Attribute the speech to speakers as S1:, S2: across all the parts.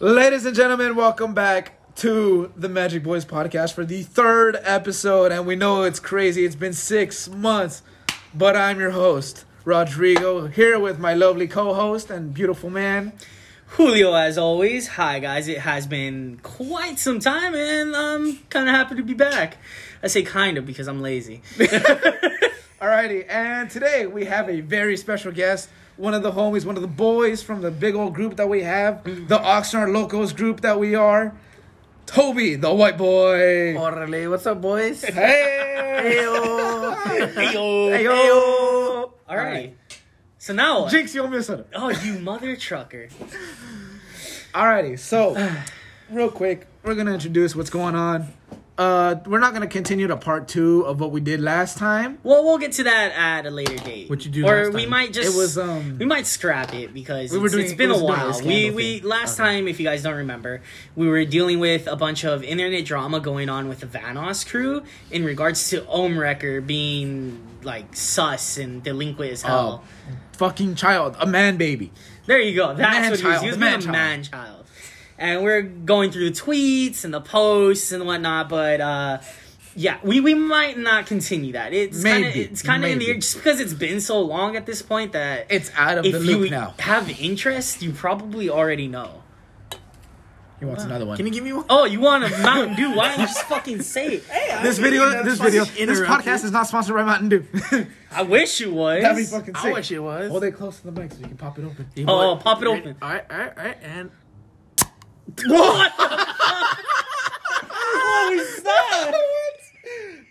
S1: Ladies and gentlemen, welcome back to the Magic Boys podcast for the third episode. And we know it's crazy, it's been six months, but I'm your host, Rodrigo, here with my lovely co host and beautiful man.
S2: Julio, as always. Hi, guys. It has been quite some time, and I'm kind of happy to be back. I say kind of because I'm lazy.
S1: Alrighty, and today we have a very special guest, one of the homies, one of the boys from the big old group that we have, the Oxnard Locos group that we are, Toby, the white boy.
S3: Orale, what's up, boys?
S1: Hey!
S2: Hey, yo.
S3: Ayo.
S2: All right. So now, what?
S1: Jinx, you'll miss it.
S2: oh, you mother trucker.
S1: Alrighty, so real quick, we're gonna introduce what's going on. Uh, we're not gonna continue to part two of what we did last time.
S2: Well, we'll get to that at a later date.
S3: What'd you do
S2: Or
S3: last
S2: we
S3: time?
S2: might just.
S1: It was, um,
S2: we might scrap it because
S1: We were
S2: it's-
S1: doing-
S2: it's been
S1: it
S2: a
S1: was doing a
S2: while. We
S1: scandal
S2: we
S1: thing.
S2: last time, if you guys don't remember, we were dealing with a bunch of internet drama going on with the Vanos crew in regards to Omrecker being like sus and delinquent
S1: Oh.
S2: as hell.
S1: Fucking child, a man baby.
S2: There you go. That's what he was.
S1: Man-child.
S2: He was
S1: The
S2: being a
S1: man-child.
S2: man child. And we're going through the tweets and the posts and whatnot, but uh yeah, we, we might not continue that. It's kind of
S1: Maybe.
S2: it's kind of in the
S1: Maybe.
S2: air just because it's been so long at this point that
S1: It's out of
S2: if
S1: the loop
S2: you
S1: now.
S2: have interest, you probably already know.
S1: He wants another one.
S3: Can you give me one?
S2: Oh, you want a Mountain Dew? Why don't you just fucking say it?
S1: this video, this video, this
S3: interrupt
S1: podcast is not sponsored by Mountain Dew.
S2: I wish you was.
S1: That'd be fucking
S3: I
S1: sick.
S3: wish it was.
S1: Hold it close to the mic so you can pop it open.
S3: You
S2: Oh,
S3: want-
S2: pop it
S3: Ready?
S2: open.
S3: All right, all right, all right, and
S2: What the fuck? What was that?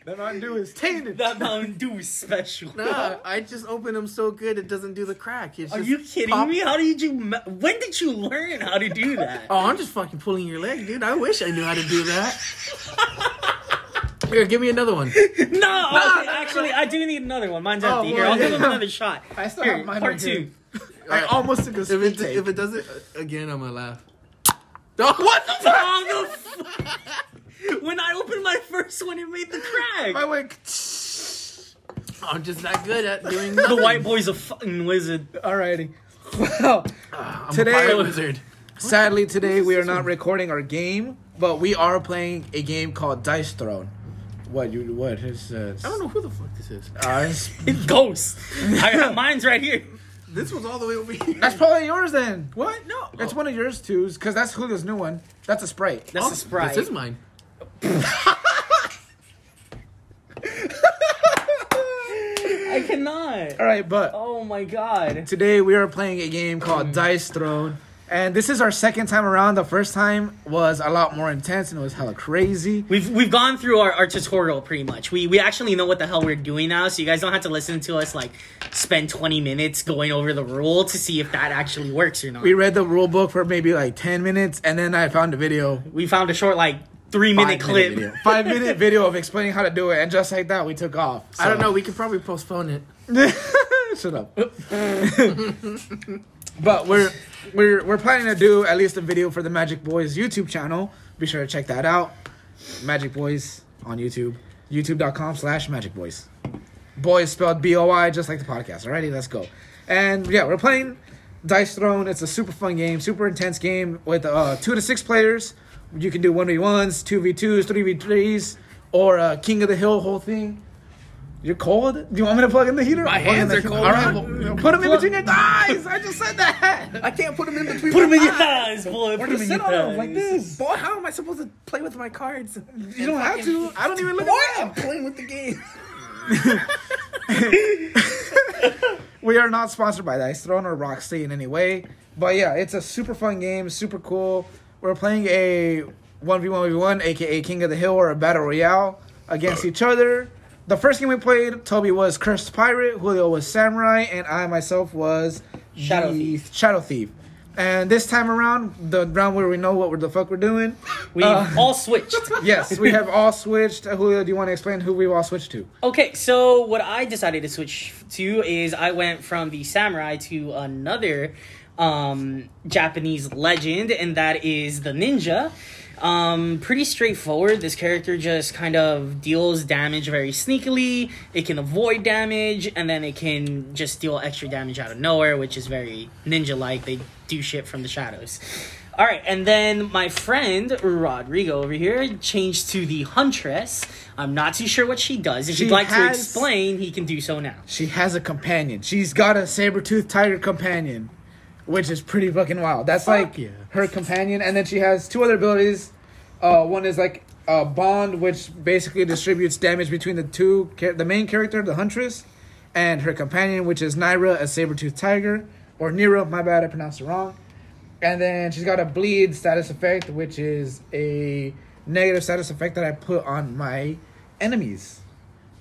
S1: That Mountain Dew is tainted.
S2: That Mountain Dew is special.
S3: no, I just opened them so good it doesn't do the crack. It's
S2: Are
S3: just
S2: you kidding
S3: pop-
S2: me? How did you? ma- When did you learn how to do that?
S3: Oh, I'm just fucking pulling your leg, dude. I wish I knew how to do that. Here, give me another one.
S2: no, okay, actually, I do need another one. Mine's
S1: Oh,
S2: empty. Here, I'll
S1: well,
S2: give him
S1: yeah.
S2: another shot.
S1: I still
S2: Here,
S1: have mine
S2: part
S1: right
S2: two.
S1: here. I almost took a
S3: If
S1: sneak
S3: it
S1: peek.
S3: if it doesn't uh, again, I'm gonna laugh. Oh, what the fuck?
S2: Oh, the fu- when I opened my first one, it made the
S1: I
S2: crack.
S1: went.
S3: I'm just not good at doing
S2: The
S3: nothing.
S2: white boy's a fucking wizard.
S1: Alrighty. Well,
S3: I'm
S1: Today-
S3: a fire wizard.
S1: sadly today we are not recording our game, but we are playing a game called Dice Throne. What you what? It's, uh,
S3: I don't know who the fuck this is.
S1: Uh, it's-
S2: It's ghost. I, mine's right here.
S3: This was all the way over here.
S1: that's probably yours then. What?
S3: No.
S1: That's one of yours two's, because that's Julio's new one. That's a Sprite.
S2: That's
S3: Oh,
S2: a sprite.
S3: This is mine.
S2: I cannot.
S1: All right, but
S2: Oh my god.
S1: today we are playing a game called Dice Throne. And this is our second time around. The first time was a lot more intense and it was hella crazy.
S2: We've we've gone through our, our tutorial pretty much. We we actually know what the hell we're doing now, so you guys don't have to listen to us like spend twenty minutes going over the rule to see if that actually works or not.
S1: We
S2: We,
S1: read the rule book for maybe like 10 minutes and then I found a video.
S2: found a short like three minute clip.
S1: video. Five minute video of explaining how to do it. And just like that, we took off.
S3: I don't know. We could probably postpone it.
S1: Shut up. but we're we're we're planning to do at least a video for the Magic Boys YouTube channel. Be sure to check that out. Magic Boys on YouTube. YouTube.com slash Magic Boys. Boys spelled B-O-I, just like the podcast. Alrighty, let's go. And yeah, we're playing Dice Throne. It's a super fun game, super intense game with uh, two to six players. You can do 1v1s, 2v2s, 3v3s, or uh, King of the Hill whole thing. You're cold? Do you want me to plug in the heater? Plug
S3: My
S1: in
S3: hands
S1: the
S3: are
S1: heater.
S3: cold.
S1: All right, well, put them in between your thighs. I just said that.
S3: I can't put them in between.
S2: Put them in your
S1: Ah,
S2: thighs, boy.
S1: Put
S2: Put them in your
S1: sit on them
S2: thighs.
S1: like this.
S3: Boy, how am I supposed to play with my cards?
S1: You don't have to. I don't even look at them.
S3: I'm playing with the game.
S1: We are not sponsored by Dice Throne or Rockstate in any way. But yeah, it's a super fun game, super cool. We're playing a 1v1v1, aka King of the Hill or a Battle Royale against each other. The first game we played, Toby was Cursed Pirate, Julio was Samurai, and I myself was
S2: Shadow
S1: the
S2: Thief.
S1: Shadow Thief. And this time around, the round where we know what we're- the fuck we're doing,
S2: We've
S1: Uh.
S2: all switched.
S1: yes, we have all switched. Uh, Julio, do you want to explain who we've all switched to?
S2: Okay, so what I decided to switch to is I went from the samurai to another um, Japanese legend, and that is the ninja. Um, pretty straightforward. This character just kind of deals damage very sneakily. It can avoid damage, and then it can just deal extra damage out of nowhere, which is very ninja like. They do shit from the shadows. All right, and then my friend Rodrigo over here changed to the Huntress. I'm not too sure what she does. If
S1: She
S2: you'd like to
S1: has-
S2: explain, he can do so now.
S1: She has a companion. She's got a saber-toothed tiger companion, which is pretty fucking wild. That's like
S3: yeah.
S1: her companion, and then she has two other abilities. Uh, one is like a bond, which basically distributes damage between the two, cha- the main character, the huntress, and her companion, which is Naira, a saber-toothed tiger, or Nira. My bad, I pronounced it wrong. And then she's got a bleed status effect, which is a negative status effect that I put on my enemies,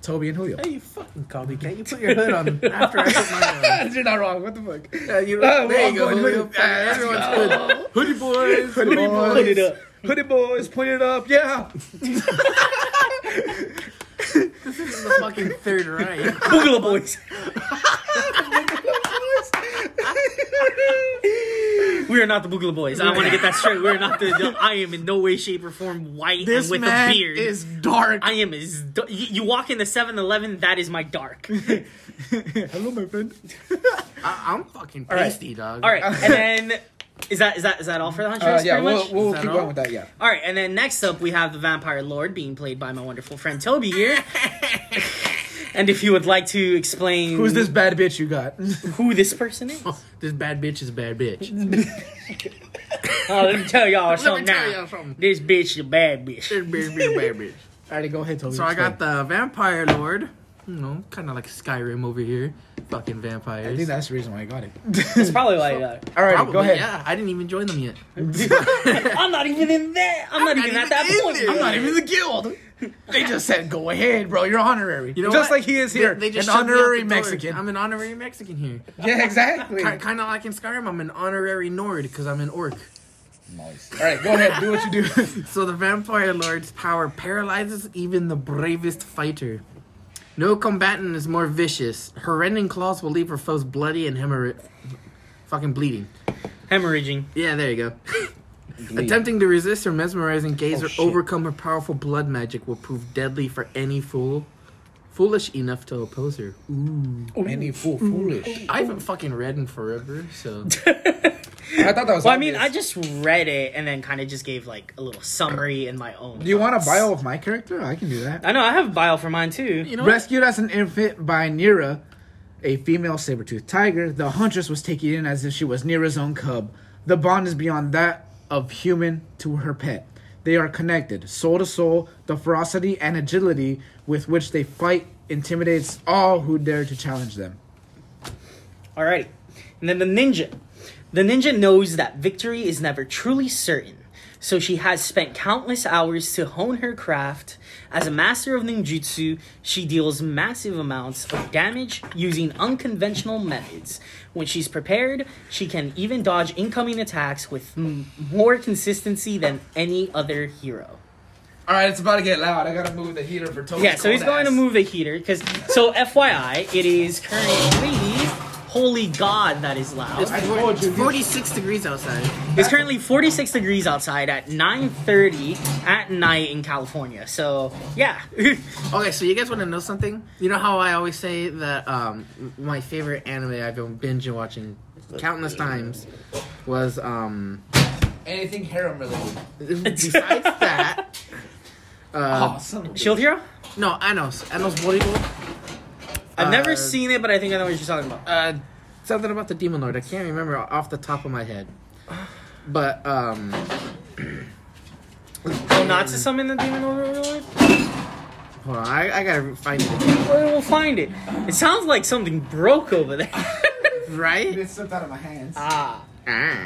S1: Toby and Julio.
S3: Hey, you fucking copycat. You put your hood on after I put mine
S1: You're not wrong. What the fuck?
S3: on. Yeah, you,
S1: Oh,
S3: there
S1: well,
S3: you go.
S1: I'm going
S3: Julio.
S1: hoodie
S3: Yeah, everyone's good. Hoodie boys.
S1: Hoodie boys. Put it
S2: up.
S1: Hoodie boys, point it up. Yeah.
S3: This is the fucking third right.
S2: Boogla boys. We are not the Boogla boys. I want to get that straight. We are not the, the- I am in no way, shape, or form white
S3: This
S2: and with
S3: man
S2: a beard.
S3: is dark.
S2: I am is you, you walk in the 7-Eleven, that is my dark.
S1: Hello, my friend.
S3: I, am fucking
S1: right.
S3: pasty, dog.
S2: All right, and then is that is that is that all for the
S1: Uh,
S2: Huntress?
S1: yeah,
S2: pretty
S1: we'll,
S2: much?
S1: we'll
S3: Is that
S1: keep
S3: all?
S1: going with that. Yeah.
S2: All right, and then next up we have the Vampire Lord being played by my wonderful friend Toby here. and if you would like to explain
S1: Who's this bad bitch you got?
S2: who this person is,
S3: Oh, This bad bitch is a bad bitch.
S2: oh, let me tell y'all something
S3: tell
S2: now.
S3: y'all something.
S2: This bitch is a bad bitch.
S3: This bitch be a bad bitch.
S1: Alrighty, go ahead, Toby.
S3: So I got the vampire lord. You know, kind of like Skyrim over here. Fucking vampires.
S1: I think that's the reason why I got it.
S2: That's probably why. Uh,
S1: Alrighty,
S3: Probably,
S1: go ahead.
S3: Yeah, I didn't even join them yet.
S2: I'm not even in that. I'm, not, even, at that
S3: in
S2: point.
S3: there.
S2: I'm not
S1: even the guild. They just said, "Go ahead, bro. You're honorary."
S3: You know
S1: just
S3: what?
S1: like he is here,
S3: They, they just
S1: an
S3: shoved me out
S1: honorary
S3: the door.
S1: Mexican.
S3: I'm an honorary Mexican here.
S1: yeah, exactly.
S3: Kind of like in Skyrim, I'm an honorary Nord because I'm an orc.
S1: Nice. All right, go ahead. Do what you do.
S3: So the vampire lord's power paralyzes even the bravest fighter. No combatant is more vicious. Her rending claws will leave her foes bloody and hemorrh- fucking bleeding.
S2: hemorrhaging.
S3: Yeah, there you go. Attempting to resist her mesmerizing gaze
S1: Oh,
S3: or
S1: shit.
S3: overcome her powerful blood magic will prove deadly for any fool foolish enough to oppose her.
S1: Any fool, foolish.
S3: I haven't fucking read in forever, so
S1: I thought that was.
S2: Well, I mean, I
S1: obvious.
S2: just read it and then kind of just gave like a little summary in my own.
S1: Do you want a
S2: thoughts.
S1: bio of my character? I can do that.
S2: I know I have bio for mine too.
S3: you know. what?
S1: Rescued as an infant by Nira, a female saber-toothed tiger, the huntress was taken in as if she was Nira's own cub. The bond is beyond that of human to her pet. They are connected, soul to soul. The ferocity and agility with which they fight intimidates all who dare to challenge them.
S2: Alrighty. And then the ninja. The ninja knows that victory is never truly certain, so she has spent countless hours to hone her craft. As a master of ninjutsu, she deals massive amounts of damage using unconventional methods. When she's prepared, she can even dodge incoming attacks with m- more consistency than any other hero.
S1: All right, it's about to get loud. I gotta move the heater for Toby's
S2: Yeah, so he's going to move the heater because. So, FYI, it is currently. Holy God, that is loud.
S3: It's
S1: I told you, you-
S3: 46 degrees outside.
S2: It's currently 46 degrees outside at 9:30 at night in California. So yeah,
S3: Okay, so you guys want to know something? You know how I always say that um, m- my favorite anime I've been binge watching countless times was um,
S1: Anything harem related?
S3: besides that. Uh,
S1: Awesome.
S2: Shield Hero.
S3: No, Anos. Anos Borigo.
S2: I've never
S3: Uh,
S2: seen it, but I think I know what you're talking about.
S3: Uh, something about the Demon Lord. I can't remember off the top of my head. But um,
S2: Oh, not to summon the demon over real life?
S3: hold on, I, I gotta find it again.
S2: Well, We'll find it. It sounds like something broke over there.
S3: Right?
S1: It slipped out of my hands.
S2: ah,
S3: Ah.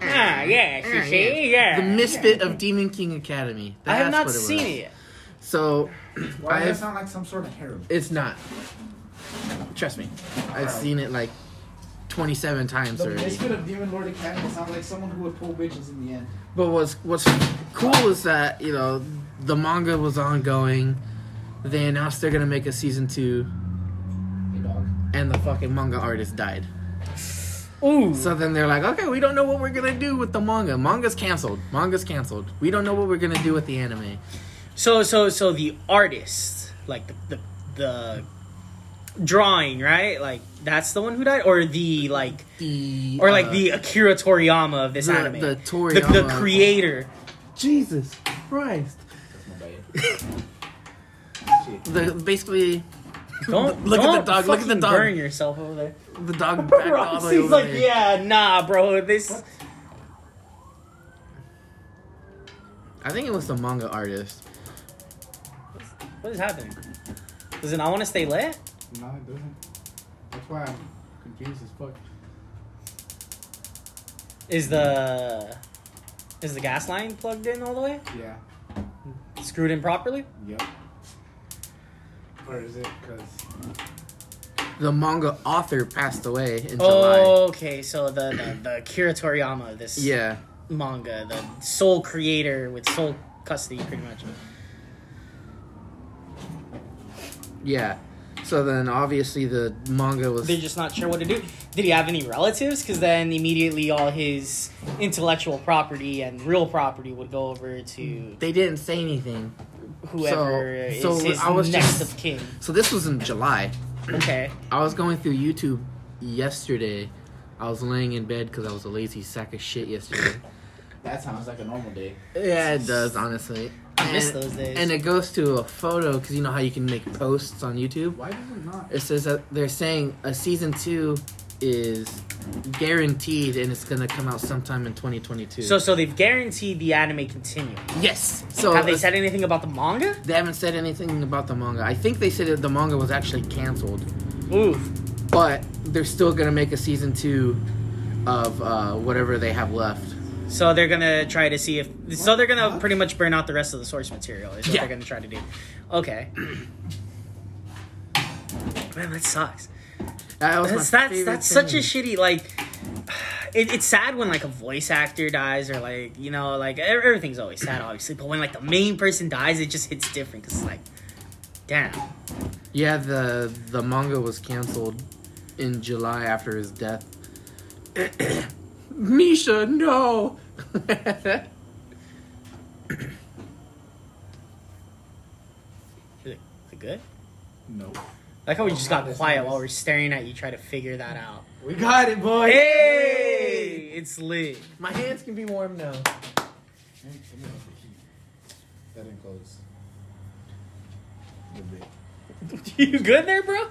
S2: ah, yes, you see,
S3: The
S2: yeah.
S3: Misfit of Demon King Academy.
S2: I have
S3: That's
S2: not
S3: what was.
S2: seen it. yet.
S3: So
S1: Why does
S3: I've-
S1: it sound like some sort of harem?
S3: It's not. Trust me. I've seen it like 27 times
S1: The
S3: already.
S1: misfit of Demon Lord Academy sounds like someone who would pull bitches in the end.
S3: But what's what's cool is that, you know, the manga was ongoing. They announced they're going to make a season 2
S1: Hey, dog.
S3: and the fucking manga artist died.
S2: Ooh.
S3: So then they're like, okay, we don't know what we're gonna do with the manga. Manga's canceled. Manga's canceled. We don't know what we're gonna do with the anime.
S2: So so so the artist, like the the, the drawing, right? Like that's the one who died, or the like,
S3: The
S2: or like
S3: uh,
S2: the Akira Toriyama of this
S3: the-
S2: anime,
S3: the
S2: the,
S3: Toriyama.
S2: creator.
S3: Jesus Christ. The basically
S2: Don't
S3: Look at the
S2: don't
S3: dog, look at the
S2: fucking
S3: dog.
S2: Burn yourself over there.
S3: the dog backed all the way
S2: Roxy's
S3: over
S2: like,
S3: there.
S2: yeah, nah, bro. This
S3: I think it was the manga artist.
S2: what is happening? Does it not want to stay lit?
S4: No, it doesn't. That's why I'm confused as fuck.
S2: Is the is the gas line plugged in all the way?
S4: Yeah.
S2: Screwed in properly?
S4: Yep. Or is it because
S3: The manga author passed away in July.
S2: Oh, okay. So the the, the Akira Toriyama, of this
S3: Yeah.
S2: manga, the sole creator with sole custody, pretty much.
S3: Yeah. So then obviously the manga was
S2: They're just not sure what to do. Did he have any relatives? Because then immediately all his intellectual property and real property would go over to
S3: they didn't say anything.
S2: whoever
S3: so
S2: is his
S3: I was
S2: next
S3: just-
S2: of kin.
S3: So this was in July.
S2: Okay.
S3: I was going through YouTube yesterday. I was laying in bed because I was a lazy sack of shit yesterday.
S4: that sounds like a normal day?
S3: yeah, it does, honestly.
S2: I miss
S3: And-
S2: those days.
S3: And it goes to a photo because you know how you can make posts on YouTube?
S4: Why does it not?
S3: It says that they're saying a season two is guaranteed and it's going to come out sometime in 2022.
S2: So so they've guaranteed the anime continuing.
S3: yes. So
S2: Have they
S3: it's-
S2: said anything about the manga?
S3: they haven't said anything about the manga. I think they said that the manga was actually canceled.
S2: Oof.
S3: but they're still gonna make a season two of uh, whatever they have left.
S2: So they're gonna try to see if. So they're gonna pretty much burn out the rest of the source material. Is what
S3: Yeah.
S2: they're gonna try to do. Okay. Man, that sucks.
S3: That was my
S2: That's that's,
S3: favorite
S2: that's such a
S3: thing.
S2: shitty like. It, it's sad when like a voice actor dies or like you know like e- everything's always sad obviously, but when like the main person dies, it just hits different because it's like, damn.
S3: yeah. The the manga was canceled in July after his death. Misha, no.
S2: Is it, is it good?
S4: No.
S2: Like how we just got
S4: this
S2: quiet
S4: is-
S2: while we're staring at you, try to figure that out.
S4: We got it, boy.
S2: Hey, it's lit.
S3: my hands can be warm now.
S4: Give me the heat. That didn't close. Good bit.
S2: you good there, bro?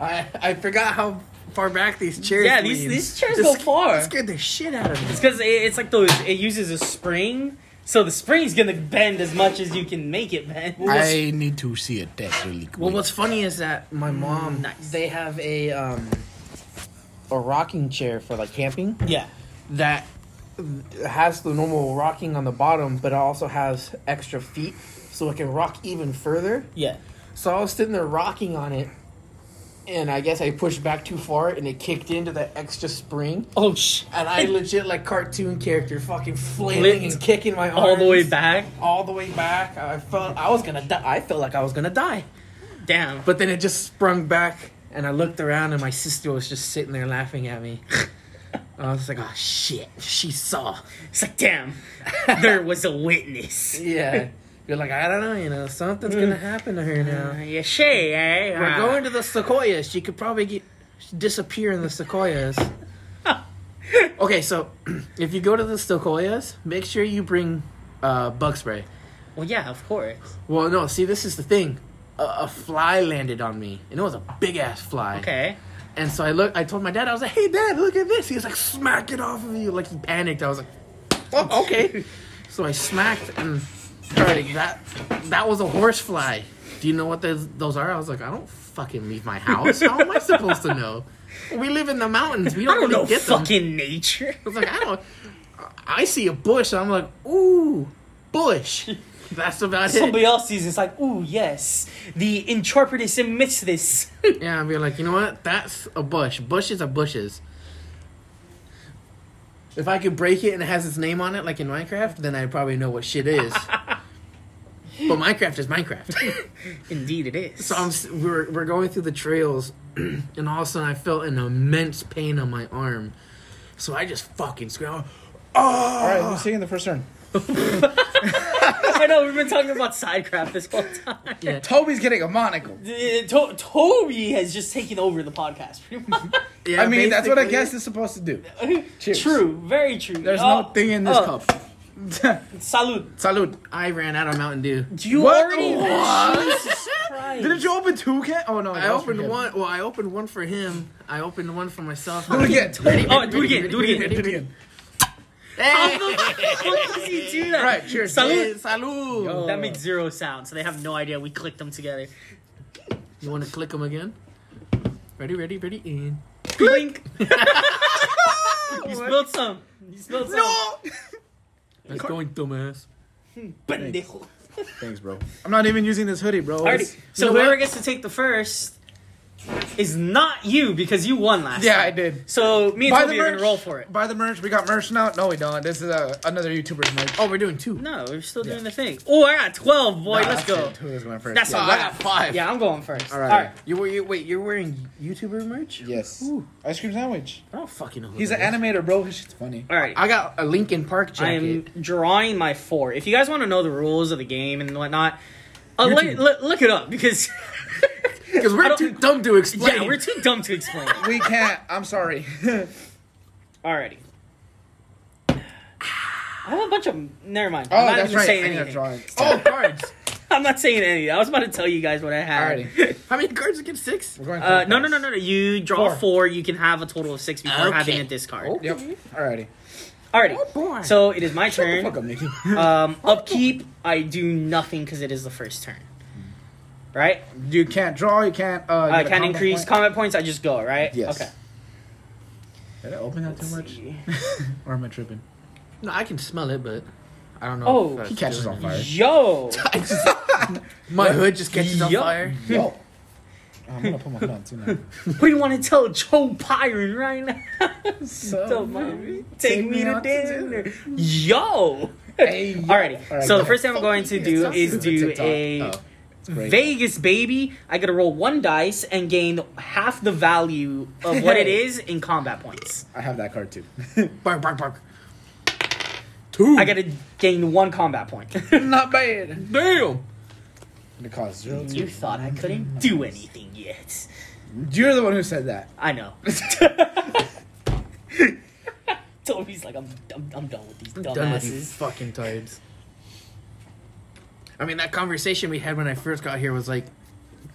S3: I I forgot how far back these chairs.
S2: Yeah, these-
S3: lean.
S2: these chairs
S3: This-
S2: go far.
S3: this Scared the shit out of me.
S2: It's because it, it's like those. It uses a spring, so the spring's gonna bend as much as you can make it bend.
S4: I need to see a text really quick.
S3: Well, what's funny is that my mom,
S2: Mm, nice.
S3: they have a um, a rocking chair for like camping
S2: yeah.
S3: that has the normal rocking on the bottom, but it also has extra feet so it can rock even further.
S2: Yeah.
S3: So I was sitting there rocking on it, and I guess I pushed back too far and it kicked into that extra spring.
S2: Oh sh!
S3: And I legit like cartoon character, fucking flailing
S2: Flipped
S3: and kicking my arms
S2: All the way back.
S3: all the way back. I felt I was gonna die. I felt like I was gonna die.
S2: Damn.
S3: But then it just sprung back, and I looked around, and my sister was just sitting there laughing at me. I was like, oh shit, she saw.
S2: It's like damn. there was a witness.
S3: Yeah. You're like, I don't know, you know, something's gonna happen to her
S2: Uh,
S3: now.
S2: yeah, Shay, eh?
S3: We're
S2: Uh,
S3: going to the sequoias. She could probably get disappear in the sequoias. okay, so if you go to the sequoias, make sure you bring uh, bug spray.
S2: Well, yeah, of course.
S3: Well, no, see, this is the thing. A, a fly landed on me, and it was a big ass fly.
S2: Okay.
S3: And so I look. I told my dad. I was like, "Hey, dad, look at this." He was like, "Smack it off of you!" Like he panicked. I was like, "Oh, okay." so I smacked and started. That that was a horsefly. Do you know what those those are? I was like, "I don't fucking leave my house. How am I supposed to know? We live in the mountains. We
S2: I
S3: don't,
S2: don't
S3: really
S2: know
S3: get them."
S2: fucking nature.
S3: I was like, "I don't." I see a bush. I'm like, "Ooh, bush." That's about
S2: Somebody
S3: it.
S2: else sees. It's like, ooh, yes. The interpretist admits this.
S3: Yeah, I'd be like, you know what? That's a bush. Bushes are bushes. If I could break it and it has its name on it, like in Minecraft, then I'd probably know what shit is. but Minecraft is Minecraft.
S2: Indeed, it is.
S3: so I'm, s- we're, we're going through the trails, and all of a sudden I felt an immense pain on my arm. So I just fucking scream. Oh,
S1: All right, who's taking the first turn?
S2: I know we've been talking about sidecraft this whole time.
S3: yeah.
S1: Toby's getting a monocle.
S2: Uh, To- Toby has just taken over the podcast. Pretty much.
S3: yeah,
S1: I mean, that's what I
S3: basically.
S1: guess is supposed to do. Cheers.
S2: True, very true.
S1: There's no
S2: Oh,
S1: thing in this
S2: oh,
S1: cup.
S2: Salud.
S1: Salud.
S3: I ran out of Mountain Dew.
S2: You
S1: What?
S2: already.
S1: What?
S2: Jesus Christ.
S1: Didn't you open two cans? Oh no,
S3: I opened one. Well, I opened one for him. I opened one for myself.
S1: Do it again. Do it
S2: Oh, do it again. Do it again.
S1: again. Do it again.
S2: How the fuck does he do that?
S1: Right, cheers.
S2: Salud.
S3: Hey, salud.
S1: Yo.
S2: That makes zero sound, so they have no idea we clicked them together.
S3: You want to click them again? Ready, ready, ready, in.
S2: Blink. you spilled some. You spilled some.
S1: No.
S3: That's going, dumbass.
S2: Pendejo.
S1: Thanks, bro. I'm not even using this hoodie, bro.
S2: Alrighty.
S1: It's-
S2: So
S3: You know
S2: whoever
S3: what?
S2: gets to take the first is not you because you won last.
S1: Yeah,
S2: time.
S1: I did.
S2: So me and
S1: Buy the
S2: Toby are
S1: merch.
S2: gonna roll for it.
S1: Buy the merch. We got merch now. No, we don't. This is uh, another YouTuber's merch.
S3: Oh, we're doing two.
S2: No, we're still doing the thing. Oh, I got twelve, boy.
S1: Nah,
S2: Let's
S1: that's
S2: go.
S1: it. Who is going first?
S2: That's
S1: Yeah.
S2: all
S3: I got five.
S2: Yeah, I'm going first. All
S1: Alright.
S2: right.
S3: You were you wait, you're wearing YouTuber merch?
S1: Yes.
S3: Ooh.
S1: Ice cream sandwich.
S3: I don't fucking know. who
S1: He's
S3: that
S1: an
S3: is.
S1: animator, bro. His shit's funny.
S2: All right.
S3: I got a Lincoln Park
S2: I
S3: jacket.
S2: am drawing my four. If you guys want to know the rules of the game and whatnot, uh,
S1: You're
S2: look,
S1: too-
S2: look, look it up because
S3: Because
S2: I
S3: we're
S2: don't-
S3: too dumb to explain.
S2: yeah, we're too dumb to explain. it.
S1: We can't. I'm sorry.
S2: Alrighty. I have a bunch of. Never mind.
S1: Oh,
S2: I'm not
S1: that's
S2: even
S1: right.
S2: saying
S1: I ended up
S2: anything.
S1: drawing.
S3: oh, cards.
S2: I'm not saying anything. I was about to tell you guys what I had.
S1: Alrighty.
S3: How many cards against six?
S1: We're going.
S2: Uh,
S1: for
S2: no,
S1: the
S2: no, no, no, no. You draw
S1: Four.
S2: four. You can have a total of six before
S3: Okay.
S2: having a discard.
S3: Oh.
S1: Yep. Alrighty.
S2: Alrighty.
S3: Oh, boy.
S2: So it is my
S1: Shut the fuck
S2: turn.
S1: up, Nikki.
S2: Um, upkeep. I do nothing because it is the first turn. Right.
S1: you can't draw. You can't. Uh,
S2: I
S1: get a
S2: can
S1: combat
S2: increase
S1: point.
S2: combat points. I just go right.
S1: Yes.
S2: Okay.
S1: Did I open that too
S2: Let's
S1: much?
S2: see.
S1: Or am I tripping?
S3: No, I can smell it, but I don't know.
S2: Oh,
S3: if that's
S1: He catches
S3: doing
S1: on fire.
S2: Yo.
S3: it. My hood just catches on
S2: Yup.
S3: fire.
S1: Yo. I'm gonna put my hood on too now.
S2: What do you want to tell Joe Byron right now? Don't mind me. Take, me, to
S1: out
S2: dinner. Yo.
S1: Hey, yo.
S2: Alrighty.
S1: All right,
S2: so
S1: go
S2: the
S1: ahead.
S2: first thing I'm going to do is do a
S1: Oh, it's great.
S2: Vegas baby. I gotta roll one dice and gain half the value of what it
S1: Hey.
S2: is in combat points.
S1: I have that card too.
S3: Bark, bark, bark. Two.
S2: I gotta gain one combat point.
S1: Not bad.
S3: Damn.
S1: It costs zero. two.
S2: you thought I couldn't do anything yet.
S1: You're the one who said that.
S2: I know. Toby's like, I'm, I'm, I'm done with these
S3: Done with you
S2: dumbasses.
S3: fucking types. I mean, that conversation we had when I first got here was like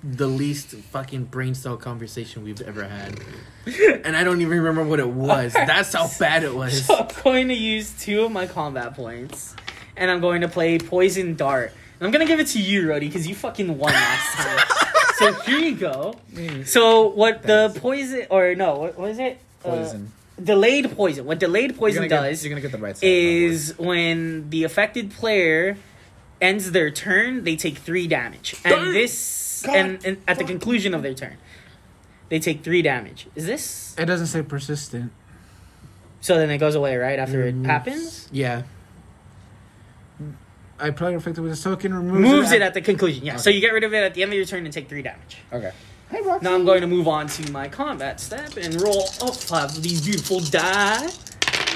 S3: the least fucking brain cell conversation we've ever had. and I don't even remember what it was. That's how bad it was.
S2: So I'm going to use two of my combat points, and I'm going to play Poison Dart. And I'm gonna give it to you, Rody, because you fucking won last time. so here you go.
S1: Mm.
S2: So what the poison or no, what was it? Uh,
S1: Poison.
S2: delayed poison. What delayed
S1: you're
S2: poison
S1: gonna get-
S2: does
S1: you're gonna get the right side.
S2: is when the affected player ends their turn, they take three damage,
S3: Darn.
S2: and this
S1: God.
S2: and, and at the conclusion of their turn, they take three damage. Is this
S1: It doesn't say persistent.
S2: so? Then it goes away right after
S1: Mm,
S2: it happens.
S3: Yeah.
S1: I probably affected with a token. Removes,
S2: moves it at the conclusion. Yeah. So you get rid of it at the end of your turn and take three damage.
S1: Okay. Hey, Rock.
S2: Now I'm going to move on to my combat step and roll up five of these beautiful die.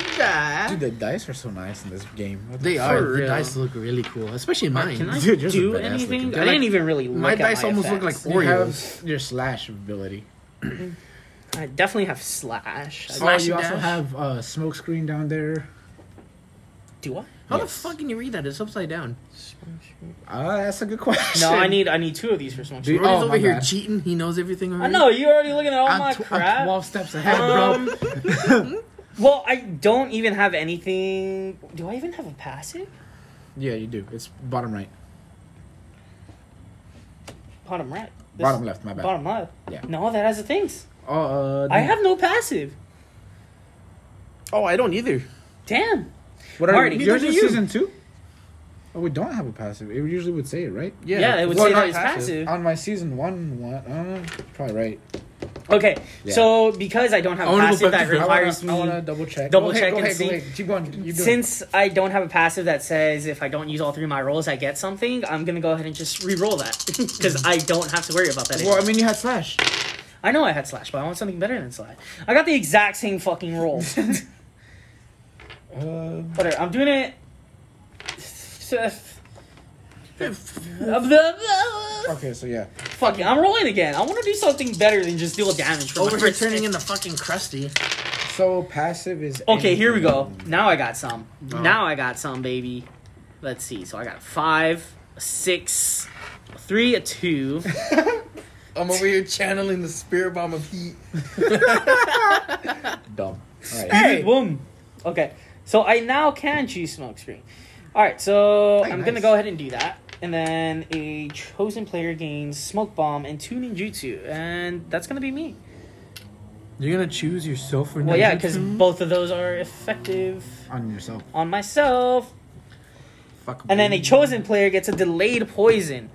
S1: Dude,
S2: Die.
S1: the dice are so nice in this game. What the
S3: They are.
S2: For
S3: The
S2: real.
S3: dice look really cool, especially mine.
S2: Can I
S1: Dude, yours
S2: do
S1: look badass
S2: anything?
S1: looking.
S2: I didn't even really look
S3: my
S2: at
S3: dice almost look
S2: effects.
S1: You
S3: Oreos.
S1: have your slash ability.
S2: I definitely have slash. I-
S3: Slash
S1: oh, you
S3: and
S1: also
S3: dash.
S1: have uh, smoke screen down there.
S2: Do I?
S3: How
S1: Yes.
S3: the fuck can you read that? It's upside down.
S2: Oh,
S1: Ah, that's a good question.
S2: No, I need I need two of these for some.
S1: Do you-
S3: Brody's
S1: oh,
S3: over
S1: my
S3: here
S1: bad.
S3: cheating. He knows everything
S2: I
S3: already.
S2: know you're already looking at all Oh my
S1: I'm, tw- I'm
S2: crap.
S1: 12 steps ahead, bro.
S2: Um, well, I don't even have anything. Do I even have a passive?
S1: Yeah, you do. It's bottom right.
S2: Bottom right. This-
S1: Bottom left, my bad.
S2: Bottom left.
S1: Yeah.
S2: No, that has the things.
S1: Oh, uh,
S2: I have no passive.
S3: Oh, I don't either.
S2: Damn.
S1: What are
S2: Marty,
S1: yours
S2: neither
S1: is
S2: do you.
S1: season two? Oh, we don't have a passive. It usually would say it, right?
S2: Yeah, it would
S1: Well,
S2: say
S1: not
S2: that it's passive.
S1: On my season one, one, uh, probably right.
S2: Okay,
S1: Yeah.
S2: so because I don't have
S3: I wanna go
S2: passive that
S3: back to the-
S1: I
S2: requires
S1: wanna- I wanna
S2: me.
S1: double check.
S2: double
S1: Go ahead,
S2: check
S1: go
S2: and
S1: ahead, go
S2: see.
S1: ahead. Keep going. You do it.
S2: Since I don't have a passive that says if I don't use all three of my rolls, I get something, I'm gonna go ahead and just re-roll that because I don't have to worry about that.
S1: well,
S2: Anymore.
S1: I mean, you had slash.
S2: I know I had slash, but I want something better than slash. I got the exact same fucking roll.
S1: Uh,
S2: Whatever. I'm doing it.
S1: okay, so yeah.
S2: Fuck it. I'm rolling again. I want to do something better than just deal damage. For my
S3: Over here
S2: first
S3: turning
S2: hit.
S3: in the fucking crusty.
S1: So passive is.
S2: Okay, here we go.
S1: anything.
S2: Now I got some.
S3: Oh.
S2: Now I got some, baby. Let's see. So I got a five, a six, a three, a two.
S4: I'm over here channeling the spirit bomb of heat.
S1: Dumb. All right.
S2: Hey, boom. Okay, so I now can choose smokescreen. All right, so
S1: Hey,
S2: I'm
S1: nice.
S2: gonna go ahead and do that, and then a chosen player gains smoke bomb and two ninjutsu, and that's gonna be me.
S3: You're gonna choose yourself for
S2: Well, yeah, because both of those are effective
S1: On yourself.
S2: on myself,
S3: Fuck
S2: and then a chosen player gets a delayed poison.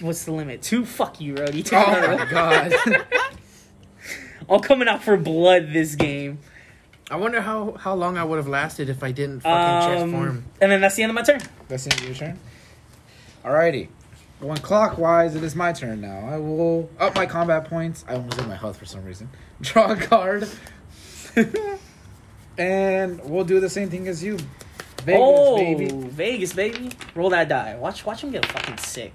S2: What's the limit? Two. Fuck you, Rody. Two.
S1: Oh my god.
S2: I'm coming out for blood this game.
S3: I wonder how how long I would have lasted if I didn't fucking
S2: Um,
S3: transform.
S2: and then that's the end of my turn.
S1: That's the end of your turn. Alrighty. Going clockwise, it is my turn now. I will up my combat points. I almost did my health for some reason. Draw a card. and we'll do the same thing as you. Vegas,
S2: oh,
S1: baby.
S2: Vegas, baby. Roll that die. Watch, watch him get fucking sick.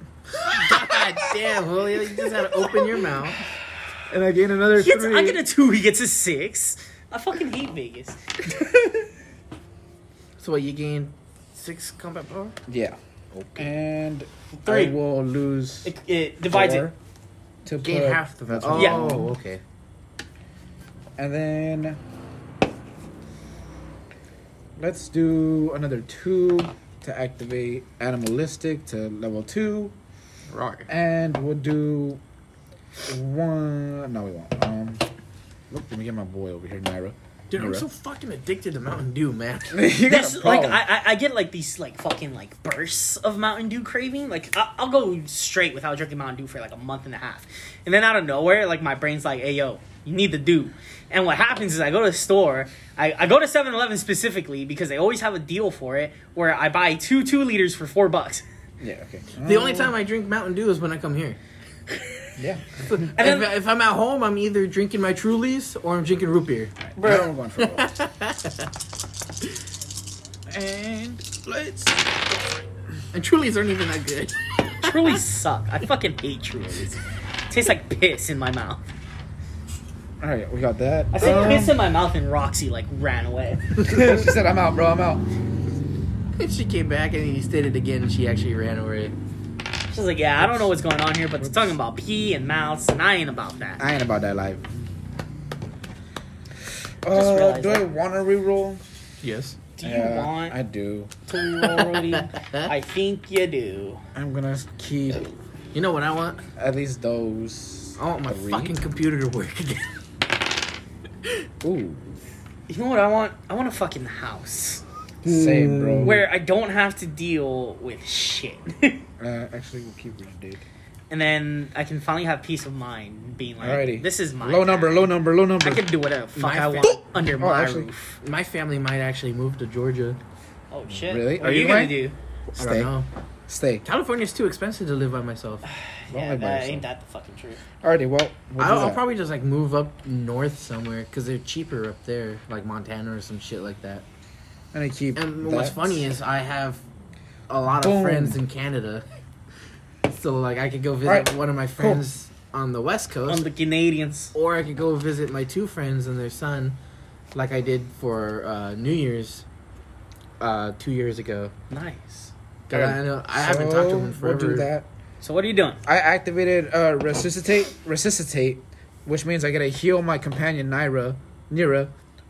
S3: God damn, Julio, you just had to open your mouth.
S1: And I gain another
S2: He gets,
S1: three.
S2: I get a two. He gets a six. I fucking hate Vegas.
S3: So what? You gain six combat power.
S1: Yeah. And
S2: Three.
S1: I will lose
S2: It, it divides
S1: four
S2: it.
S1: to
S3: Gain
S1: put-
S3: half the
S1: Uh, That's
S3: value.
S1: right.
S2: Yeah.
S3: Oh, okay.
S1: And then let's do another two to activate animalistic to level two.
S3: Right.
S1: And we'll do one. No, we won't. Um, look, let me get my boy over here, Naira.
S3: Dude, I'm
S1: You're
S3: so fucking addicted to Mountain Dew, man.
S1: you got
S2: This,
S1: a
S2: like
S1: problem.
S2: I, I, I get like these like fucking like bursts of Mountain Dew craving. Like I, I'll go straight without drinking Mountain Dew for like a month and a half, and then out of nowhere, like my brain's like, "Hey yo, you need the dew." And what happens is I go to the store. I, I go to 7-Eleven specifically because they always have a deal for it where I buy two two liters for four bucks.
S1: yeah. Okay. Uh,
S3: The only time I drink Mountain Dew is when I come here.
S1: Yeah.
S2: then-
S3: if, if I'm at home, I'm either drinking my Trulies or I'm drinking root beer.
S1: Bro. I'm going for a roll. and let's.
S3: And Trulies aren't even that good.
S2: Truly suck. I fucking hate Trulies. Tastes like piss in my mouth.
S1: All right, we got that.
S2: I said
S1: Um,
S2: piss in my mouth and Roxy like ran away.
S1: she said, "I'm out, bro. I'm out."
S3: she came back and he did it again and she actually ran away.
S2: She's like, yeah, I don't know what's going on here, but they're talking about pee and mouths, and I ain't about that.
S1: I ain't about that life.
S2: just
S1: Uh,
S2: realized
S1: do I
S2: that.
S1: want to reroll?
S3: Yes.
S2: Do you
S1: Yeah,
S2: want
S1: I do.
S2: to reroll, Rudy? I think you do.
S1: I'm gonna keep
S3: You know what I want?
S1: at least those.
S3: I want Oh, my
S1: three.
S3: fucking computer to work again.
S1: Ooh,
S2: You know what I want? I want a fucking house
S1: same, bro.
S2: where I don't have to deal with shit, and
S1: Uh, actually, we'll keep what you did.
S2: then I can finally have peace of mind, being like,
S1: Alrighty.
S2: this is my
S1: Low number, low number, low number.
S2: I can do whatever the fuck
S3: My
S2: I
S3: fa-
S2: want under my
S1: actually-
S2: roof.
S3: My family might actually move to Georgia.
S2: Oh shit!
S1: Really?
S2: What are,
S1: Are
S2: you,
S1: you
S2: gonna
S1: going?
S2: do?
S3: I don't
S1: Stay,
S3: know.
S1: stay.
S3: California's too expensive to live by myself.
S1: Don't
S2: yeah,
S1: live by
S2: that
S1: yourself.
S2: ain't that the fucking truth.
S1: Alrighty, well, we'll do
S3: I'll, I'll
S1: that.
S3: probably just like move up north somewhere because they're cheaper up there, like Montana or some shit like that.
S1: And I keep.
S3: And
S1: that.
S3: what's funny is I have a lot of
S1: Boom.
S3: friends in Canada, so like I could go visit
S1: Alright, Um,
S3: one of my friends on the West Coast,
S2: On the Canadians.
S3: or I could go visit my two friends and their son, like I did for uh, New Year's uh, two years ago.
S2: Nice.
S3: 'Cause I, know, I haven't
S1: So,
S3: talked to him in forever.
S1: We'll do that.
S2: So what are you doing?
S1: I activated uh, resuscitate, resuscitate, which means I gotta heal my companion Naira, Nira,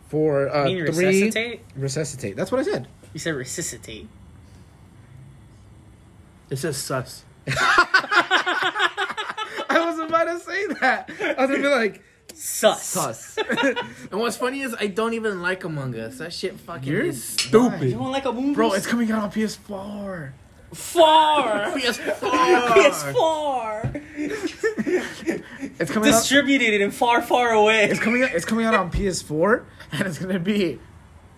S1: for uh,
S2: mean
S1: three.
S2: resuscitate?
S1: Resuscitate. That's what I said.
S2: You said resuscitate.
S3: It says sus.
S1: I was about to say that. I was gonna be like,
S2: Sus.
S3: Sus. and what's funny is I don't even like Among Us. That shit fucking
S1: You're
S3: is
S2: You
S3: stupid.
S2: want like a movie?
S1: bro, it's coming out on PS4.
S2: far.
S3: PS4.
S2: PS4
S1: It's coming out.
S2: distributed and far, far away.
S1: It's coming out. It's coming out on PS4, and it's gonna be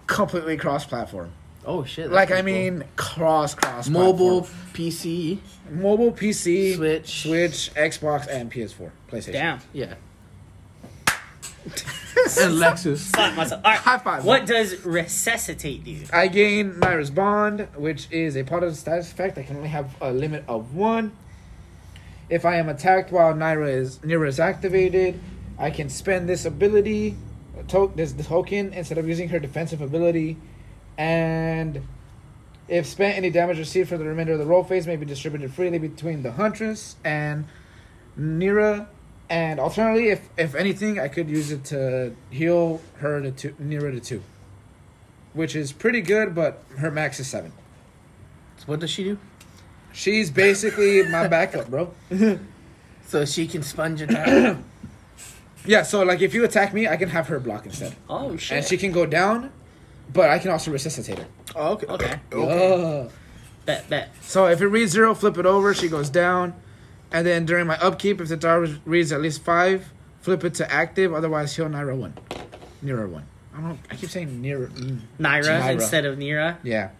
S1: completely cross-platform.
S3: Oh shit. that's
S1: Like I
S3: pretty cool.
S1: mean, cross cross
S3: mobile, PC,
S1: platform. mobile PC,
S3: Switch.
S1: Switch, Xbox, and PS4, PlayStation.
S2: Damn.
S3: Yeah. and Lexus.
S2: Slap myself. All right.
S1: High five.
S2: What does resuscitate do?
S1: I gain Myra's Bond, which is a positive status effect. I can only have a limit of one. If I am attacked while Naira is Naira is activated, I can spend this ability, uh, to- this token, instead of using her defensive ability, and if spent, any damage received for the remainder of the roll phase may be distributed freely between the Huntress and Nira. And alternatively, if if anything, I could use it to heal her to two, Nira to two, which is pretty good. But her max is seven.
S3: What does she do?
S1: She's basically my backup, bro.
S3: So she can sponge it out.
S1: Yeah. So like, if you attack me, I can have her block instead,
S2: Oh
S1: and
S2: shit.
S1: she can go down, but I can also resuscitate her.
S3: oh, okay.
S2: okay.
S3: Oh.
S1: Ugh.
S2: Bet bet.
S1: So if it reads zero, flip it over. She goes down, and then during my upkeep, if the tower reads at least five, flip it to active. Otherwise, heal Naira one, Nira one. I don't. I keep saying Nira. mm.
S2: Naira,
S1: Naira.
S2: instead of Nira.
S1: Yeah.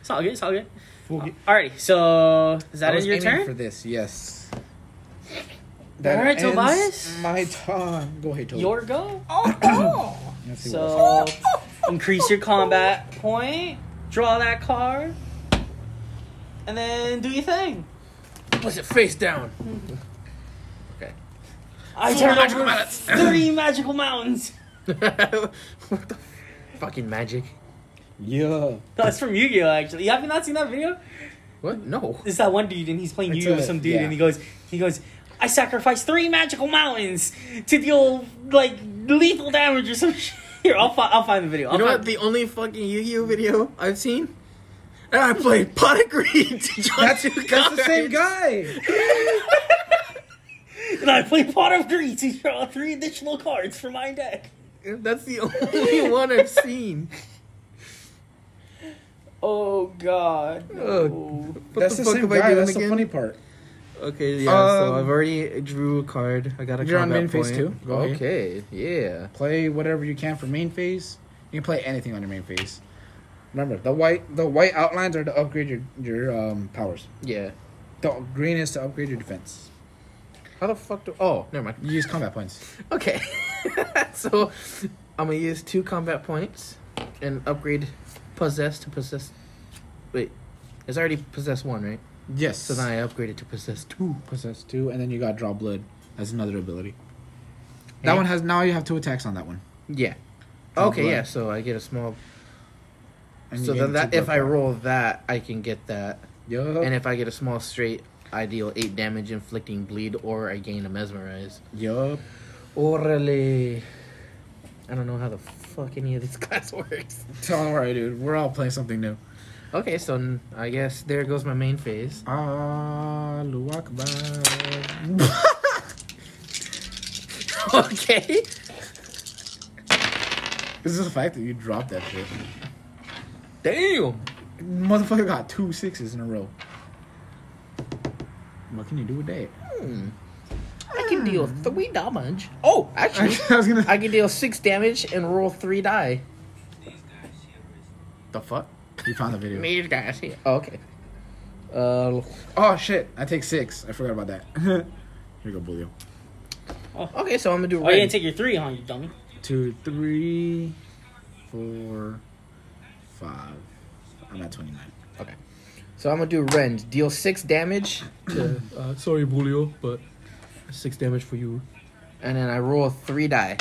S2: It's all good. It's all good.
S1: We'll get-
S2: Alrighty. So is
S1: I
S2: that
S1: was
S2: in your
S1: aiming
S2: turn?
S1: for this? Yes.
S2: All right,
S1: ends
S2: Tobias.
S1: My turn. Go ahead, Tobias.
S2: Your go.
S1: Let's see what else.
S2: So increase your combat point, draw that card, and then do your thing.
S3: Puts it face down.
S2: I
S3: Four
S2: turn
S3: magical
S2: over
S3: mallets.
S2: three magical mountains.
S3: what the fucking magic?
S1: yeah.
S2: That's from Yu-Gi-Oh! Actually, you have you not seen that video?
S3: What? No.
S2: It's that one dude, and he's playing
S1: It's
S2: Yu-Gi-Oh! with
S1: a-
S2: some dude,
S1: yeah.
S2: and he goes, he goes, I sacrifice three magical mountains to deal like lethal damage or some shit. Here, I'll find, I'll find the video. I'll
S3: You know
S2: find-
S3: what? The only fucking Yu-Gi-Oh video I've seen, and I played Pot of Greed. to John
S1: That's,
S3: Duke
S1: that's the same
S3: Collins.
S1: guy.
S2: and I play Pot of Greed to draw three additional cards for my deck.
S3: That's the only one I've seen.
S2: Oh God.
S3: no. What
S1: That's the,
S3: fuck
S1: same
S3: am I
S1: guy.
S3: doing
S1: That's the
S3: again?
S1: funny part.
S3: Okay, yeah. so
S1: Um,
S3: I've already drew a card. I got a
S1: you're on
S3: combat
S1: main phase
S3: point.
S1: two. Go ahead.
S3: Okay, yeah.
S1: Play whatever you can for main phase. You can play anything on your main phase. Remember the white the white outlines are to upgrade your your um, powers.
S3: Yeah.
S1: The green is to upgrade your defense.
S3: How the fuck do? Oh, never mind.
S1: You use combat points.
S3: Okay. so I'm gonna use two combat points and upgrade possess to possess. Wait, it's already possess one, right?
S1: Yes.
S3: So then I upgraded to possess two.
S1: possess two, and then you got draw blood as another ability.
S3: Eh?
S1: That one has now you have two attacks on that one.
S3: Yeah.
S1: Draw
S3: okay,
S1: blood.
S3: yeah. So I get a small.
S1: And
S3: So
S1: you
S3: then
S1: gain
S3: that
S1: two
S3: if
S1: blood Oh.
S3: I
S1: power.
S3: roll that, I can get that,
S1: Yup.
S3: and if I get a small straight, I deal eight damage, inflicting bleed, or I gain a mesmerize.
S1: yup.
S3: Orale. I don't know how the fuck any of this class works.
S1: Don't worry, dude. We're all playing something new.
S3: Okay, so n- I guess there goes my main phase.
S1: Ah, Luwakba.
S3: okay.
S1: This is the fact that you dropped that shit.
S3: Damn.
S1: Motherfucker got two sixes in a row. What can you do with that?
S3: Hmm. I can deal
S1: Hmm.
S3: three damage. Oh, actually,
S1: I was gonna.
S3: I can deal six damage and roll three die. The fuck?
S1: you found the video.
S3: Me guys here. Oh, okay. Uh,
S1: Oh shit! I take six. I forgot about that. Here you go, Bulio.
S3: okay, so I'm gonna do
S2: Oh, you didn't
S3: red.
S2: take your three, huh, you dummy?
S1: Two, three, four, five. I'm at twenty nine.
S3: so I'm gonna do rend. Deal six damage to. Uh, sorry, Bulio, but six damage for you. And then I roll three die.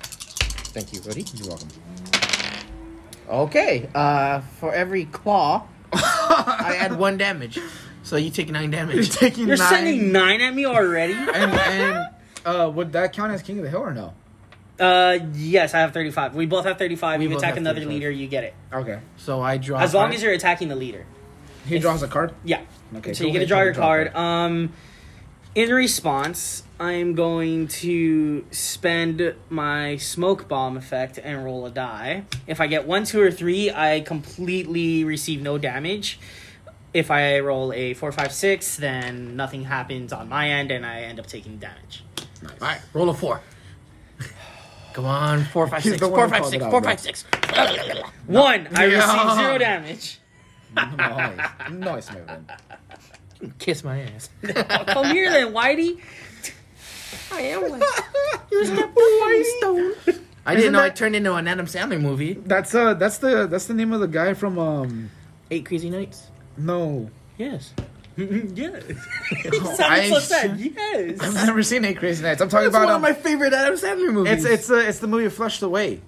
S3: Thank you, buddy.
S1: You're welcome.
S3: Okay. Uh, for every claw, I add one damage. So you take nine
S1: You're
S3: damage.
S1: taking
S2: You're
S1: nine.
S2: sending nine at me already?
S1: and and uh, would that count as king of the hill or no?
S2: Uh, yes, I have 35. We both have 35.
S3: We
S2: you
S3: both
S2: attack
S3: have
S2: another
S3: 35.
S2: leader, you get it.
S1: Okay.
S3: So I draw.
S2: As long
S3: cards.
S2: as you're attacking the leader.
S1: He
S2: If-
S1: draws a card.
S2: Yeah.
S1: Okay.
S2: so
S1: go
S2: you get to
S1: ahead,
S2: draw
S1: take
S2: your
S1: a
S2: card. Um, in response, I'm going to spend my smoke bomb effect and roll a die. If I get one, two, or three, I completely receive no damage. If I roll a four, five, six, then nothing happens on my end, and I end up taking damage.
S1: Nice.
S3: All right, roll a four. Come on, four, five,
S1: He's
S3: six,
S1: the one
S3: four,
S1: who
S3: five,
S1: called it
S3: six,
S1: out,
S3: four,
S1: bro.
S3: five, six.
S2: One, I
S1: Yeah.
S2: receive zero damage.
S1: Nice, nice, my friend.
S3: Kiss my ass.
S2: Come here then, Whitey.
S3: I am one.
S1: Stone.
S3: I didn't
S1: Isn't
S3: know
S1: that-
S3: it turned into an Adam Sandler movie.
S1: That's uh, that's the that's the name of the guy from um.
S3: Eight Crazy Nights.
S1: No,
S3: Yes.
S2: yes. He
S3: Oh,
S2: sounded so
S3: I-
S2: sad. Yes.
S1: I've never seen Eight Crazy Nights. I'm talking
S3: It's
S1: about
S3: one
S1: um,
S3: of my favorite Adam Sandler movies.
S1: It's it's uh, it's the movie Flushed Away.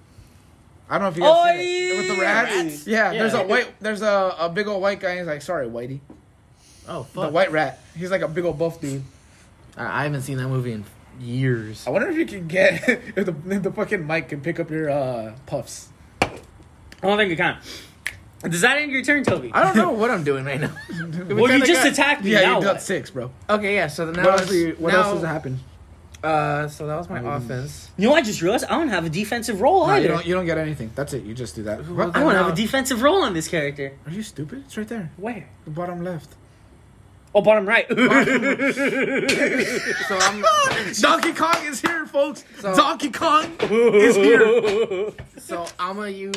S1: I don't know if you guys
S2: Oh,
S1: seen it. with the
S2: yeah,
S1: rats.
S2: rats.
S1: Yeah,
S3: Yeah.
S1: there's a white there's a, a big old white guy. He's like, sorry, Whitey,
S3: oh
S1: the
S3: fuck.
S1: white rat. He's like a big old buff dude.
S3: I I haven't seen that movie in years.
S1: I wonder if you can get if the, if the fucking mic can pick up your uh, puffs.
S2: I don't think it counts. Does that end your turn, Toby?
S3: I don't know what I'm doing right now.
S2: Well, you just attacked me.
S1: Yeah,
S2: now
S1: you got
S2: what?
S1: six, bro.
S3: okay, yeah. So then now
S1: What else?
S3: it's-
S1: Are you, what
S3: now,
S1: else has happened?
S3: Uh, so that was my offense.
S2: You know, I just realized I don't have a defensive role
S1: No, you
S2: either.
S1: don't. You don't get anything. That's it. You just do that.
S3: Who-
S2: I don't have
S3: No.
S2: a defensive role on this character.
S1: Are you stupid? It's right there,
S2: Where?
S1: the bottom left.
S2: Oh, bottom right.
S3: So I'm
S1: Donkey Kong is here, folks.
S3: So-
S1: Donkey Kong is here.
S3: so I'm gonna use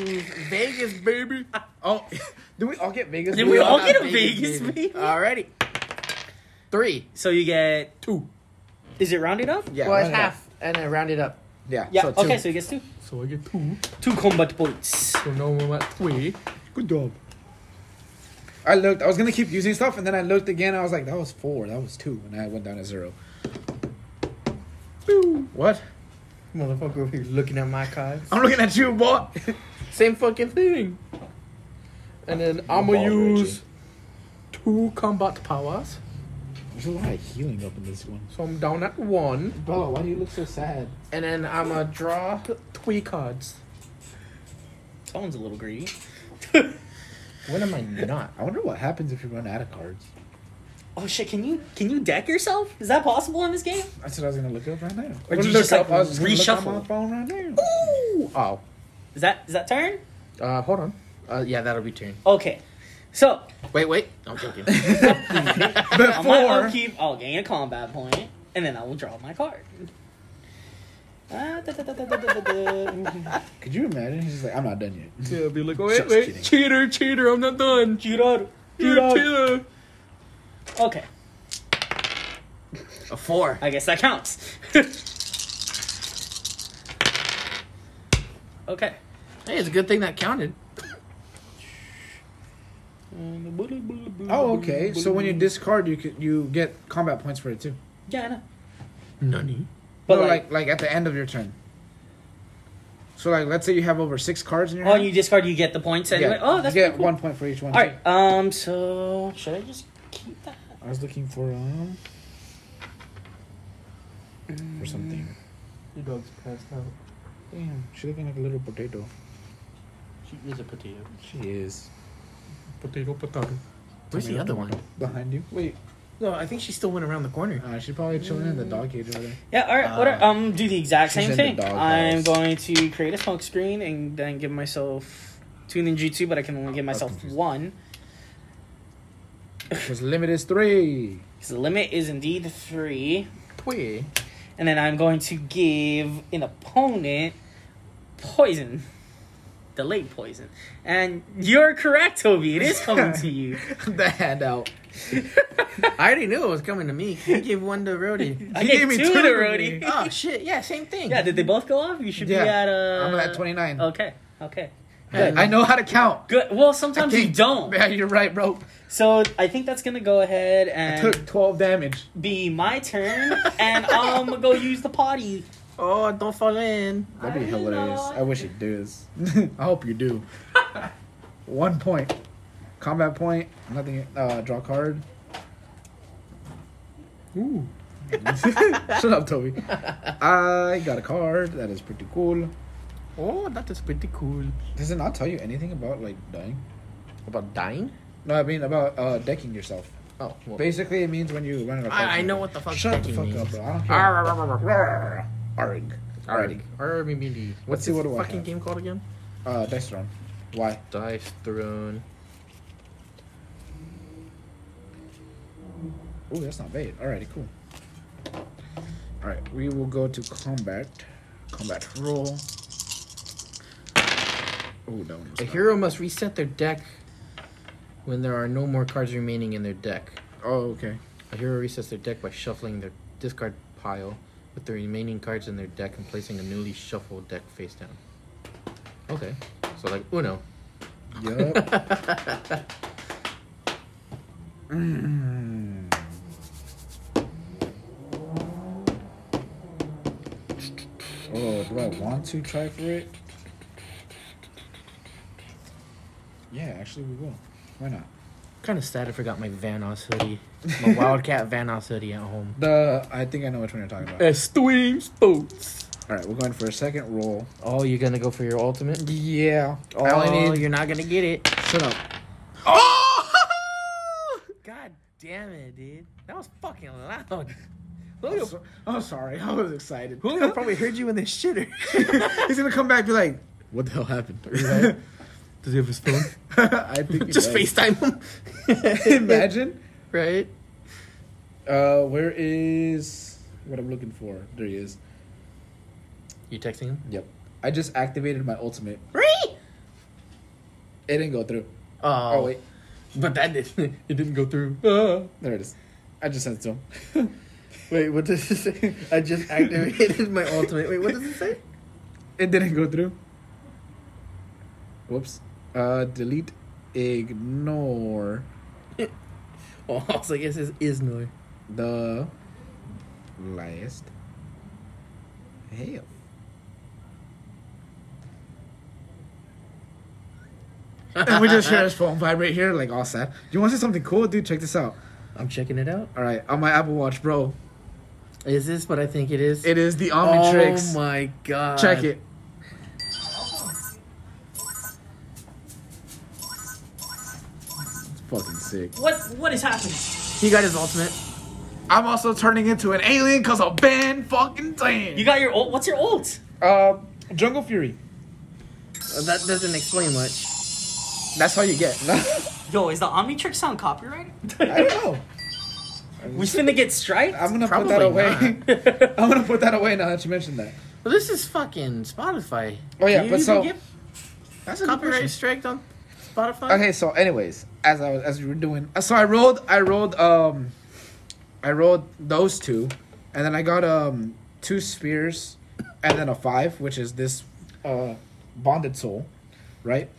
S3: Vegas, baby.
S1: Oh, did we all get Vegas?
S2: Did we all
S3: got
S2: get a Vegas, baby?
S3: Alrighty. Three.
S2: so you get
S3: Two.
S2: Is it rounded up?
S1: Yeah,
S3: well, it's
S1: round it up.
S3: half, and I rounded up.
S1: Yeah.
S2: Yeah.
S1: two.
S2: okay, so he gets two.
S3: So I get two.
S2: Two combat points.
S3: So no one at three.
S1: Good job. I looked. I was gonna keep using stuff, and then I looked again. I was like, "That was four. That was two, and I went down to zero. What?
S3: Motherfucker over here looking at my cards.
S1: I'm looking at you, boy.
S3: Same fucking thing. And then I'm gonna
S1: Ball, Reggie.
S3: use two combat powers.
S1: There's a lot of healing up in this one.
S3: So I'm down at one.
S1: Bella, why do you look so sad?
S3: And then I'm gonna draw three cards.
S2: Someone's a little greedy.
S3: When am I not?
S1: I wonder what happens if you run out of cards.
S2: Oh shit, can you can you deck yourself? Is that possible in this game?
S1: That's what I was gonna look up right now.
S2: Or
S1: I'm
S2: do you
S1: gonna
S2: just,
S1: look
S2: like,
S1: I was gonna look on
S2: reshuffle?
S1: my phone right now.
S3: Ooh! Oh.
S2: Is that is that turn?
S3: Uh, hold on. Uh, yeah, that'll be turn.
S2: Okay. So
S3: Wait, wait. I'm joking.
S2: on my
S1: Before
S2: upkeep, I'll oh, gain a combat point, and then I will draw my card. Ah, da, da, da, da, da, da, da, da.
S1: Could you imagine? He's just like, I'm not done yet.
S3: yeah, be like,
S1: wait, wait. kidding.
S3: Cheater, cheater, I'm not done.
S2: Cheater, cheater. Okay,
S3: A four.
S2: I guess that counts. okay.
S3: Hey, it's a good thing that counted.
S1: Oh, okay. So when you discard, you could you get combat points for it too.
S2: Yeah, I know.
S3: None.
S2: But
S1: no,
S2: like,
S1: like, like at the end of your turn. So like, let's say you have over six cards in your
S2: oh,
S1: hand.
S2: you discard, you get the points anyway. Oh, that's
S1: you get
S2: pretty cool.
S1: one point for each one.
S2: All right. Um. So should I just keep that?
S1: I was looking for um for something.
S3: Your dog's passed out.
S1: Damn, she's looking like a little potato.
S3: She is a potato.
S1: She is
S3: Potato, potato. Where's the other one?
S1: behind you. Wait,
S3: No, I think she still went around the corner.
S1: uh, she's probably chilling in the dog cage over there.
S2: Yeah, all right. what are,
S3: Uh,
S2: um, do the exact
S1: she's
S2: same
S1: in the
S2: thing.
S1: doghouse.
S2: I'm going to create a smoke screen and then give myself two ninjutsu, but I can only give myself
S1: confused.
S2: one
S1: His limit is three.
S2: because the limit is indeed three.
S3: Twee.
S2: And then I'm going to give an opponent poison, delayed poison. And you're correct, Toby. It is coming to you.
S1: the handout.
S3: I already knew it was coming to me. He gave one to Rhodey.
S2: I
S1: You
S2: gave
S1: gave me
S2: two
S1: two
S2: to
S1: already.
S2: Rhodey.
S3: oh shit! Yeah, same thing.
S2: Yeah, did they both go off? You should
S1: Yeah,
S2: be at uh.
S1: I'm at twenty nine.
S2: Okay. Okay.
S3: Yeah.
S1: I know how to count.
S2: Good. Well, sometimes you
S1: think-
S2: don't.
S1: Yeah, you're right, bro.
S2: So I think that's gonna go ahead and
S1: Took twelve damage.
S2: be my turn, and I'm gonna go use the potty.
S3: Oh, don't fall in.
S1: That'd be
S2: I don't know.
S1: hilarious. I wish you'd do this. I hope you do. One point. Combat point. Nothing. Uh, draw card.
S3: Ooh.
S1: Shut up, Toby. I got a card. That is pretty cool.
S3: Oh, that is pretty cool.
S1: Does it not tell you anything about like dying?
S3: About dying?
S1: No, I mean about uh, decking yourself.
S3: Oh, well,
S1: Basically, it means when you run out of. cards,
S3: I, I
S1: you-
S3: know what the fuck.
S1: Shut the
S3: decking
S1: fuck
S3: means.
S1: up, bro. I don't care.
S3: Alright,
S1: Rawr. Arg. Arg.
S3: What's
S1: see,
S3: this
S1: what do I
S3: fucking
S1: have?
S3: game called again?
S1: Uh, dice thrown. Why?
S3: Dice Throne.
S1: Oh, that's not bad. Alrighty, cool. Alright, we will go to combat. Combat roll. Oh, that one was
S3: A
S1: not-
S3: hero must reset their deck when there are no more cards remaining in their deck.
S1: Oh, okay.
S3: A hero resets their deck by shuffling their discard pile Put the remaining cards in their deck and placing a newly shuffled deck face down. Okay. So like Uno.
S1: Yup. oh, do I want to try for it? Yeah, actually, we will. Why not?
S3: Kind of sad I forgot my Vanoss hoodie. My Wildcat Vanoss hoodie at home.
S1: The I think I know which one you're talking about.
S3: Extreme Sports.
S1: All right, we're going for a second roll.
S3: Oh, you're gonna go for your ultimate?
S1: Yeah.
S3: Oh,
S1: I only need.
S3: you're not gonna get it.
S1: Shut up.
S3: God damn it, dude. That was fucking loud.
S1: I'm,
S3: Julio,
S1: so- I'm sorry. I was excited.
S3: Julio probably heard you in the shitter.
S1: He's gonna come back and be like, "What the hell happened?"
S3: Does he have his phone?
S1: I think he
S5: Just
S1: does.
S5: FaceTime him.
S1: Imagine.
S3: right?
S1: Uh, where is what I'm looking for? There he is.
S3: You texting him?
S1: Yep. I just activated my ultimate.
S5: Right?
S1: It didn't go through.
S3: Oh,
S1: Oh wait,
S5: But that did.
S3: it didn't go through. Ah.
S1: there it is. I just sent it to him.
S3: Wait, what does it say? I just activated my ultimate. Wait, what does it say?
S1: it didn't go through. Whoops. Uh, delete, ignore
S3: Oh, I was like, it says Isnor.
S1: the last. Hell. and we just hear his phone vibrate here, like all sad. You want to see something cool, dude? Check this out.
S3: I'm checking it out.
S1: All right, on my Apple Watch, bro.
S3: Is this what I think it is?
S1: It is the
S3: oh
S1: Omnitrix.
S3: my god.
S1: Check it. It's fucking sick.
S2: What what is happening?
S5: He got his ultimate.
S1: I'm also turning into an alien because of Ben fucking Tan.
S2: You got your ult. What's your ult?
S1: uh, Jungle Fury.
S3: Uh, That doesn't explain much.
S1: That's how you get.
S2: Yo, is the Omnitrix sound copyright?
S1: I don't know.
S2: we finna get striped.
S1: I'm gonna put
S3: Probably
S1: that away. I'm gonna put that away now that you mentioned that.
S3: Well, this is fucking Spotify.
S1: Oh yeah,
S3: Do you
S1: but
S3: even
S1: so
S3: get
S1: that's a good
S3: copyright
S1: question.
S3: striked on Spotify?
S1: Okay, so anyways, as I was as we were doing, uh, so I rolled, I rolled, um, I rolled those two, and then I got um two spears, and then a five, which is this uh bonded soul, right?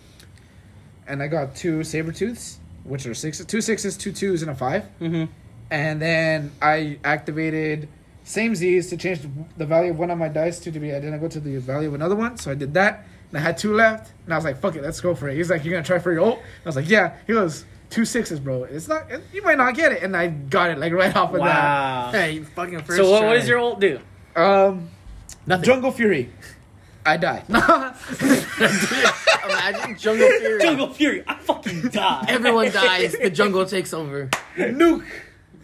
S1: And I got two saber tooths, which are six, two sixes, two twos, and a 5 Mm-hmm. And then I activated same Z's to change the value of one of my dice to, to be identical to the value of another one. So I did that. And I had two left. And I was like, fuck it, let's go for it. He's like, you're going to try for your ult? I was like, yeah. He goes, two sixes, bro. It's not, it- you might not get it. And I got it, like, right off of
S2: wow.
S5: Hey, you fucking first.
S2: So what,
S5: try.
S2: what does your ult do?
S1: that. Um,
S3: Nothing.
S1: Jungle Fury. I die.
S3: Imagine Jungle Fury.
S2: Jungle Fury. I fucking die.
S5: Everyone dies. The jungle takes over.
S1: Nuke.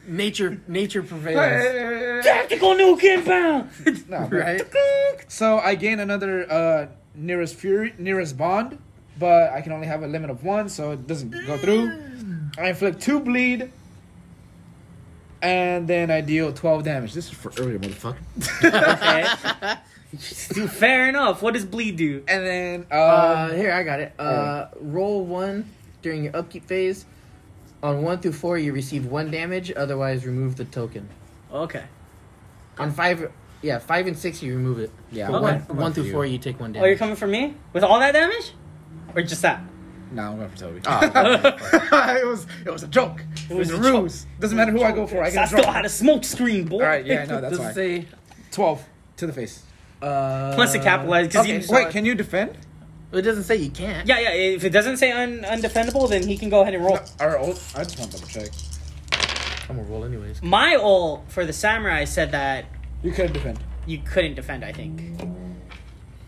S5: Nature, nature prevails.
S1: no,
S2: Tactical nuke inbound.
S1: bro.
S5: Right?
S1: So I gain another uh, nearest fury, nearest bond, but I can only have a limit of one, so it doesn't go through. I inflict two bleed, and then I deal twelve damage. This is for earlier, motherfucker.
S2: okay. Dude, fair enough. What does bleed do?
S1: And then uh,
S3: Uh, here I got it. Uh, roll one during your upkeep phase. On one through four, you receive one damage. Otherwise, remove the token.
S2: Okay. Oh,
S3: On five, yeah, five and six, you remove it.
S1: yeah,
S3: But
S2: Okay.
S3: one,
S1: I'm going
S3: one
S1: for
S3: through
S1: you.
S3: four, you take one
S2: Oh, you're
S3: damage.
S2: coming for me with all that damage, or just that?
S1: No, I'm going for Toby.
S3: Oh,
S1: it was it was a joke. It was, a ruse. Doesn't matter who I go for. I
S2: So I
S1: get a
S2: still
S1: draw.
S2: had a smoke screen, boy.
S1: All right, yeah, I know that's
S5: Does
S1: why.
S5: it say?
S1: Twelve to the face.
S3: uh,
S2: Plus to capitalize because
S3: okay,
S2: he.
S3: so-
S1: Wait, can you defend?
S3: It doesn't say you can't.
S2: Yeah, yeah. If it doesn't say un- undefendable, then he can go ahead and roll.
S1: Our old. I just want to double check.
S3: I'm gonna roll anyways.
S2: My ult for the samurai said that
S1: You could defend,
S2: you couldn't defend. I think.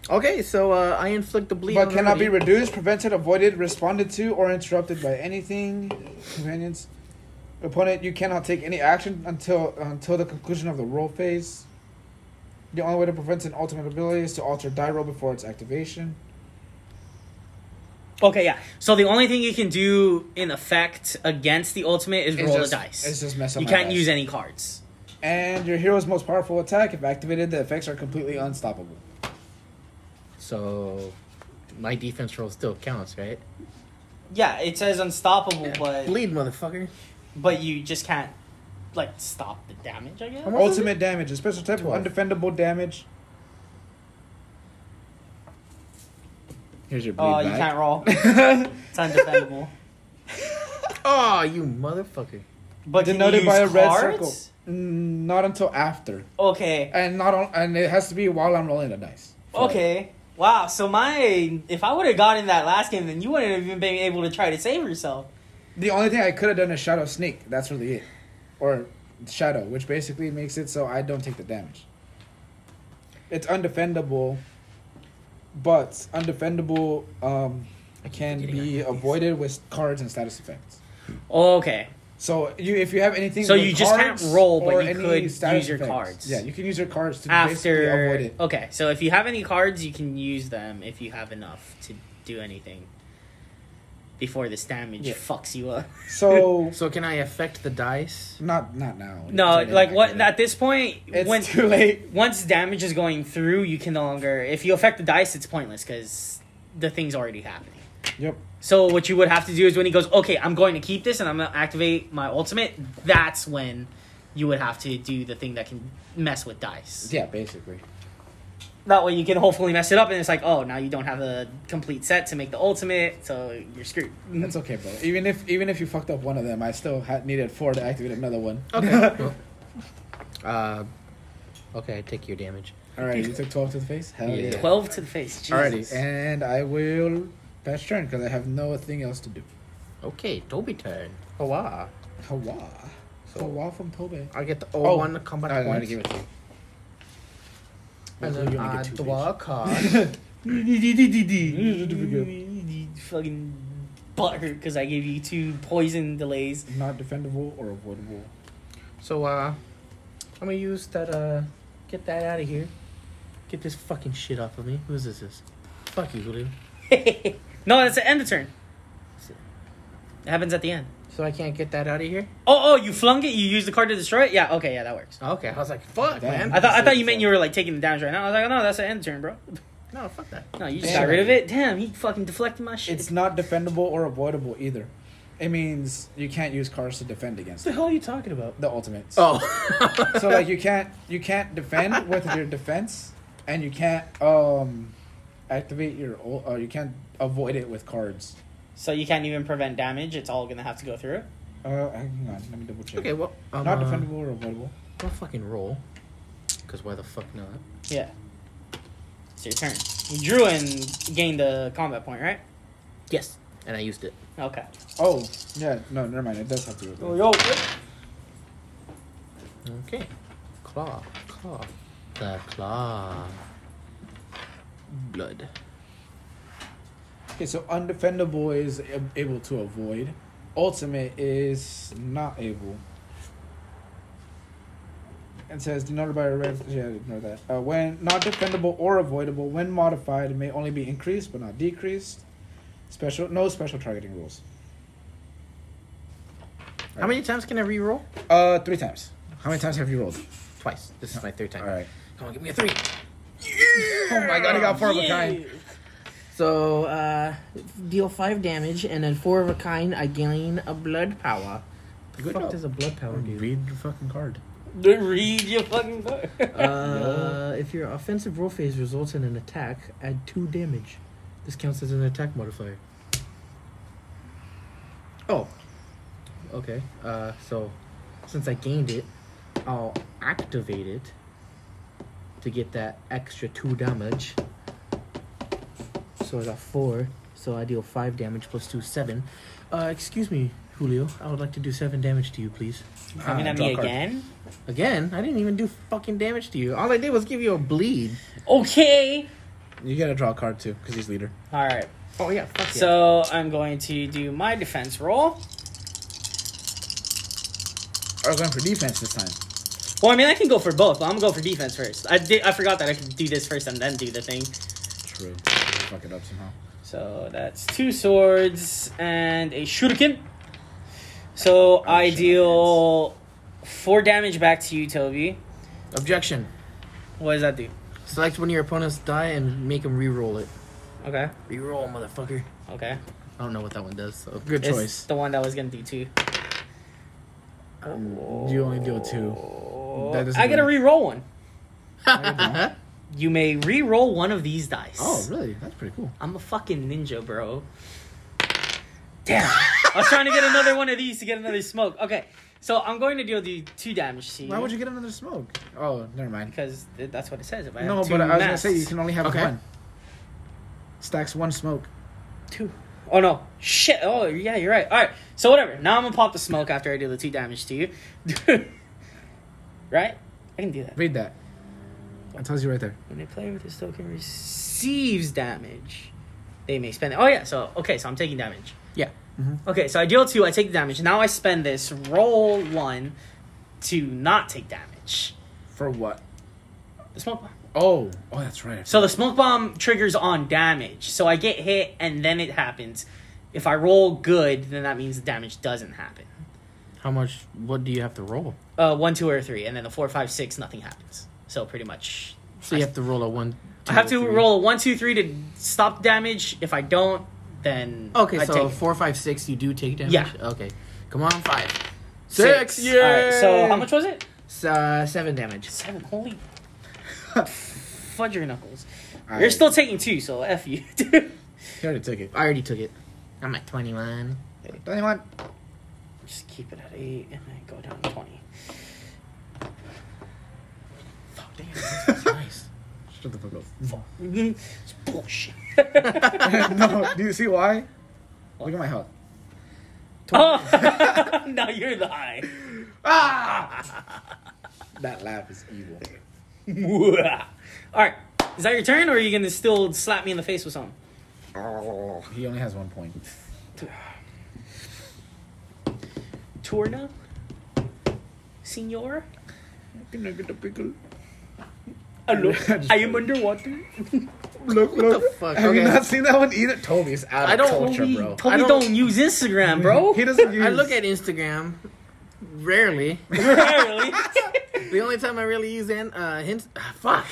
S3: Okay, so uh, I inflict the bleed.
S1: but
S3: on
S1: cannot be
S3: everybody.
S1: reduced, prevented, avoided, responded to, or interrupted by anything. Companions, opponent, you cannot take any action until until the conclusion of the roll phase. The only way to prevent an ultimate ability is to alter die roll before its activation.
S2: Okay, yeah. So the only thing you can do in effect against the ultimate is
S1: It's
S2: roll
S1: just-
S2: the dice.
S1: it's just mess up
S2: You
S1: my
S2: can't
S1: dice.
S2: use any cards.
S1: And your hero's most powerful attack, if activated, the effects are completely unstoppable.
S3: So, my defense roll still counts, right?
S2: Yeah, it says unstoppable, but
S3: Bleed, motherfucker.
S2: but you just can't like stop the damage. I guess.
S6: How much is
S1: Ultimate damage, a special type
S6: Twelve.
S1: of undefendable damage. Here's your bleed
S2: Oh, you
S1: back.
S2: can't roll. It's undefendable.
S3: Oh,
S6: You motherfucker.
S2: But can you
S1: Denoted
S2: use
S1: by a red circle.
S2: cards?
S1: Mm, not until after,
S2: Okay.
S1: and not on, and it has to be while I'm rolling the dice.
S2: Okay. Wow. So my if I would have gotten that last game, then you wouldn't have even been able to try to save yourself.
S1: The only thing I could have done is shadow sneak. That's really it, or shadow, which basically makes it so I don't take the damage. It's undefendable, but undefendable um, can be avoided with cards and status effects.
S2: Okay.
S1: So you, if you have anything,
S2: So
S1: with
S2: you just can't
S1: cards
S2: roll, but
S1: or
S2: you
S1: any
S2: could
S1: status
S2: use your
S1: effects.
S2: cards.
S1: Yeah, you can use your cards to basically avoid
S2: After
S1: it.
S2: okay, so if you have any cards, you can use them if you have enough to do anything before this damage
S1: Yeah.
S2: fucks you up.
S1: So
S3: so can I affect the dice?
S1: not not now.
S2: No,
S1: It's
S2: like
S1: not
S2: what
S1: good.
S2: at this point
S1: It's
S2: when
S1: too late.
S2: once damage is going through, you can no longer if you affect the dice, it's pointless because the thing's already happening.
S1: Yep.
S2: So what you would have to do is when he goes, okay, I'm going to keep this and I'm gonna activate my ultimate. That's when you would have to do the thing that can mess with dice.
S1: Yeah, basically.
S2: That way you can hopefully mess it up and it's like, oh, now you don't have a complete set to make the ultimate, so you're screwed.
S1: That's okay, bro. Even if even if you fucked up one of them, I still had needed four to activate another one.
S3: Okay.
S6: Uh, okay, I take your damage.
S1: All right, you took twelve to the face. Hell yeah.
S6: Yeah.
S2: Twelve to the face. Jesus.
S1: Alrighty, and I will pass turn because I have nothing else to do.
S3: okay, Toby turn.
S6: Hawa.
S1: Hawa, Hawa from Tobe.
S3: I get the
S1: Oh,
S3: O1 combat
S1: No, no, I
S3: points.
S1: give it to you.
S6: And
S1: Well,
S6: then
S1: you only
S6: I
S1: get two
S6: draw a card.
S2: Fucking butthurt because I gave you two poison delays.
S1: pages. Not defendable or avoidable.
S3: So uh, I'm gonna use that. Uh, get that out of here. Get this fucking shit off of me. Who is this? This? Fuck you, Julio.
S2: no, that's the end of turn. It happens at the end.
S3: So I can't get that out of here.
S2: Oh, oh, you flung it. You used the card to destroy it. Yeah, okay, yeah, that works.
S3: Okay, I was like, fuck,
S1: Damn.
S3: man.
S2: I thought I thought you meant you were like taking the damage right now. I was like, oh, no, that's the end turn, bro.
S3: no, fuck that.
S2: No, you just
S1: Damn.
S2: got rid of it. Damn, he fucking deflected my shit.
S1: It's not defendable or avoidable either. It means you can't use cards to defend against
S3: hell are you talking about?
S1: the ultimates.
S3: Oh,
S1: so like you can't you can't defend with your defense, and you can't um activate your ul- uh, you can't avoid it with cards.
S2: so you can't even prevent damage. It's all gonna have to go through. it.
S1: Uh, hang on, let me double check.
S3: okay. Well, um,
S1: not
S3: uh,
S1: defendable or avoidable.
S3: I'll fucking roll. Cause why the fuck not?
S2: Yeah. It's your turn. You drew and gained a combat point, right?
S3: Yes. And I used it.
S2: Okay.
S1: Oh yeah, no, never mind. It does have to. Go
S2: Oh,
S1: through.
S3: Okay. Claw, claw, the claw. Blood.
S1: Okay, so undefendable is ab- able to avoid. Ultimate is not able. It says denoted by a red. Yeah, ignore that. Uh, when not defendable or avoidable, when modified, it may only be increased but not decreased. Special, no special targeting rules.
S3: How many times can I re-roll?
S1: Uh, three times. How many times have you rolled?
S3: Twice. This is my third time.
S1: All right.
S3: Come on, give me a three.
S1: Oh my god, I got four of a kind.
S6: So, uh, deal five damage, and then four of a kind, I gain a blood power. The
S1: Good
S6: fuck
S1: job.
S6: does a blood power do?
S3: Read your fucking card.
S2: Read your fucking book.
S6: Uh, if your offensive roll phase results in an attack, add two damage. This counts as an attack modifier.
S3: Oh,
S6: Okay, uh, so since I gained it, I'll activate it to get that extra two damage. So I got four, so I deal five damage plus two, seven. Uh, excuse me, Julio, I would like to do seven damage to you, please.
S2: Coming
S1: Ah,
S2: at
S1: draw
S2: me
S1: a card.
S2: again?
S6: Again, I didn't even do fucking damage to you. All I did was give you a bleed.
S2: Okay.
S1: You gotta draw a card too, because he's leader.
S2: All right.
S6: Oh yeah, fuck yeah.
S2: So I'm going to do my defense roll.
S1: Are going for defense this time.
S2: Well, I mean, I can go for both, but I'm gonna go for defense first. I did. I forgot that I could do this first and then do the thing.
S1: True. Fuck it up somehow.
S2: So that's two swords and a shuriken.
S1: Oh,
S2: So I deal four damage back to you, Toby.
S6: Objection.
S2: What does that do?
S6: Select one of your opponents die and make them re-roll it.
S2: Okay.
S6: Re-roll, motherfucker.
S2: Okay.
S6: I don't know what that one does. So
S1: Good
S2: It's
S1: choice.
S2: the one that was gonna do two.
S1: You only deal two. That doesn't
S2: Oh. I gotta
S1: really-
S2: re-roll one.
S3: Uh-huh.
S2: You may re-roll one of these dice.
S1: Oh, really? That's pretty cool.
S2: I'm a fucking ninja, bro. Damn. I was trying to get another one of these to get another smoke. Okay, so I'm going to deal the two damage to you.
S1: Why would you get another smoke? Oh, never mind.
S2: Because th- that's what it says. If I
S1: No,
S2: have two
S1: but I was gonna
S2: masks.
S1: say you can only have
S3: Okay.
S1: one. Stacks one smoke.
S2: Two. Oh no. Shit. Oh yeah, you're right. All right. So whatever. Now I'm gonna pop the smoke after I do the two damage to you. right? I can do that.
S1: Read that. It tells you right there.
S2: When a player with this token receives damage, they may spend it. Oh yeah. So okay. So I'm taking damage.
S1: Yeah.
S3: Mm-hmm.
S2: Okay. So I deal two. I take the damage. Now I spend this roll one to not take damage.
S1: For what?
S2: The smoke bomb.
S1: Oh, oh, that's right.
S2: So the smoke bomb triggers on damage. So I get hit and then it happens. If I roll good, then that means the damage doesn't happen.
S3: How much? What do you have to roll?
S2: Uh, one, two, or three, and then the four, five, six, nothing happens. So pretty much,
S3: So you have to roll a one.
S2: I have to
S3: two, three.
S2: roll a one, two, three to stop damage. If I don't, then
S3: Okay,
S2: I
S3: so
S2: take-
S3: four, five, six. You do take damage.
S2: Yeah.
S3: Okay. Come on, five,
S2: Six.
S3: six.
S2: All right, so how much was it?
S6: S- uh, seven damage.
S2: Seven. Holy fudge your knuckles!
S1: All
S2: You're
S1: right.
S2: still taking two, so f you.
S1: He already took it.
S6: I already took it.
S3: I'm at twenty-one.
S1: Anyone?
S2: Just keep it at eight, and then go down to twenty. Fuck damn.
S3: nice.
S1: Shut the fuck up.
S2: Mhm. It's bullshit.
S1: no, do you see why? Look at my health.
S2: oh, now you're the high.
S1: Ah! That laugh is evil.
S2: All right, is that your turn, or are you gonna still slap me in the face with something?
S1: He only has one point.
S2: Torna, senor.
S1: Can I get a pickle?
S2: Hello,
S1: Just-
S2: I am underwater.
S1: Look, look.
S6: fuck?
S1: Have you
S6: Okay.
S1: not seen that one either? Toby's out of
S3: I don't-
S1: culture,
S2: Toby,
S1: bro.
S2: Toby
S3: I
S2: don't,
S3: don't-
S2: use Instagram, bro.
S1: He doesn't use.
S3: I look at Instagram rarely.
S2: Rarely.
S3: the only time I really use an uh hint. ah, fuck.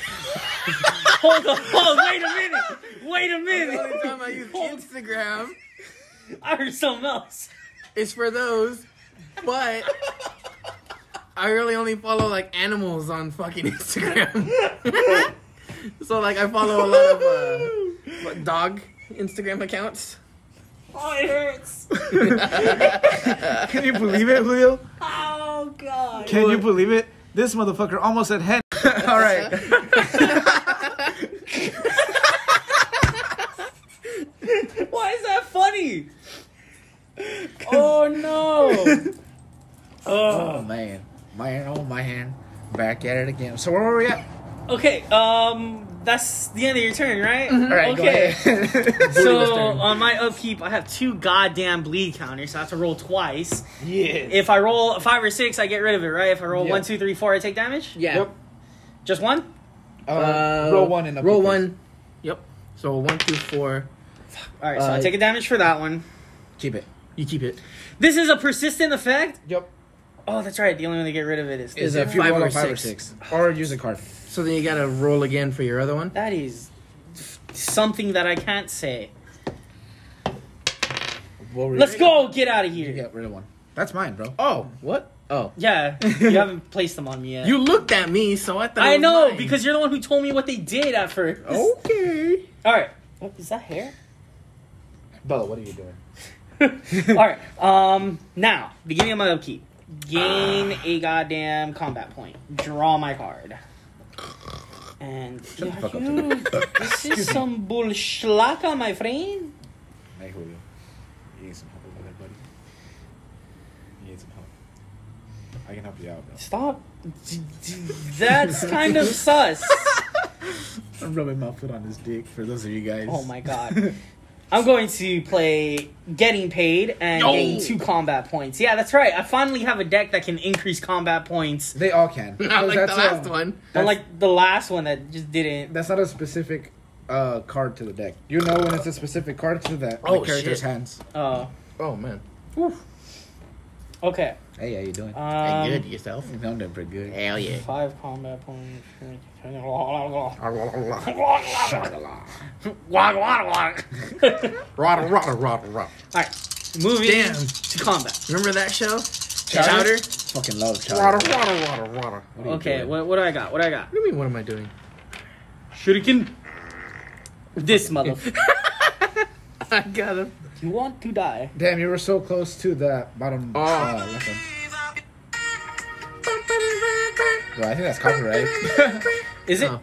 S2: Hold on. Hold, wait a minute. Wait a
S3: the only time I
S2: minute.
S3: use Instagram
S2: I heard something else.
S3: is for those, but I really only follow like animals on fucking Instagram. so like I follow a lot of uh, what, dog Instagram accounts.
S2: Oh, it hurts.
S1: Can you believe it, Julio?
S2: Oh god.
S1: Can you believe it? This motherfucker almost said hen. All right.
S2: Why is that funny? Oh no.
S1: Oh man, man, oh man, back at it again. So where were we at?
S2: Okay. Um, that's the end of your turn, right?
S1: All right, go
S2: Okay.
S1: ahead.
S2: So on my upkeep, I have two goddamn bleed counters, so I have to roll twice.
S1: yeah.
S2: If I roll a five or six, I get rid of it, right? If I roll
S1: Yeah.
S2: one, two, three, four, I take damage.
S6: Yeah.
S1: Yep.
S2: Just one.
S1: Uh,
S6: Uh,
S1: roll one and up
S6: roll
S1: your face.
S6: one.
S3: Yep. So one through four,
S2: All right, so I
S6: Uh,
S2: take a damage for that one.
S1: Keep it.
S3: you keep it.
S2: This is a persistent effect.
S1: Yep.
S2: Oh, that's right. The only way to get rid of it is
S1: Is
S6: a
S1: if you
S6: five
S1: roll
S6: or
S1: a five
S6: six.
S1: or six, or use a card.
S3: So then you gotta roll again for your other one.
S2: that is something that I can't say.
S1: What were you-
S2: Let's go. Get out of
S1: You
S2: here.
S1: get rid of one. That's mine, bro.
S3: Oh, what? Oh,
S2: Yeah, you haven't placed them on me yet.
S3: you looked at me, so I thought. it
S2: I
S3: was
S2: know
S3: mine.
S2: because you're the one who told me what they did at first.
S1: Oh. Okay.
S2: All right. What is that hair?
S1: Bella, what are you doing?
S2: All right. Um. Now, beginning of my upkeep, gain
S1: Ah.
S2: a goddamn combat point. Draw my card. And
S1: the fuck up,
S2: you, this is some bullshlaka, my friend.
S1: Hey, Julio. You need some help over there, buddy. You need some help. I can help you out, bro.
S2: Stop. D- d- That's kind of sus.
S1: I'm rubbing my foot on his dick for those of you guys.
S2: Oh my god. I'm going to play getting paid and
S3: No.
S2: gain two combat points. Yeah, that's right. I finally have a deck that can increase combat points.
S1: They all can.
S3: Not like
S1: That's,
S3: the last
S1: um,
S3: one.
S2: Unlike the last one that just didn't.
S1: That's not a specific uh, card to the deck. You know when it's a specific card to the,
S3: Oh,
S1: the character's
S3: shit.
S1: hands.
S2: Oh,
S3: Oh man,
S2: okay.
S1: Hey, how you doing?
S2: Um,
S3: good yourself.
S1: I'm doing pretty
S2: Eh.
S1: good.
S3: Hell yeah.
S2: Five combat points. Wag, wag, wag.
S3: Rada, rada, rada, rada.
S2: Alright, moving
S3: Damn.
S2: to combat.
S3: Remember that show?
S1: Chowder? Fucking love chowder.
S3: Water, water, water, water.
S1: What are you
S2: Okay,
S1: doing?
S2: what, what do I got? What do I got?
S6: do you mean? What am I doing?
S2: Shuriken. This motherfucker.
S6: I got him.
S2: you want to die?
S1: Damn, you were so close to that bottom.
S3: Oh.
S1: uh, listen. Bro, I think that's copyright.
S2: Is it?
S3: Uh,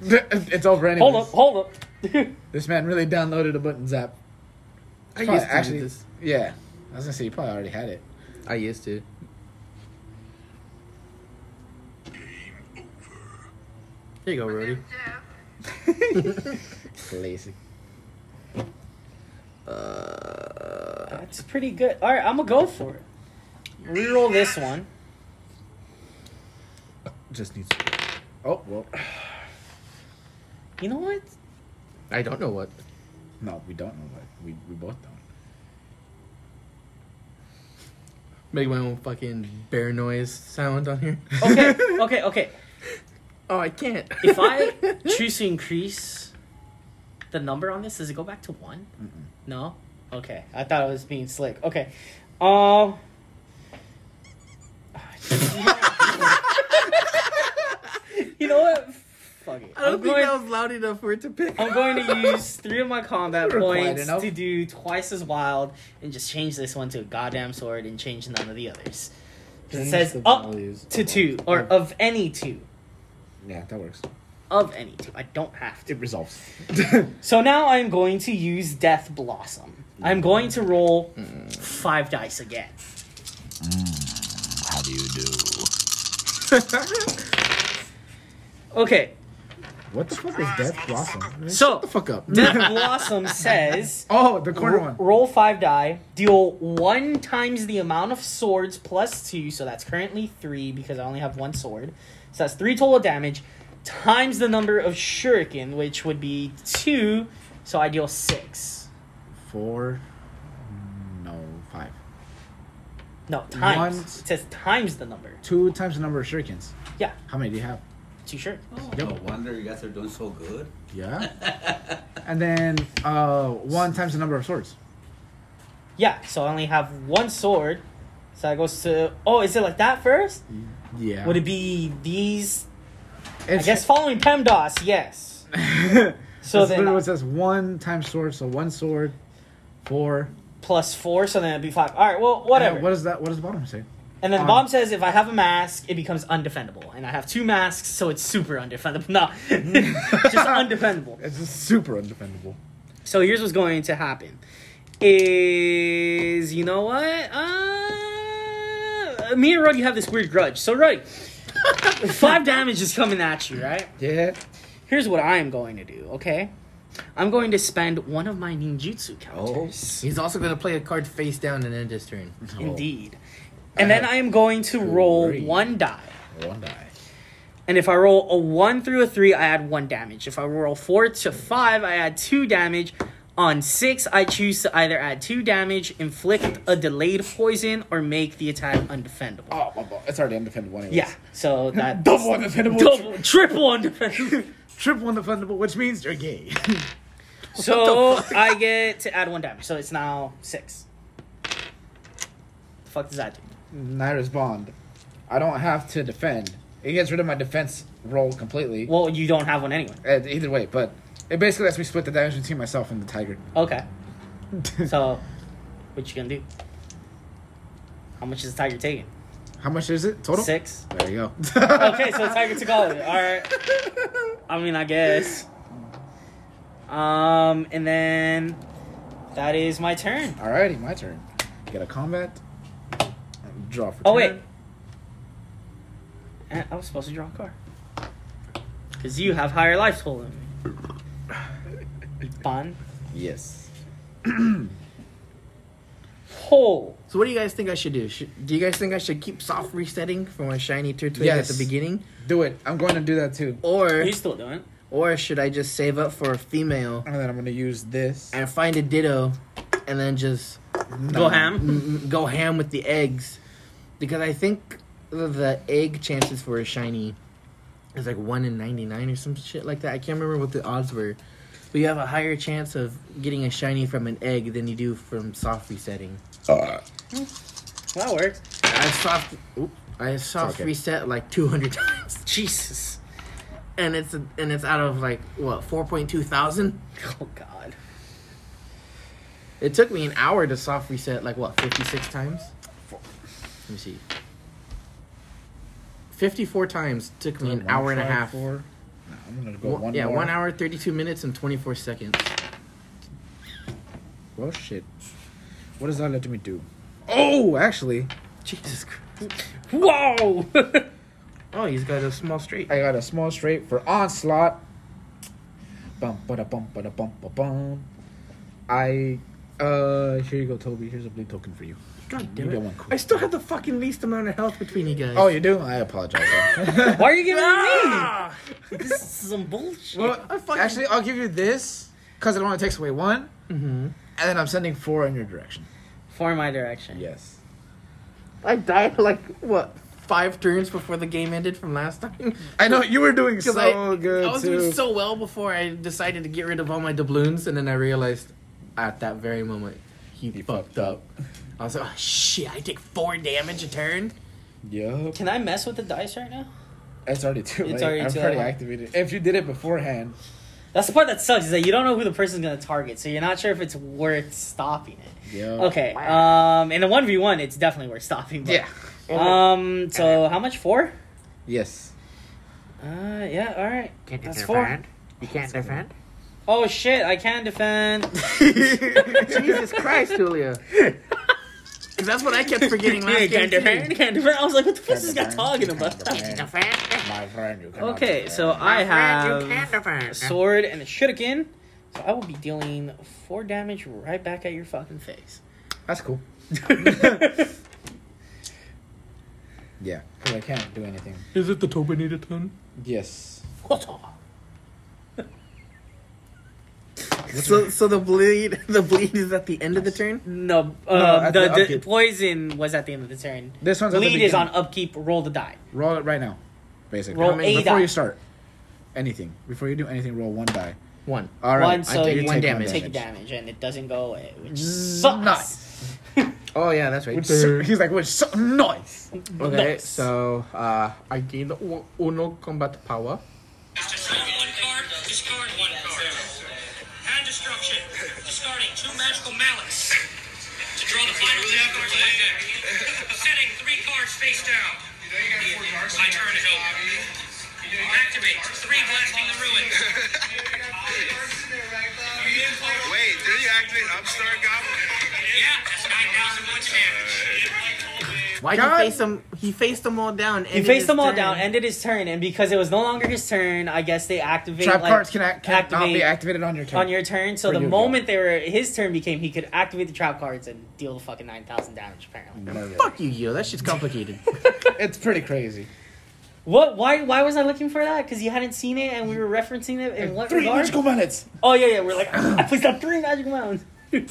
S6: No, no.
S1: it's over anyway.
S2: hold up, hold up.
S1: This man really downloaded a button zap.
S6: I
S1: Probably
S6: used to
S1: actually-
S6: do this.
S1: Yeah. I was gonna say, you probably already had it.
S6: I used to. There you go, Rody.
S1: Lazy.
S6: Uh,
S2: That's pretty good. All right, I'm gonna go for it. Reroll this one.
S1: Just needs. Oh, well.
S2: You know what?
S6: I don't know what.
S1: No, we don't know what. We, we both don't.
S6: Make my own fucking bear noise sound on here.
S2: Okay, okay, okay.
S6: Oh, I can't.
S2: If I choose to increase the number on this, does it go back to one? No. Okay, I thought I was being slick. Okay. Um. you know what? Fuck it.
S6: I don't
S2: I'm
S6: think
S2: going-
S6: that was loud enough for it to pick.
S2: I'm going to use three of my combat
S1: You're quiet
S2: points
S1: enough.
S2: to do twice as wild and just change this one to a goddamn sword and change none of the others. 'Cause It
S6: Change
S2: says
S6: the
S2: up
S6: values
S2: to
S6: of-
S2: two, or
S1: Oh.
S2: of any two.
S1: Yeah, that works.
S2: Of any two. I don't have to.
S1: It resolves.
S2: So now I'm going to use Death Blossom. I'm going to roll
S1: Mm.
S2: five dice again.
S1: How do you do?
S2: Okay,
S1: What the fuck is Death Blossom?
S2: so
S1: Shut the fuck up.
S2: Death Blossom says
S1: oh, the corner
S2: Ro-
S1: one.
S2: Roll five die. Deal one times the amount of swords plus two, so that's currently three because I only have one sword. So that's three total damage times the number of shuriken, which would be two. So I deal six.
S1: Four. No, five.
S2: No, times.
S1: One-
S2: It says times the number.
S1: Two times the number of shurikens.
S2: Yeah,
S1: How many do you have?
S2: two shurikens.
S1: Yep.
S7: No wonder you guys are doing so good.
S1: Yeah. and then uh, one times the number of swords.
S2: Yeah, so I only have one sword. So that goes to. Oh, is it like that first?
S1: Yeah.
S2: Would it be these?
S1: It's,
S2: I guess following PEMDAS, yes. So
S1: so then
S2: then
S1: it says one times sword, so one sword, four.
S2: plus four, so then it'd be five. All right, well, whatever.
S1: Uh, what does that? What does the bottom say?
S2: And then
S1: Um,
S2: Bob says, if I have a mask, it becomes undefendable. And I have two masks, so it's super undefendable. No, just undefendable.
S1: It's just super undefendable.
S2: So here's what's going to happen: is you know what? Uh, me and Ruddy have this weird grudge. So Ruddy, five damage is coming at you, right?
S1: Yeah.
S2: Here's what I am going to do. Okay, I'm going to spend one of my ninjutsu counters.
S6: He's also gonna play a card face down and end his turn.
S2: Indeed. And then I am going to roll
S1: three.
S2: one die.
S1: One die.
S2: And if I roll a one through a three, I add one damage. If I roll four to five, I add two damage. On six, I choose to either add two damage, inflict a delayed poison, or make the attack undefendable.
S1: Oh, well, well, it's already undefendable anyway.
S2: yeah, so that
S1: Double undefendable.
S2: double, triple undefendable.
S1: Triple undefendable, which means you're gay.
S2: so I get to add one damage. So it's now six. The fuck does that do?
S1: Naira's bond. I don't have to defend. It gets rid of my defense roll completely.
S2: Well, you don't have one anyway.
S1: Uh, either way, but it basically lets me split the damage between myself and the tiger.
S2: Okay. So, what you gonna do? How much is the tiger taking?
S1: How much is it total?
S2: Six.
S1: There you go.
S2: okay, so Tiger took all of it. All right. I mean, I guess. Um, and then that is my turn.
S1: Alrighty, my turn. Get a combat. Draw for.
S2: Oh wait,
S1: turn.
S2: Eh, I was supposed to draw a card. Cause you have higher life total than me. Bon.
S1: Yes.
S2: Hole.
S6: So what do you guys think I should do? Should, do you guys think I should keep soft resetting for my shiny Turtwig
S1: Yes.
S6: at the beginning,
S1: Do it. I'm going to do that too.
S6: or
S2: You still doing? it.
S6: or should I just save up for a female
S1: And then I'm going to use this.
S6: and find a Ditto, and then just
S2: Go ham.
S6: m- m- go ham with the eggs, because I think the- the egg chances for a shiny is like one in ninety nine or some shit like that. I can't remember what the odds were, but you have a higher chance of getting a
S1: Uh,
S6: shiny from an egg than you do from soft resetting.
S2: That works.
S3: I soft, oop, I soft
S1: okay.
S3: reset like 200 times,
S2: Jesus.
S3: and it's and it's out of like what 4.2 thousand.
S2: Oh God.
S3: It took me an hour to soft reset like what 56 times. Let me see. 54 times took me an hour and a half.
S1: Four. No, I'm gonna go
S3: One-
S1: one.
S3: yeah,
S1: more.
S3: one hour, 32 minutes, and 24 seconds.
S1: Oh shit! What does that let me do? Oh, actually,
S3: Jesus Christ.
S2: Whoa.
S3: Oh, he's got a small straight.
S1: I got a small straight for onslaught. Bum ba bum ba bum ba bum. I uh here you go, Toby. Here's a blue token for you.
S3: God
S1: You
S3: damn
S1: get
S3: it.
S1: one.
S3: I still have the fucking least amount of health between you guys.
S1: Oh, you do? I apologize.
S2: Why are you giving me? This is some bullshit.
S1: well, actually, I'll give you this because it only takes away one,
S3: Mm-hmm.
S1: and then I'm sending four in your direction.
S2: For my direction.
S1: Yes.
S3: I died like what five turns before the game ended from last time.
S1: I know you were doing
S3: 'Cause
S1: so
S3: I-
S1: good
S3: I was
S1: too.
S3: doing so well before I decided to get rid of all my doubloons, and then I realized at that very moment he, fucked up. I was like, oh shit! I take four damage a turn.
S1: Yup.
S2: Can I mess with the dice right now?
S1: It's already too late.
S2: It's already
S1: I've
S2: too
S1: already
S2: late.
S1: activated. it. If you did it beforehand,
S2: That's the part that sucks is that you don't know who the person's gonna target, so you're not sure if it's worth stopping it.
S1: yeah.
S2: Okay. Um, in a one v one, it's definitely worth stopping. But,
S1: Yeah.
S2: Um. So how much? Four.
S1: Yes.
S2: Uh. Yeah. All right.
S8: Can't
S2: That's four.
S8: You can't defend.
S2: Oh shit! I can defend.
S3: Jesus Christ, Julia! Because that's what I kept forgetting
S2: Yeah,
S3: last
S2: can
S3: game. too.
S2: defend. Can defend. I was like, what the fuck
S1: Can
S2: is this guy
S1: defend,
S2: talking
S1: can
S2: about?
S1: defend. My friend, you cannot
S2: Okay.
S1: defend.
S2: So I have a
S8: defend.
S2: sword and a shuriken. So I will be dealing four damage right back at your fucking face.
S1: that's cool. Yeah, because I can't do anything.
S3: Is it the Tobinator ton?
S1: Yes.
S2: What? the-
S3: So, so the bleed, the bleed is at the end of the turn.
S2: No,
S1: No,
S2: uh,
S1: at
S2: the,
S1: the
S2: the,
S1: upkeep.
S2: poison was at the end of the turn.
S1: This one's at the
S2: lead is on
S1: beginning.
S2: upkeep. Roll the die.
S1: Roll it right now, basically.
S2: Roll
S1: How
S2: a
S1: before
S2: die.
S1: you start. Anything before you do anything, roll one die.
S3: One.
S1: All right.
S2: One, so
S1: I take
S2: you
S1: one
S3: take
S1: damage.
S2: Take damage, and it doesn't go away, which sucks.
S1: Nice.
S3: Oh yeah, that's right.
S1: Which so, he's like, which so nice.
S3: Okay,
S2: Nice.
S3: so uh, I gained o- Uno combat power.
S9: One card, discard one card. Hand destruction, discarding two magical mallets. To draw the final two cards face down. Setting three cards face down. My turn is over. Activate three blasting the ruins.
S10: Wait, did you activate Upstart Goblin?
S9: Yeah, that's 9,000 points of damage.
S3: Why
S1: God.
S3: he face them? He faced them all down.
S2: He faced them all down, ended his turn, and because it was no longer his turn, I guess they activate
S1: Trap
S2: like,
S1: cards can act, cannot
S2: activate
S1: be activated on your turn.
S2: on your turn. So
S1: For
S2: the
S1: your
S2: moment they were his turn became, he could activate the trap cards and deal the fucking nine thousand damage. Apparently,
S1: Murder.
S3: Fuck you, yo. That shit's complicated.
S1: It's pretty crazy.
S2: what? Why? Why was I looking for that? Because you hadn't seen it, and we were referencing it. In what
S1: Three
S2: regard?
S1: magical bullets.
S2: Oh yeah, yeah. We're like, I placed out three magic mounds.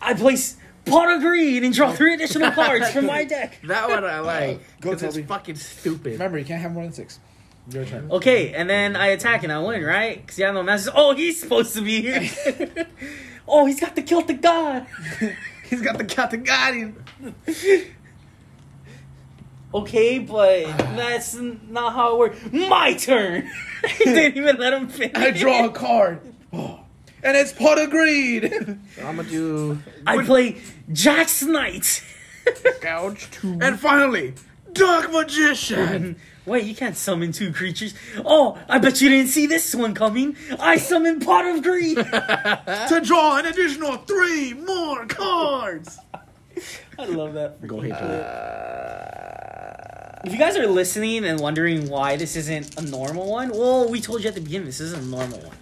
S2: I place pot of greed and draw three additional cards from my deck.
S3: that one I like.
S1: Go,
S3: 'cause it's
S1: Toby.
S3: fucking stupid.
S1: Remember, you can't have more than six. Your turn.
S2: Okay, and then I attack and I win, right? Because you have no masters. Oh, he's supposed to be here. oh, he's got the Celtic god.
S1: He's got the cat to guide him.
S2: Okay, but that's not how it works. My turn. I didn't even let him finish.
S1: I draw a card. Oh. And it's pot of greed.
S3: I'm gonna do
S2: I play Jack's Knight.
S3: gouge two.
S1: and finally, Dark Magician.
S2: Wait, you can't summon two creatures. Oh, I bet you didn't see this one coming. I summon Pot of Greed.
S1: to draw an additional three more cards.
S2: I love that.
S1: Go ahead.
S3: Uh,
S2: If you guys are listening and wondering why this isn't a normal one, well, we told you at the beginning this isn't a normal one.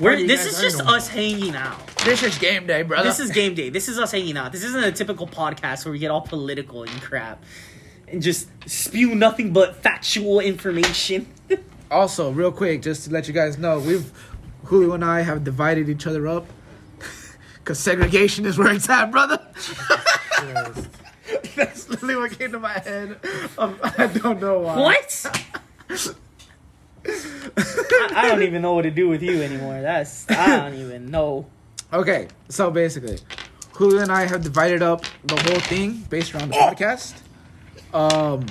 S2: We're, this is just us hanging out.
S1: This is game day, brother.
S2: This is game day. This is us hanging out. This isn't a typical podcast where we get all political and crap and just spew nothing but factual information.
S1: also real quick, just to let you guys know, we've Julio and I have divided each other up because segregation is where it's at, brother. That's literally what came to my head. Um, I don't know why.
S2: What? I, I don't even know what to do with you anymore. That's I don't even know.
S1: Okay, so basically, Julio and I have divided up the whole thing based around the podcast. Um,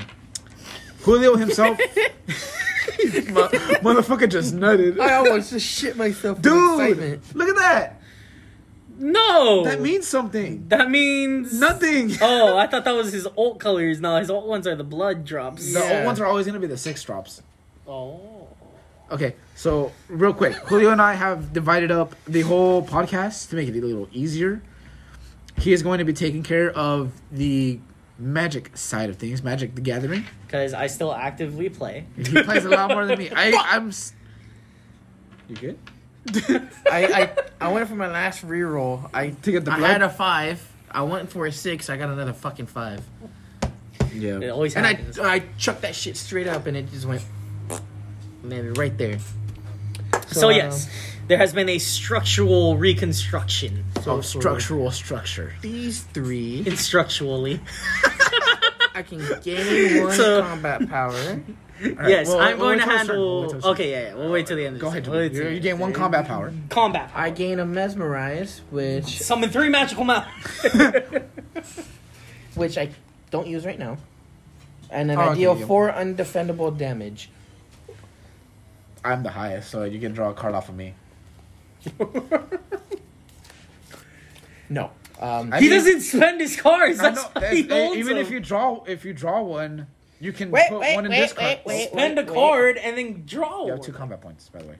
S1: Julio himself, Mo- motherfucker, just nutted.
S3: I almost just shit myself. from
S1: Dude,
S3: excitement.
S1: look at that.
S2: No.
S1: That means something.
S2: That means
S1: Nothing.
S2: Oh, I thought that was his old colors. No, his old ones are the blood drops.
S1: The old ones are always gonna be the six drops.
S2: Oh.
S1: Okay, so real quick, Julio and I have divided up the whole podcast to make it a little easier. He is going to be taking care of the magic side of things, Magic the Gathering.
S2: Because I still actively play.
S1: He plays a lot more than me. I, I'm. s- You good?
S3: I, I I went for my last reroll. I
S1: To get the
S3: I
S1: blood?
S3: had a five. I went for a six. I got another fucking five.
S2: It
S1: Yeah.
S2: always
S3: And I
S2: happens.
S3: I chucked that shit straight up, and it just went. Man, right there.
S1: uh,
S2: so yes, there has been a structural reconstruction.
S1: So
S3: for-
S1: structural structure.
S3: These three,
S2: Instructurally.
S3: I can gain one
S2: So-
S3: combat power.
S1: All right,
S2: yes,
S1: well,
S2: I'm
S1: we'll
S2: going
S1: wait till
S2: to
S1: it's done. We'll
S2: handle.
S1: wait till it's
S2: okay, yeah, yeah, we'll wait till the end. of
S1: Go
S2: this.
S1: ahead.
S2: We'll wait till
S1: Jamal.
S2: the
S1: You
S2: end.
S1: gain one combat power.
S2: Combat.
S3: I gain a mesmerize, which
S2: Summon three magical mouths.
S3: which I don't use right now, and then
S1: Oh,
S3: I
S1: okay,
S3: deal
S1: you-
S3: four undefendable damage.
S1: I'm the highest, so you can draw a card off of me.
S3: No, um,
S1: I
S2: he
S1: mean-
S2: doesn't spend his cards.
S1: I
S2: That's
S1: know,
S2: why he
S1: that's-
S2: holds
S1: even
S2: them.
S1: if you draw, if you draw one, you can
S3: Wait,
S1: put
S3: wait,
S1: one in
S3: wait,
S1: this card.
S3: wait, wait.
S2: spend a card and then draw.
S1: You have
S2: one.
S1: two combat points, by the way.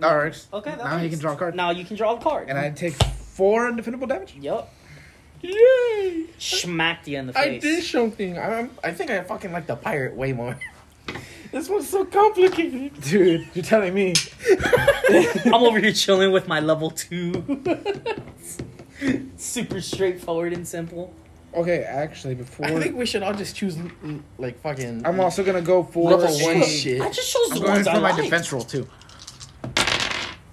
S1: That works.
S2: Okay, that
S1: now you
S2: works.
S1: can draw a card.
S2: Now you can draw a card.
S1: And I take four undefendable damage.
S2: Yep.
S3: yay!
S2: Smacked you in the
S3: I
S2: face.
S3: did something. I I think I fucking like the pirate way more. this one's so complicated.
S1: Dude, you're telling me.
S2: I'm over here chilling with my level two. Super straightforward and simple.
S1: Okay, actually, before
S3: I think we should all just choose l- l- like fucking.
S1: I'm also gonna go for
S3: level one
S1: a-
S3: shit.
S2: I just chose
S1: I'm
S2: the
S1: going
S2: ones I
S1: for my
S2: liked.
S1: defense roll too.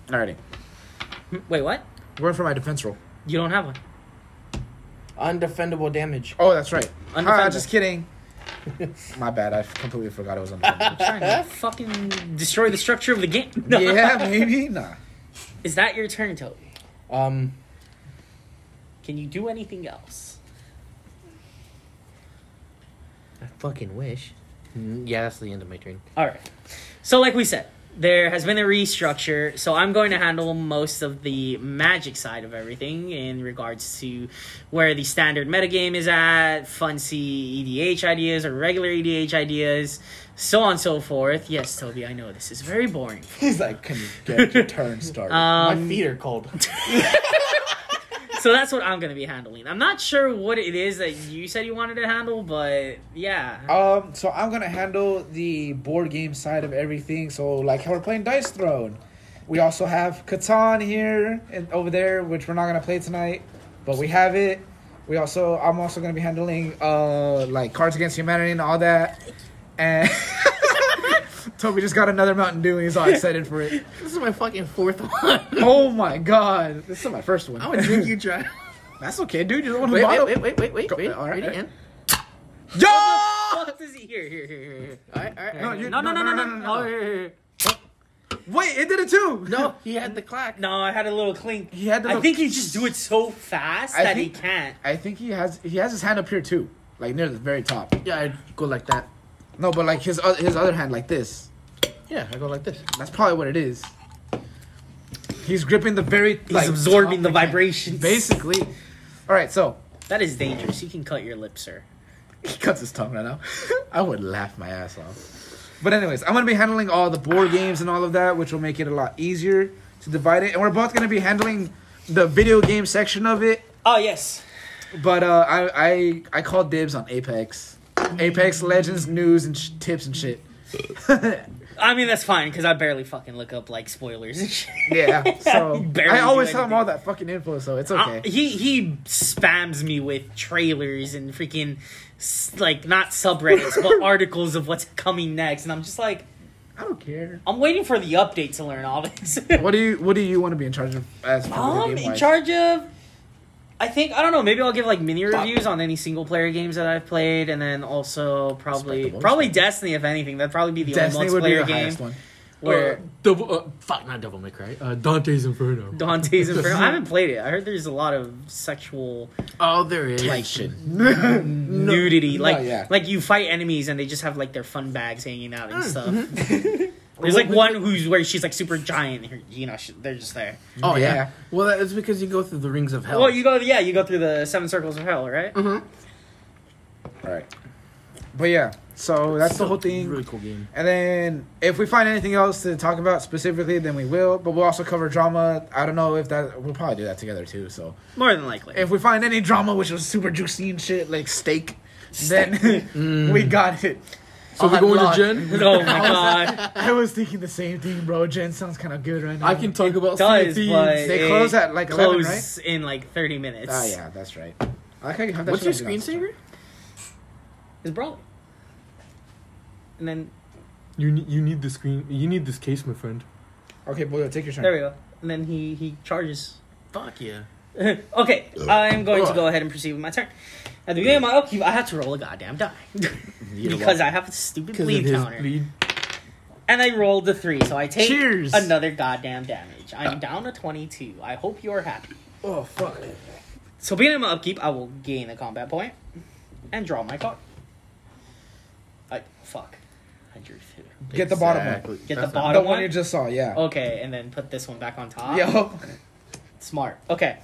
S1: Alrighty,
S2: Wait, what?
S1: I'm going for my defense roll.
S2: You don't have one.
S3: undefendable damage.
S1: Oh, that's right. Ah,
S2: Undefendable.
S1: just kidding. my bad. I completely forgot it was undefendable.
S2: Fucking destroy the structure of the game. No.
S1: yeah, maybe nah.
S2: Is that your turn, Toby?
S3: Um,
S2: Can you do anything else?
S3: I fucking wish. Mm, Yeah, that's the end of my turn.
S2: All right. So, like we said, there has been a restructure. So, I'm going to handle most of the magic side of everything in regards to where the standard metagame is at, fancy EDH ideas or regular EDH ideas, so on and so forth. Yes, Toby, I know this is very boring.
S1: He's like, can you get your turn started?
S2: Um,
S3: my feet are cold.
S2: so that's what I'm going to be handling. I'm not sure what it is that you said you wanted to handle, but yeah.
S1: Um, so I'm gonna handle the board game side of everything. So like how we're playing Dice Throne. We also have Catan here and over there, which we're not gonna play tonight, but we have it. We also I'm also gonna be handling uh like Cards Against Humanity and all that. And Toby just got another Mountain Dew and he's all excited for it.
S3: this is my fucking fourth one.
S1: Oh my god. This is my first one.
S3: I'm gonna drink you dry.
S1: That's okay, dude. You're the one who
S3: Wait,
S1: bought
S3: wait,
S1: it.
S3: wait, wait, wait, wait,
S1: Go-
S3: wait.
S1: all right,
S3: Read
S1: all
S3: it
S1: right.
S3: in.
S1: Yo!
S2: What does he here? Here, here, here. here.
S3: All right, all right.
S1: No,
S3: all right.
S1: you-
S2: No, no, no, no, no, no.
S1: no. Wait, it did it too!
S3: no, he had the clock.
S2: No, I had a little clink.
S1: He had the
S2: I
S1: little-
S2: think he just do it so fast
S1: I
S2: that
S1: think-
S2: he can't.
S1: I think he has he has his hand up here too, like near the very top.
S3: Yeah, I go like that.
S1: No, but like his oth- his other hand like this.
S3: Yeah, I go like this.
S1: That's probably what it is. He's gripping the very
S2: He's absorbing the vibrations.
S1: Basically, all right. So
S2: That is dangerous. You can cut your lips, sir.
S1: he cuts his tongue right now. I would laugh my ass off. But anyways, I'm gonna be handling all the board games and all of that, which will make it a lot easier to divide it. And we're both gonna be handling the video game section of it.
S2: Oh yes.
S1: But uh, I I I called dibs on Apex, Apex Legends news and sh- tips and shit.
S2: I mean that's fine because I barely fucking look up like spoilers and shit.
S1: Yeah. So
S2: Barely
S1: I always
S2: do
S1: tell him
S2: anything.
S1: all that fucking info, so it's okay.
S2: Uh, he he spams me with trailers and freaking s- like not subreddits but articles of what's coming next, and I'm just like
S1: I don't care.
S2: I'm waiting for the update to learn all this.
S1: What do you What do you want to be in charge of as for video
S2: Um,
S1: game
S2: in
S1: wise?
S2: charge of. I think I don't know. Maybe I'll give like mini reviews on any single player games that I've played, and then also probably
S1: Respectable.
S2: probably Destiny. If anything, that'd probably be the
S1: Destiny
S2: only
S1: would be
S2: multiplayer
S1: the
S2: game.
S1: highest one.
S2: Where
S3: Double, uh, fuck, not Devil May Cry. Uh, Dante's Inferno.
S2: Dante's Inferno. I haven't played it. I heard there's a lot of sexual
S3: oh, there is.
S2: like nudity, like
S1: yeah. Mm,
S2: like you fight enemies and they just have like their fun bags hanging out and stuff.
S1: mm-hmm.
S2: There's like one who's where she's like super giant. and her- You know, she, they're just there.
S3: oh yeah.
S1: Yeah.
S3: Well, that's because you go through the rings of hell.
S2: Well, you go yeah, you go through the seven circles of hell, right?
S1: Mm-hmm. All right. But yeah, so that's the
S3: So,
S1: whole thing.
S3: Really cool game.
S1: And then if we find anything else to talk about specifically, then we will. But we'll also cover drama. I don't know if that we'll probably do that together too. So
S2: More than likely.
S1: if we find any drama which was super juicy and shit like steak, then we got it.
S3: So we're
S1: that
S3: going
S1: blood.
S3: to Jen.
S2: oh my god,
S1: I was thinking the same thing, bro. Jen sounds kind of good right now.
S3: I can talk about
S2: does
S3: Sea of
S2: but
S3: Thieves.
S1: They
S2: it
S1: close at, like, 11,
S2: close
S1: right?
S2: in like thirty minutes.
S1: Ah, yeah, that's right. I like how you have that
S3: What's your
S1: shit on the
S3: screensaver?
S2: It's Brawley. And then
S3: You ne- you need the screen. You need this case, my friend.
S1: outside. Okay, boy, take your turn.
S2: there we go. And then he he charges
S3: Fuck yeah.
S2: okay, I'm going to go ahead and proceed with my turn. At the beginning of my upkeep, I had to roll a goddamn die because I have a stupid bleed counter, and I rolled the three, so I take
S3: Cheers.
S2: another goddamn damage.
S1: Ah.
S2: I'm down to twenty-two. I hope you're happy.
S3: Oh fuck.
S2: So, beginning of my upkeep, I will gain a combat point and draw my card. I fuck. I drew two.
S1: Get the bottom one.
S2: Get the
S1: The
S2: bottom
S1: one
S2: one. Oh.
S1: you just saw, yeah.
S2: okay, and then put this one back on top.
S1: Yo.
S2: smart. Okay.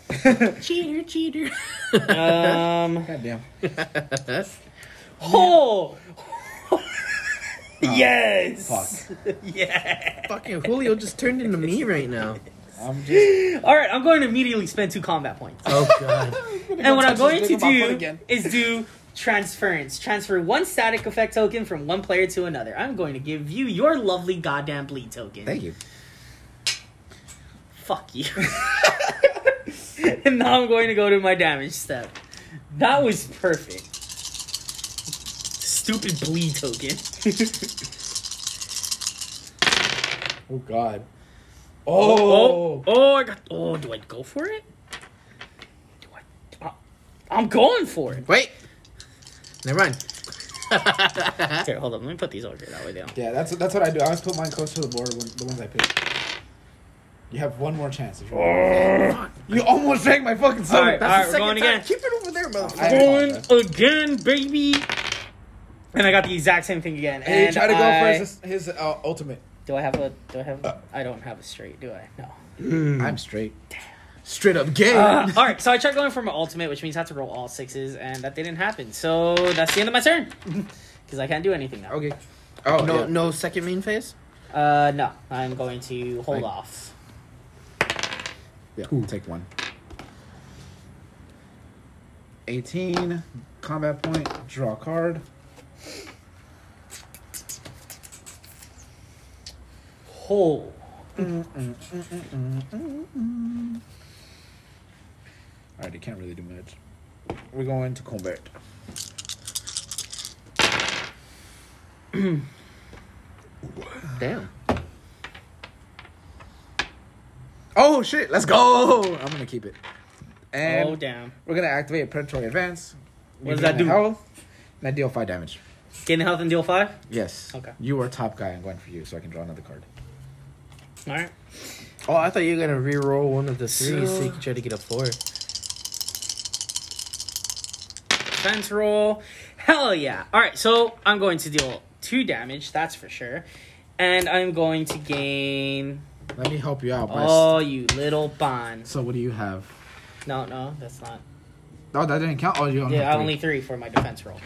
S6: Cheater, cheater.
S2: Um.
S1: Goddamn.
S2: Oh. yes.
S1: Fuck.
S2: Yeah.
S6: Fucking Julio just turned into me right now.
S1: I'm just.
S2: All right, I'm going to immediately spend two combat points.
S6: Oh god.
S2: and what I'm
S1: touch
S2: going
S1: this
S2: to
S1: dick with my foot
S2: do
S1: again.
S2: is do transference. Transfer one static effect token from one player to another. I'm going to give you your lovely goddamn bleed token.
S1: Thank you.
S2: Fuck you. and now I'm going to go to my damage step. That was perfect. Stupid bleed token.
S1: Oh, God.
S2: Oh, oh, I got. Oh, do I go for it? Do I? I- I'm going for it.
S6: Wait. Never mind.
S2: Here, hold up. Let me put these over here. That way they don't.
S1: Yeah, that's that's what I do. I always put mine close to the board, when, the ones I pick. You have one more chance. If you, want. you almost drank my fucking
S2: All
S1: stomach.
S2: right, all
S1: That's
S2: right, we're going again.
S6: Keep it over there, motherfucker.
S1: I
S2: Going
S1: apologize.
S2: again, baby. And I got the exact same thing again.
S1: Hey,
S2: And
S1: try to go
S2: I-
S1: for Uh. his, his uh, ultimate.
S2: Do I have a? Do I have? I don't have a straight. Do I? No.
S1: I'm straight. Straight up gay.
S2: Uh, all right. So I tried going for my ultimate, which means I have to roll all sixes, and that didn't happen. So that's the end of my turn. Because I can't do anything now.
S1: okay. Oh
S6: No,
S1: yeah.
S6: no second main phase.
S2: Uh, no. I'm going to hold off.
S1: Yeah, take one. 18, combat point, draw a card.
S2: Oh.
S1: Mm, Alright, it can't really do much. We're going to combat.
S6: Damn.
S1: Oh shit, let's go! I'm gonna keep it. And
S2: oh damn.
S1: we're gonna activate Predatory Advance.
S2: What does
S1: You
S2: that
S1: gain
S2: do?
S1: a Health, and I deal 5 damage.
S2: Gain health and deal five.
S1: Yes.
S2: Okay.
S1: You are top guy, I'm going for you, so I can draw another card.
S2: All right.
S6: Oh, I thought you were gonna re-roll one of the threes so,
S2: So-
S6: you could try to get a four.
S2: Defense roll. Hell yeah. All right. So I'm going to deal two damage. That's for sure. And I'm going to gain.
S1: Let me help you out, West.
S2: Oh, you little bonds.
S1: So what do you have?
S2: No, no, that's not.
S1: Oh, that didn't count? Oh, you only
S2: Yeah,
S1: have
S2: I
S1: three.
S2: only three for my defense roll.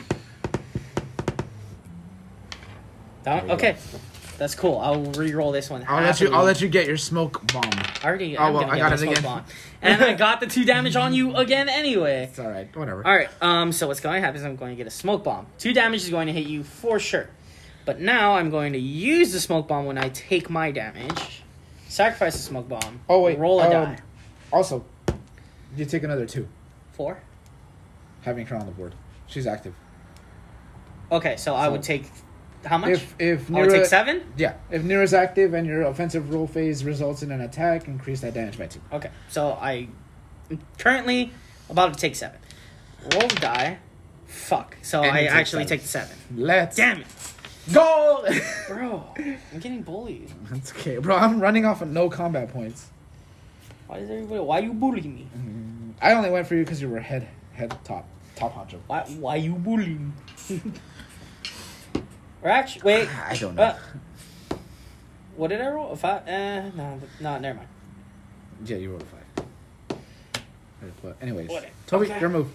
S2: That one- okay, that's cool. I'll re-roll this one.
S1: I'll let you. I'll let you get your smoke bomb.
S2: I already.
S1: Oh,
S2: I'm
S1: well,
S2: gonna
S1: I got
S2: get my
S1: it
S2: smoke
S1: again.
S2: bomb. and I got the two damage on you again anyway.
S1: It's all right. Whatever.
S2: All right. Um. So what's going to happen is I'm going to get a smoke bomb. Two damage is going to hit you for sure, but now I'm going to use the smoke bomb when I take my damage. Sacrifice the smoke bomb.
S1: Oh, wait,
S2: Roll a
S1: um,
S2: die.
S1: Also, you take another two.
S2: Four.
S1: Having her on the board, she's active.
S2: Okay. So, I
S1: so-
S2: would take. How much?
S1: If if
S2: I would Oh, take
S1: Nira,
S2: seven.
S1: yeah, if Nira's active and your offensive roll phase results in an attack, increase that damage by two.
S2: Okay, so I am currently about to take seven. Roll the die. Fuck. So
S1: And
S2: I
S1: you take
S2: actually
S1: seven.
S2: take the seven.
S1: Let's
S2: Damn it.
S1: Goal!
S2: Bro, I'm getting bullied.
S1: That's okay, bro. I'm running off of no combat points.
S2: Why is everybody? Why you bullying me?
S1: I only went for you because you were head head top top honcho.
S2: Why? Why you bullying? or actually, wait.
S1: I don't know.
S2: Uh, what did I roll? A five? Eh, no, no, never mind.
S1: Yeah, you rolled a five. Right, But anyways,
S2: What-
S1: Toby,
S2: okay.
S1: your move.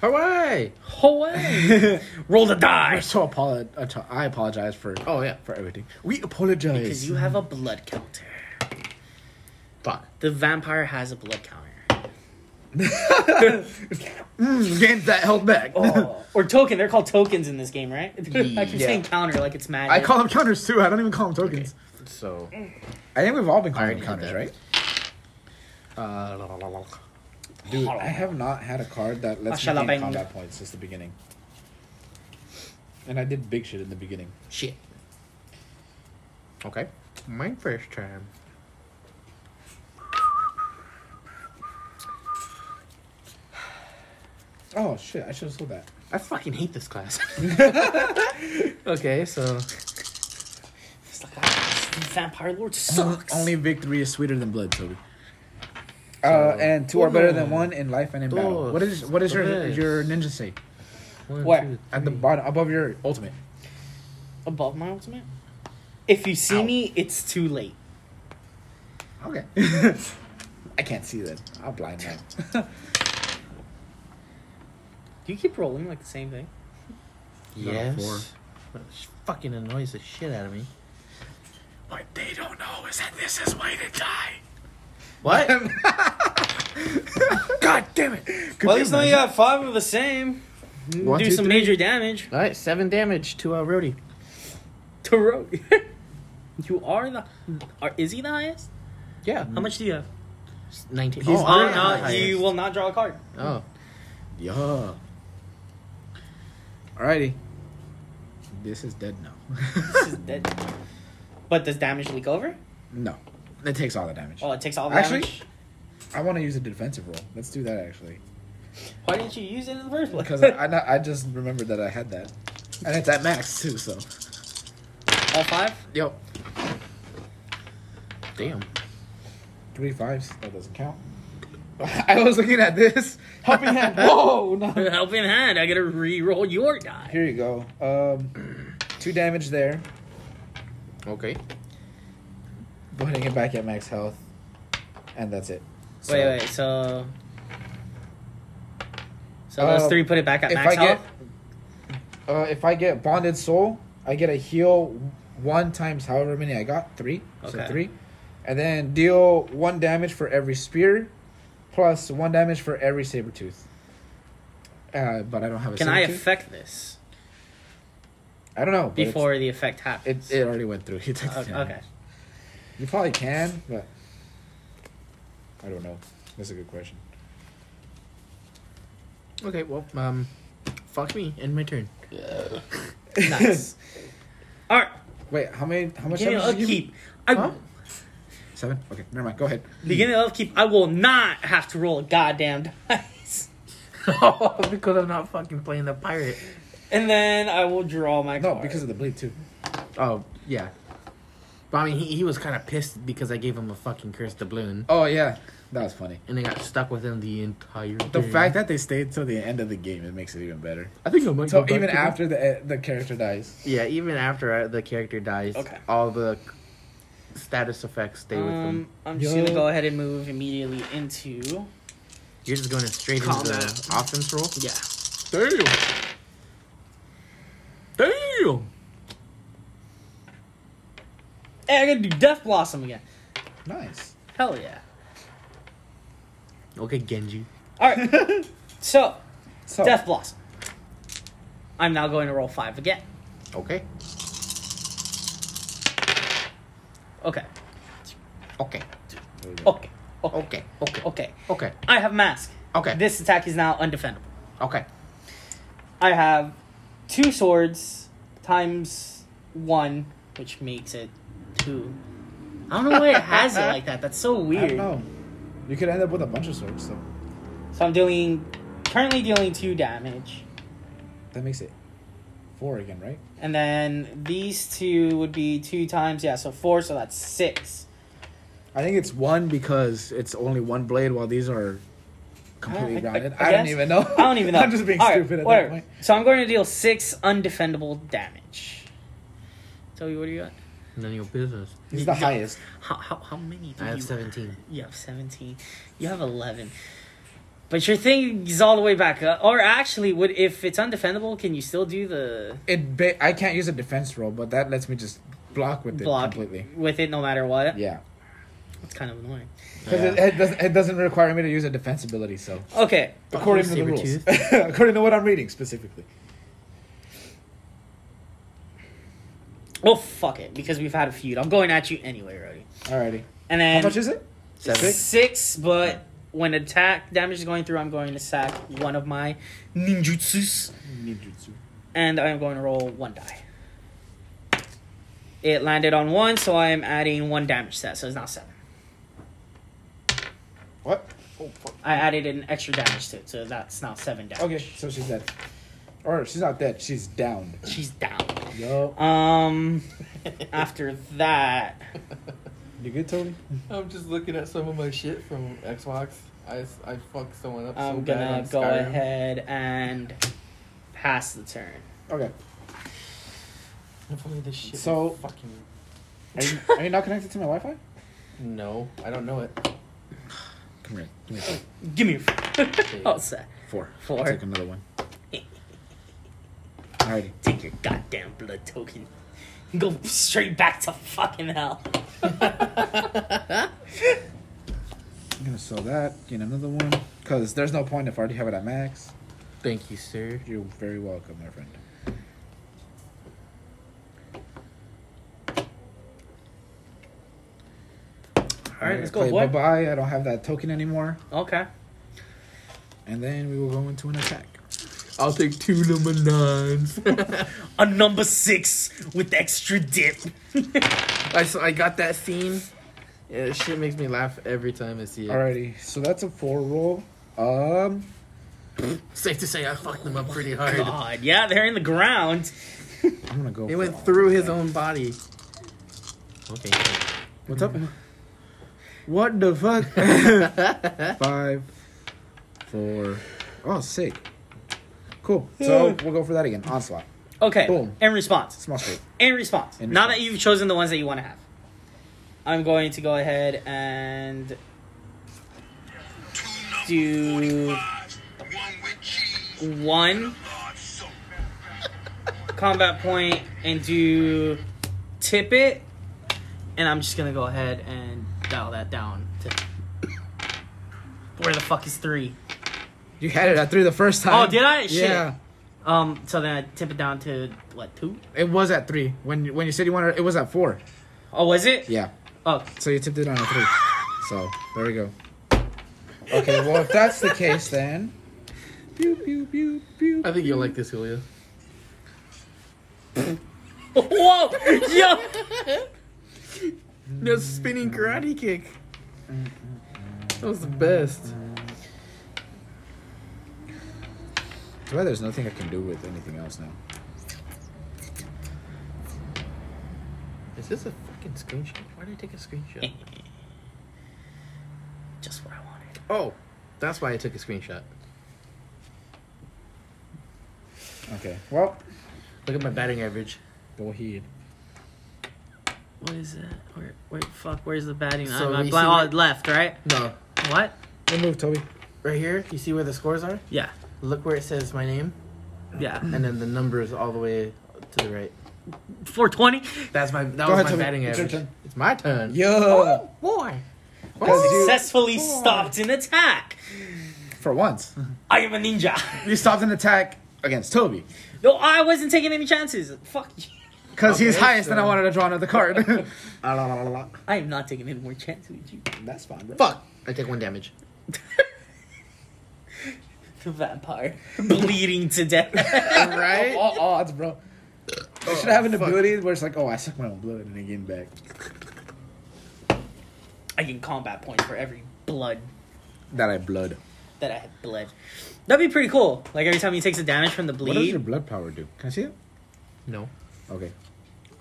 S3: Hawaii.
S2: Hawaii. roll the
S1: We're
S2: die.
S1: so apolo- ato- I apologize for
S3: Oh yeah.
S1: for everything. We apologize.
S2: Because you have a blood counter.
S3: Fuck.
S2: The vampire has a blood counter.
S1: Mm, games that held back.
S2: Oh, or token. They're called tokens in this game, right? I keep
S3: Yeah.
S2: saying counter like it's magic.
S1: I call them counters too. I don't even call them tokens.
S3: So.
S1: I think we've all been calling them
S3: already
S1: counters,
S3: had that.
S1: right?
S3: Uh, la, la, la, la.
S1: Dude, I have not had a card that lets me
S2: Mashallah,
S1: gain
S2: bang.
S1: combat points since the beginning. And I did big shit in the beginning.
S3: Shit. Okay. My first time.
S1: Oh shit! I should have sold that.
S3: I fucking hate this class. okay, so
S2: It's like, ah, this vampire lord sucks.
S1: Only victory is sweeter than blood, Toby. Uh, and two are better than one in life and in battle.
S3: Dos,
S1: What is what is your
S3: tres.
S1: your ninja say?
S3: one,
S2: Where?
S3: two,
S1: At the bottom, above your ultimate.
S2: above my ultimate. If you see me, it's too late.
S1: Okay. I can't see that. I'm blind now.
S2: Do you keep rolling like the same thing?
S1: four.
S3: yes. That fucking annoys the shit out of me.
S1: What they don't know is that this is way to die.
S3: What?
S1: God damn it! Could
S2: well,
S1: you
S2: at least now you
S1: imagine?
S2: got five of the same. You
S1: One,
S2: Mm, do
S1: two,
S2: some
S1: three.
S2: major damage
S3: All right, seven damage to uh, Rhodey.
S2: to rogue. you are the. Are, is he the highest?
S3: Yeah,
S2: How much do you have?
S3: nineteen.
S1: He's
S3: oh,
S1: not-
S2: Uh,
S3: I am
S2: no,
S3: the highest.
S2: you will not draw a card.
S3: Oh,
S1: Yeah. Alrighty. This is dead now.
S2: This is dead. But does damage leak over?
S1: no. It takes all the damage.
S2: Oh, it takes all the
S1: Actually-
S2: damage.
S1: I want to use a defensive roll. Let's do that actually.
S2: Why didn't you use it in the first place?
S1: Because I, I, not- I just remembered that I had that. And it's at max too, so.
S2: all five.
S1: Yep.
S3: damn.
S1: Three fives. That doesn't count. I was looking at this. Helping hand. Whoa! No.
S2: Helping hand. I gotta re-roll your die.
S1: Here you go. Um, two damage there.
S3: Okay.
S1: Putting it back at max health. And that's it. So,
S2: wait, wait. So, so
S1: Uh,
S2: those three put it back at
S1: if
S2: max
S1: I get-
S2: health.
S1: Uh, if I get Bonded Soul, I get a heal one times however many I got. Three. So
S2: Okay.
S1: three. And then deal one damage for every spear, plus one damage for every saber tooth. Uh, but I don't have a
S2: Can I
S1: saber tooth.
S2: affect this
S1: I don't know. but it's-
S2: before the effect happens?
S1: It, it already went through. He took the
S2: okay.
S1: damage.
S2: okay.
S1: You probably can, but I don't know. That's a good question.
S3: Okay. Well, um, fuck me. End my turn.
S2: Nice. All right.
S1: Wait, how many? How much?
S2: Beginning of
S1: damage did you give me?
S2: upkeep. I,
S1: Huh? Seven. Okay, never mind. Go ahead.
S2: Beginning of upkeep. I will not have to roll a goddamn dice.
S3: Oh, because I'm not fucking playing the pirate.
S2: And then I will draw my
S1: No,
S2: card.
S1: because of the bleed too.
S3: Oh yeah. But I mean, he, he was kind of pissed because I gave him a fucking cursed doubloon,
S1: Oh yeah, that was funny.
S3: and I got stuck with him the entire.
S1: The fact that they stayed till the end of the game it makes it even better.
S3: I think I might.
S1: So
S3: go back
S1: even
S3: to the-
S1: after the the character dies,
S3: Yeah, even after uh, the character dies,
S2: Okay.
S3: all the status effects stay with
S2: um,
S3: them.
S2: I'm just
S1: Yo.
S2: gonna go ahead and move immediately into
S3: You're just going straight into the
S2: Combat.
S3: offense roll.
S2: yeah.
S3: Damn. Damn.
S2: Hey, I gotta do Death Blossom again.
S1: nice.
S2: Hell yeah.
S3: Okay, Genji.
S2: All right. so
S3: Oh.
S1: So
S2: Death Blossom. I'm now going to roll five again.
S3: Okay.
S2: Okay.
S3: Okay.
S1: Oh,
S2: Okay. Okay.
S3: Okay. Okay.
S2: Okay.
S3: Okay.
S2: I have mask.
S3: Okay.
S2: This attack is now undefendable.
S3: Okay.
S2: I have two swords times one, which makes it two. I don't know why it has it like that. That's so
S1: I
S2: weird.
S1: don't know. You could end up with a bunch of swords, so
S2: So I'm dealing currently dealing two damage.
S1: that makes it four again, right?
S2: And then these two would be two times, yeah, so four, so that's six.
S1: I think it's one because it's only one blade, while these are completely
S2: I- I-
S1: rounded.
S2: I
S1: I, don't
S2: guess.
S1: even know.
S2: I don't even know.
S1: I'm just being
S2: All right,
S1: stupid at
S2: whatever.
S1: that point.
S2: So I'm going to deal six undefendable damage. Toby, what do you got?
S6: None of your business.
S1: He's the highest.
S2: How, how, how many do
S6: I have
S2: you
S6: 17.
S2: You have 17. You have 11. But your thing is all the way back up. Or actually, would if it's undefendable, can you still do the
S1: It. Ba- I can't use a defense roll, but that lets me just block with it
S2: block
S1: completely.
S2: with it no matter what?
S1: Yeah,
S2: It's kind of annoying.
S1: because it, it doesn't. It doesn't require me to use a defense ability. So
S2: Okay.
S1: according to the rules, according to what I'm reading specifically.
S2: Well, fuck it, because we've had a feud. I'm going at you anyway, Roddy.
S1: Alrighty.
S2: And then
S1: How much is it?
S2: six? but when attack damage is going through, I'm going to sack one of my ninjutsus,
S1: Ninjutsu.
S2: and I'm going to roll one die. It landed on one, so I am adding one damage to that, so it's not seven.
S1: What?
S2: I added an extra damage to it, so that's now seven damage.
S1: Okay, so she's dead. Or she's not dead. She's downed.
S2: She's down.
S1: Yo,
S2: Um, after that,
S1: you good, Tony?
S3: I'm just looking at some of my shit from Xbox. I, I fucked someone up
S2: I'm
S3: so bad
S2: gonna
S3: on
S2: go
S3: Skyrim.
S2: ahead and pass the turn.
S1: Okay.
S3: If only this shit
S1: So-
S3: was fucking
S1: Are you, are you not connected to my Wi-Fi?
S3: no, I don't know it.
S1: Come here.
S2: Give me your All set.
S1: Four.
S2: Four.
S1: Take another one. Alrighty.
S2: Take your goddamn blood token. Go straight back to fucking hell.
S1: I'm gonna sell that. Get another one. Cause there's no point if I already have it at max.
S6: Thank you, sir.
S1: You're very welcome, my friend.
S2: All right, let's go,
S1: Play
S2: boy.
S1: Bye-bye. I don't have that token anymore.
S2: Okay.
S1: And then we will go into an attack.
S6: I'll take two number nines.
S2: A number six with extra dip.
S6: I, saw, I got that scene. Yeah, that shit makes me laugh every time I see it.
S1: Alrighty. So that's a four roll. Um.
S6: Safe to say, I fucked them up pretty hard.
S2: God, yeah, they're in the ground.
S1: I'm gonna go.
S6: It
S1: for
S6: went
S1: all.
S6: through his own body. Okay.
S1: What's up? What the fuck? Five, four. Oh, sick. Cool. So we'll go for that again. Onslaught.
S2: Okay.
S1: Boom.
S2: In response.
S1: Small straight.
S2: In response.
S1: In
S2: Now
S1: response.
S2: that you've chosen the ones that you want to have, I'm going to go ahead and do one combat point and do tip it, and I'm just gonna go ahead and dial that down to where the fuck is three?
S1: You had it at three the first time.
S2: Oh, did I? Shit.
S1: Yeah.
S2: Um, so then I tip it down to what two?
S1: It was at three. When when you said you wanted, it was at four.
S2: Oh, was it?
S1: Yeah.
S2: Oh,
S1: So you tipped it on a three. So there we go. Okay. Well, if that's the case, then. Pew pew pew pew.
S6: I think you'll like this, Julio.
S2: whoa, yo.
S6: No spinning karate kick. That was the best.
S1: That's why there's nothing I can do with anything else now.
S6: Is this a fucking screenshot? Why did I take a screenshot?
S2: Just what I wanted.
S6: oh, that's why I took a screenshot.
S1: Okay. Well,
S6: Look at my batting average.
S1: go ahead.
S2: What is that? Where, where, fuck, where's the batting?
S6: So
S2: I'm, I'm
S6: we
S2: blind,
S6: see
S2: oh,
S6: where-
S2: left, right?
S6: No,
S2: What?
S1: Good move, Toby.
S6: right here. You see where the scores are?
S2: Yeah,
S6: Look where it says my name,
S2: yeah.
S6: and then the numbers all the way to the right.
S2: 420?
S6: That's my that
S1: Go
S6: was
S1: ahead,
S6: my
S1: Toby.
S6: batting
S1: It's your
S6: average.
S1: turn.
S6: It's my turn.
S1: Yeah.
S6: Boy.
S1: Oh.
S2: Successfully stopped an attack.
S1: For once.
S2: I am a ninja.
S1: You stopped an attack against Toby.
S2: No, I wasn't taking any chances. Fuck you.
S1: Because he's
S6: Okay,
S1: highest and I
S6: so-
S1: wanted to draw another card.
S2: I am not taking any more chances with you.
S1: That's fine, bro.
S6: Fuck. I take one damage.
S2: The vampire bleeding to death.
S6: right?
S1: All odds, bro. I should have an ability where it's like, oh, I suck my own blood and I gain back.
S2: I get combat points for every blood
S1: That I blood.
S2: that I have bled. That'd be pretty cool. Like every time he takes a damage from the
S1: What does
S2: bleed,
S1: your blood power do? Can I see it?
S6: No.
S1: Okay.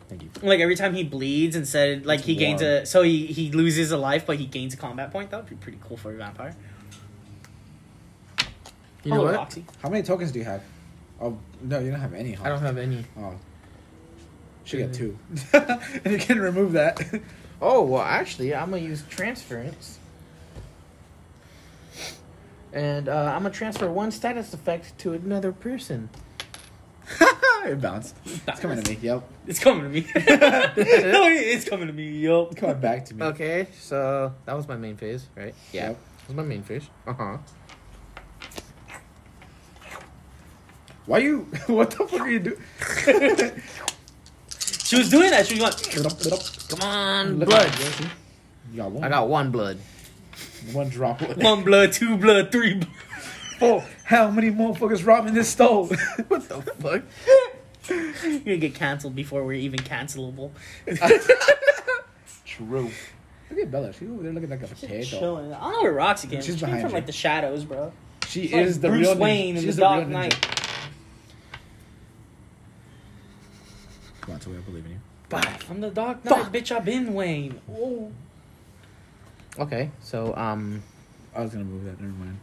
S1: Thank you.
S2: Like every time he bleeds, instead, like he gains a so he he loses a life, but he gains a combat point. That would be pretty cool for a vampire.
S6: You know
S2: Oh,
S6: what?
S2: Roxy.
S1: How many tokens do you have? Oh no, you don't have any. Huh?
S6: I don't have any.
S1: Oh. Should get two. and you can remove that.
S6: Oh well, actually, I'm gonna use transference, and uh, I'm gonna transfer one status effect to another person.
S1: Ah, it bounced. It's coming to me. Yep.
S2: It's coming to me. no, it- it's coming to me. Yo.
S1: It's coming back to me.
S6: Okay, so that was my main phase, right?
S1: Yep.
S6: that was my main phase. Uh huh.
S1: Why you? What the fuck are you doing?
S2: She was doing that. She was going.
S6: Come on,
S1: Look
S6: blood.
S1: at that, You got one.
S6: I got one blood.
S1: one droplet.
S2: One blood, two blood, three blood.
S1: Oh, how many motherfuckers robbing this stove?
S6: What the fuck?
S2: You're gonna get canceled before we're even cancelable.
S1: True. Look at Bella. She's over there looking like a potato.
S2: Chilling. I don't know where Roxy came.
S1: She's
S2: She came
S1: behind
S2: from
S1: you.
S2: like the shadows, bro.
S1: She
S2: Like
S1: is the
S2: Bruce
S1: real
S2: Wayne
S1: ninja.
S2: in
S1: She's
S2: the Dark
S1: real ninja.
S2: Knight.
S1: Come on, Toy, I believe in you.
S2: I'm the Dark Knight, bitch. I've been Wayne. Oh.
S6: Okay, so um,
S1: I was gonna move that. Never mind.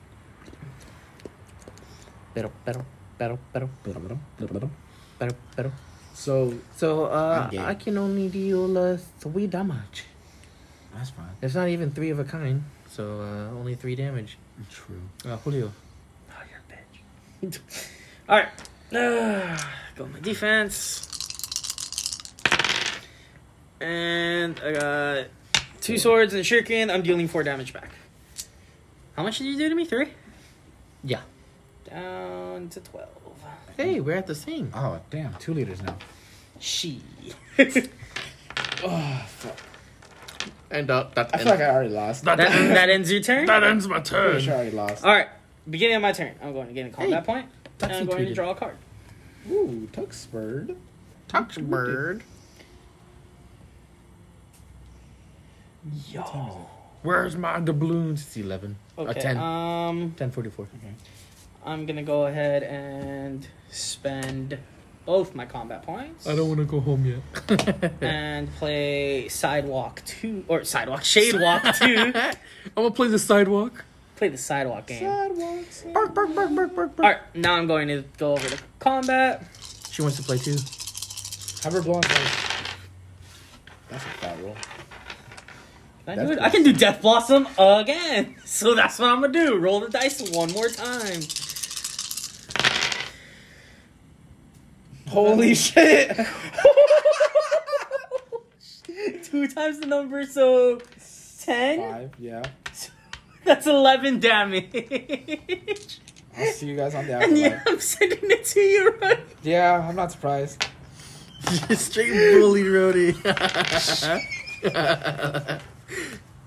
S6: battle, battle, battle, battle,
S1: Blah, blah, blah, blah, blah.
S6: battle, battle.
S1: So
S6: So uh,
S1: I'm gay.
S6: I can only deal uh, three damage.
S1: that's fine.
S6: It's not even three of a kind, so uh, only three damage.
S1: True.
S6: Uh, Julio.
S2: Oh, you're a bitch. All right. Uh, go my defense. And I got two swords and a shuriken. I'm dealing four damage back. How much did you do to me? Three?
S6: Yeah.
S2: Down to 12.
S6: Hey, we're at the same.
S1: Oh damn, two liters now.
S2: She.
S6: And uh, that's
S1: I feel like I already lost.
S3: That,
S2: That,
S3: that,
S2: that ends your turn?
S3: ends my
S1: I'm
S3: turn.
S1: sure I already lost.
S2: All right. Beginning of my turn. I'm going to get a combat point, And I'm going to
S6: tweeted.
S2: draw a card.
S1: Ooh, Tuxford.
S6: Bird.
S2: Yo.
S6: Where's my doubloons? It's 11.
S2: Okay.
S6: Uh, 10.
S2: Um.
S6: 1044.
S2: I'm gonna go ahead and spend both my combat points.
S6: want to go home yet.
S2: And play Sidewalk Two or Sidewalk Shade Walk Two.
S6: I'm going to play the sidewalk.
S2: play the Sidewalk game.
S1: Sidewalks.
S2: All right, now I'm going to go over to combat.
S6: She wants to play too.
S1: Have her blonde face. That's a bad roll.
S2: Can I
S1: That's
S2: do it?
S1: good.
S2: I can do Death Blossom again. So that's what I'm gonna do. Roll the dice one more time.
S1: Holy shit!
S2: Two times the number, so ten.
S1: Five, yeah.
S2: That's eleven damage.
S1: I'll see you guys on the
S2: and
S1: afterlife.
S2: yeah,
S1: Yeah.
S2: I'm sending it to you right
S1: I'm not surprised.
S6: Straight bully, Rody.
S1: I'm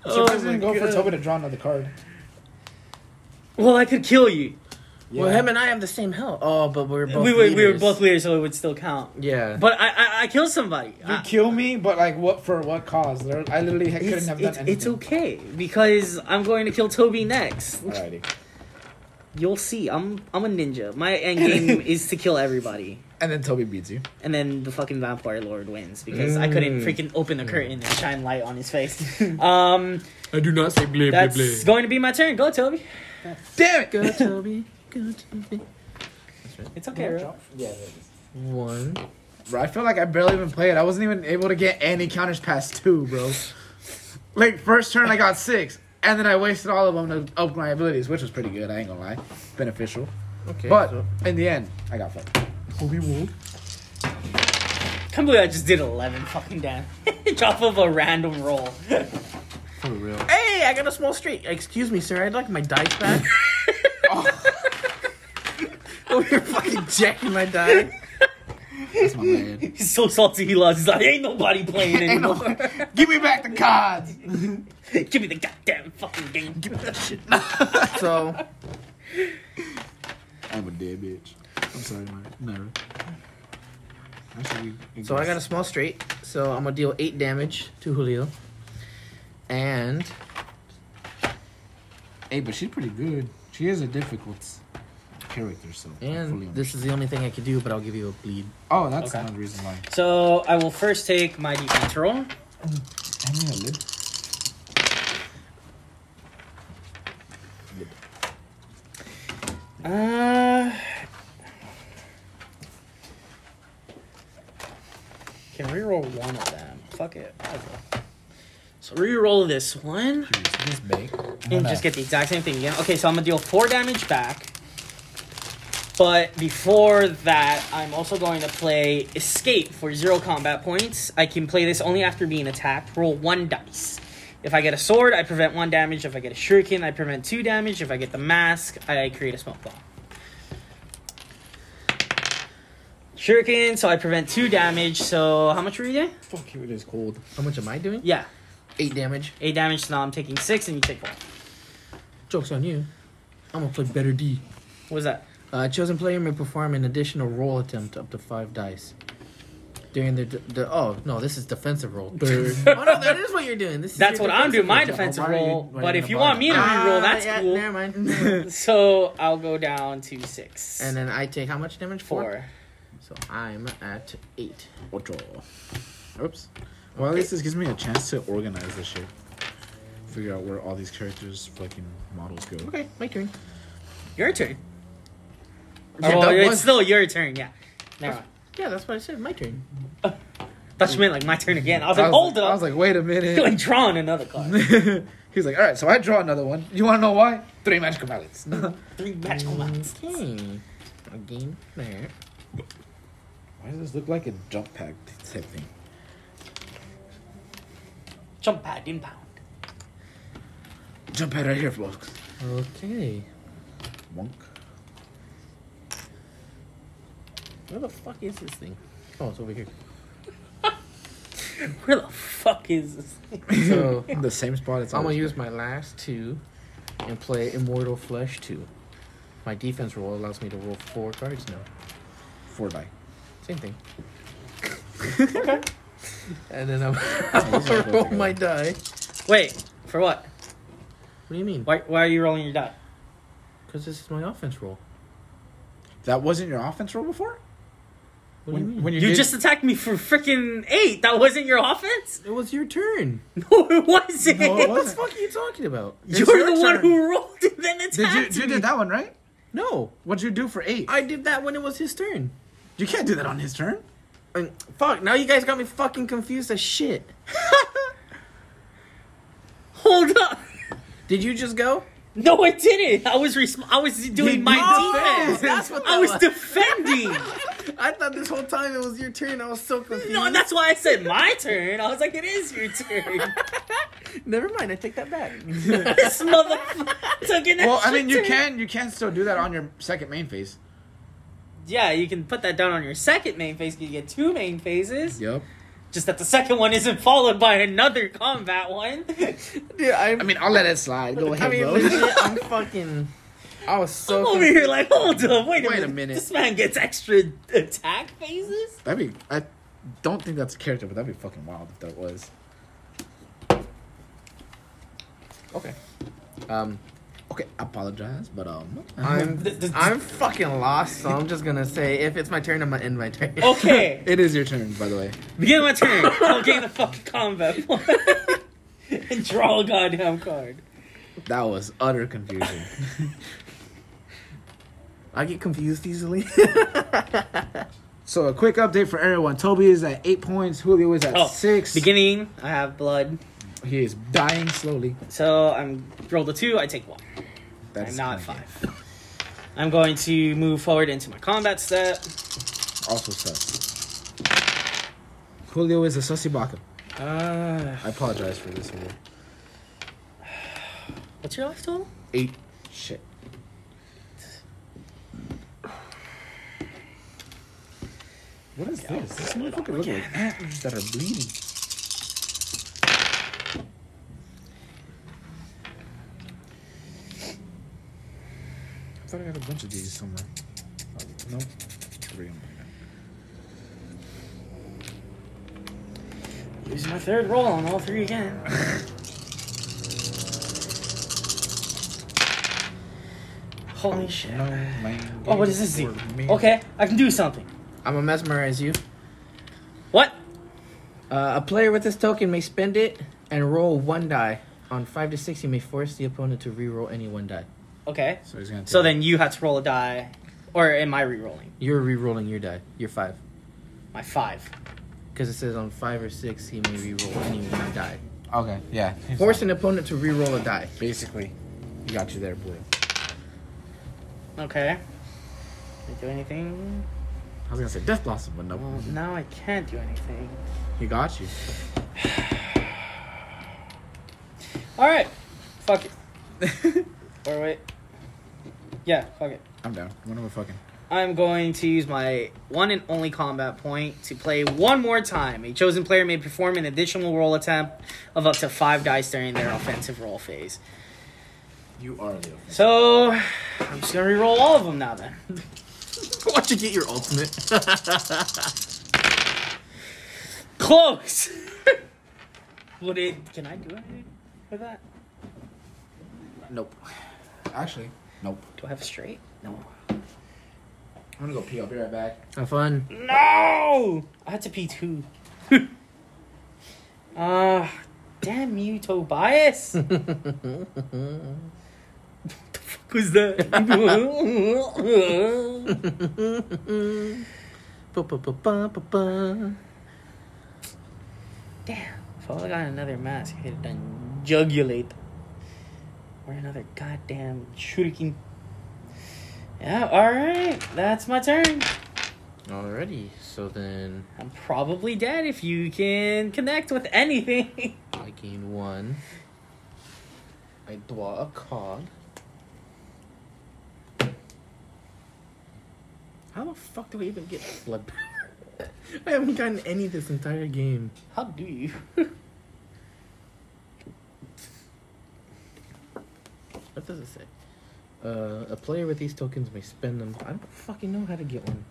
S1: surprised you didn't go for Toby to draw another card.
S2: Well, I could kill you.
S1: Yeah.
S6: Well, him and I have the same health. Oh, but we're both.
S2: we, were, we were
S6: leaders.
S2: both weird, so it would still count.
S6: Yeah.
S2: But I I, I killed somebody.
S6: Ah.
S2: Ah,
S1: you
S2: I-
S1: kill me, but like what for what cause? There, I literally ha- couldn't
S2: it's,
S1: have done
S2: it's,
S1: anything.
S2: it's okay because I'm going to kill Toby next.
S1: Alrighty.
S2: You'll see. I'm I'm a ninja. My end game is to kill everybody,
S1: And then Toby beats you.
S2: and then the fucking vampire lord wins because I
S1: Mm.
S2: couldn't freaking open the curtain and shine light on his face. um,
S6: I do not say bleh,
S2: that's going to be my turn. Go, Toby.
S1: Damn it!
S6: Go, Toby. Go, Toby.
S2: It's okay. bro.
S6: One.
S1: Bro, I feel like I barely even played. I wasn't even able to get any counters past two, bro. like first turn I got six, and then I wasted all of them to open my abilities, which was pretty good. I ain't gonna lie, beneficial.
S6: Okay.
S1: But
S6: so-
S1: in the end, I got fucked.
S2: Can't believe I just did eleven fucking damn. Drop of a random roll.
S1: For real.
S6: Hey, I got a small streak. Excuse me, sir. I'd like my dice back. oh, you're fucking jacking my die.
S1: That's my man.
S2: He's so salty. He lost. He's like, ain't nobody playing anymore.
S1: Give me back the cards.
S2: Give me the goddamn fucking game. Give me that shit.
S6: So,
S1: I'm a dead bitch. I'm sorry, Myra. Actually,
S6: so I got a small straight. So I'm gonna deal eight damage to Julio. And
S1: Hey, but she's pretty good. She is a difficult.
S3: character, so.
S11: And
S3: hopefully-
S11: this is the only thing I could do, but I'll give you a bleed.
S1: Oh, that's
S2: Okay.
S1: another reason why.
S2: So I will first take my defense roll.
S1: I need a lid.
S2: Uh, can reroll one of them. Fuck it. Okay. So reroll this one
S3: This big.
S2: and just get the exact same thing again. Okay, so I'm gonna deal four damage back. But before that, I'm also going to play Escape for zero combat points. I can play this only after being attacked. Roll one dice. If I get a sword, I prevent one damage. If I get a shuriken, I prevent two damage. If I get the mask, I create a smoke bomb. Shuriken, so I prevent two damage. So how much were you doing?
S3: Fuck you, it is cold. How much am I doing?
S2: Yeah,
S3: Eight damage.
S2: eight damage. So now I'm taking six, and you take four.
S3: Joke's on you. I'm gonna play better D.
S2: What was that?
S3: Uh, chosen player may perform an additional roll attempt up to five dice. During their, de- the oh no, this is defensive roll. Durr. oh no, that is what you're doing. This is
S2: That's
S3: your
S2: what I'm doing. My
S3: defensive
S2: defensive
S3: roll.
S2: roll.
S11: why are
S2: but
S11: you
S2: if
S11: gonna
S2: you want
S11: bother?
S2: me to reroll,
S3: Ah,
S2: that's
S3: yeah,
S2: cool.
S3: Never mind. and
S2: So I'll go down to six
S3: then I take how much damage?
S2: four.
S3: So I'm at eight.
S1: Ocho. Oops. Well, at least this gives me a chance to organize this shit. Figure out where all these characters' fucking models go.
S3: Okay, my turn.
S2: Your turn.
S3: Yeah,
S2: well,
S3: that
S2: it's
S3: was-
S2: still your turn. Yeah. Never mind.
S3: Yeah, that's what I said. My turn.
S2: That's meant like my turn again. I was
S1: I
S2: like,
S1: was,
S2: hold
S1: like, I
S2: up.
S1: was like, wait a
S2: Like,
S1: minute.
S2: drawing another card.
S1: He's like, all right, so I draw another one. You want to know why? Three magical mallets. why
S2: Three magical ones.
S3: Okay. Again there.
S1: does this look like a jump pack type thing?
S2: Jump pad impound.
S1: Jump pad right here, folks.
S3: Okay.
S1: Monk.
S3: Where the fuck is this thing? Oh, it's over here.
S2: Where the fuck is this?
S3: So
S1: the same spot it's
S3: I'm gonna
S1: always-
S3: use my last two and play Immortal Flesh 2. My defense roll allows me to roll four cards now.
S1: four die.
S3: Same thing. and then I'm I'll roll my die.
S2: Wait, for what?
S3: What do you mean?
S2: Why, why are you rolling your die?
S3: Because this is my offense roll.
S1: That wasn't your offense roll before?
S3: What do you mean?
S2: You
S1: did-
S2: just attacked me for freaking eight. That wasn't your offense?
S3: it was your turn.
S2: No, it wasn't.
S1: No, it
S3: What the
S1: wasn't.
S3: fuck are you talking about?
S2: You're
S1: It's your
S2: the one
S1: turn.
S2: who rolled and then
S1: Did you,
S2: attacked
S1: you
S2: me.
S1: did that one right?
S3: No,
S1: What'd you do for eight?
S3: I did that when it was his turn.
S1: You can't do that on his turn.
S3: And fuck, now you guys got me fucking confused as shit.
S2: Hold up.
S3: Did you just go?
S2: No, I didn't. I was res- I was doing my defense.
S3: that's what
S2: I
S3: that
S2: was
S3: was.
S2: defending.
S3: I thought this whole time it was your turn. I was so confused.
S2: no, that's why I said my turn. I was like, it is your turn.
S3: Never mind, I take that back.
S2: this motherfucker took an
S1: Well, I
S2: extra
S1: mean, you
S2: turn.
S1: can you can still do that on your second main phase.
S2: Yeah, you can put that down on your second main phase. 'cause You get two main phases.
S1: Yep.
S2: Just that the second one isn't followed by another combat one.
S3: Dude, I'm,
S1: I mean, I'll let it slide. Go
S3: I
S1: ahead,
S3: mean,
S1: bro.
S3: legit, I'm fucking. I was so.
S2: I'm over here like, hold up, wait,
S3: Wait a
S2: a
S3: minute.
S2: minute. This man gets extra attack phases.
S1: That'd be. I don't think that's a character, but that'd be fucking wild if that was.
S3: Okay. Um,
S1: Okay, I apologize, but um,
S3: I'm
S2: Th- th-
S3: I'm fucking lost, so I'm just gonna say if it's my turn, I'm gonna end my turn.
S2: Okay,
S1: it is your turn, by the way.
S2: Begin my turn. I'll gain a fucking combat point. and draw a goddamn card.
S1: That was utter confusion.
S3: I get confused easily.
S1: so a quick update for everyone: Toby is at eight points, Julio is at
S2: Oh,
S1: six.
S2: Beginning, I have blood.
S1: he is dying slowly.
S2: So I'm roll the two, I take one.
S1: That's
S2: I'm now at
S1: kinda gay.
S2: five. I'm going to move forward into my combat step.
S1: Also sus. Julio is a sussy baka.
S2: Uh,
S1: I apologize for this one.
S2: what's your life total?
S1: Eight. Shit. What is this? This motherfucker look like antlers that are bleeding. I thought I got a bunch of these somewhere. Oh, nope. Three of them.
S2: This is my third roll on all three again. Holy shit.
S12: No man.
S2: Oh, what does this do? Okay, I can do something.
S3: I'm gonna mesmerize you.
S2: What?
S3: Uh, a player with this token may spend it and roll one die. On five to six, you may force the opponent to re-roll any one die.
S2: Okay.
S12: So he's gonna.
S2: So
S12: take-
S2: then you have to roll a die. Or am I re-rolling?
S3: You're re-rolling your die. You're five,
S2: My five.
S3: because it says on five or six, he may re-roll any one die.
S12: Okay. Yeah.
S3: Force an opponent to re-roll a die.
S12: Basically,
S3: Got you there, blue.
S2: Okay. Can I do anything?
S12: I was gonna say Death Blossom, but no.
S2: Well, now I can't do anything.
S3: He got you.
S2: Alright. Fuck it. or wait. Yeah, fuck it.
S12: I'm down. One of a fucking.
S2: I'm going to use my one and only combat point to play one more time. A chosen player may perform an additional roll attempt of up to five dice during their offensive roll phase.
S12: You are the.
S2: So, I'm just gonna re-roll all of them now then.
S13: Watch you get your ultimate.
S2: Close! Would it. Can I do anything with that?
S12: Nope. Actually, nope.
S2: Do I have a straight?
S12: I'm gonna go pee. I'll be right back.
S3: Have fun.
S2: No! I had to pee too. Ah, damn you, Tobias! what the fuck was that?
S3: Ba-ba-ba-ba-ba-ba.
S2: damn. If I would've got another mask, I could have done jugulate. Or another goddamn shuriken. Yeah, alright. That's my turn.
S3: Alrighty. So then,
S2: I'm probably dead if you can connect with anything.
S3: I gain one. I draw a card. How the fuck do I even get flood power? I haven't gotten any this entire game.
S2: How do you?
S3: What does it say? Uh, a player with these tokens may spend them. I don't fucking know how to get one.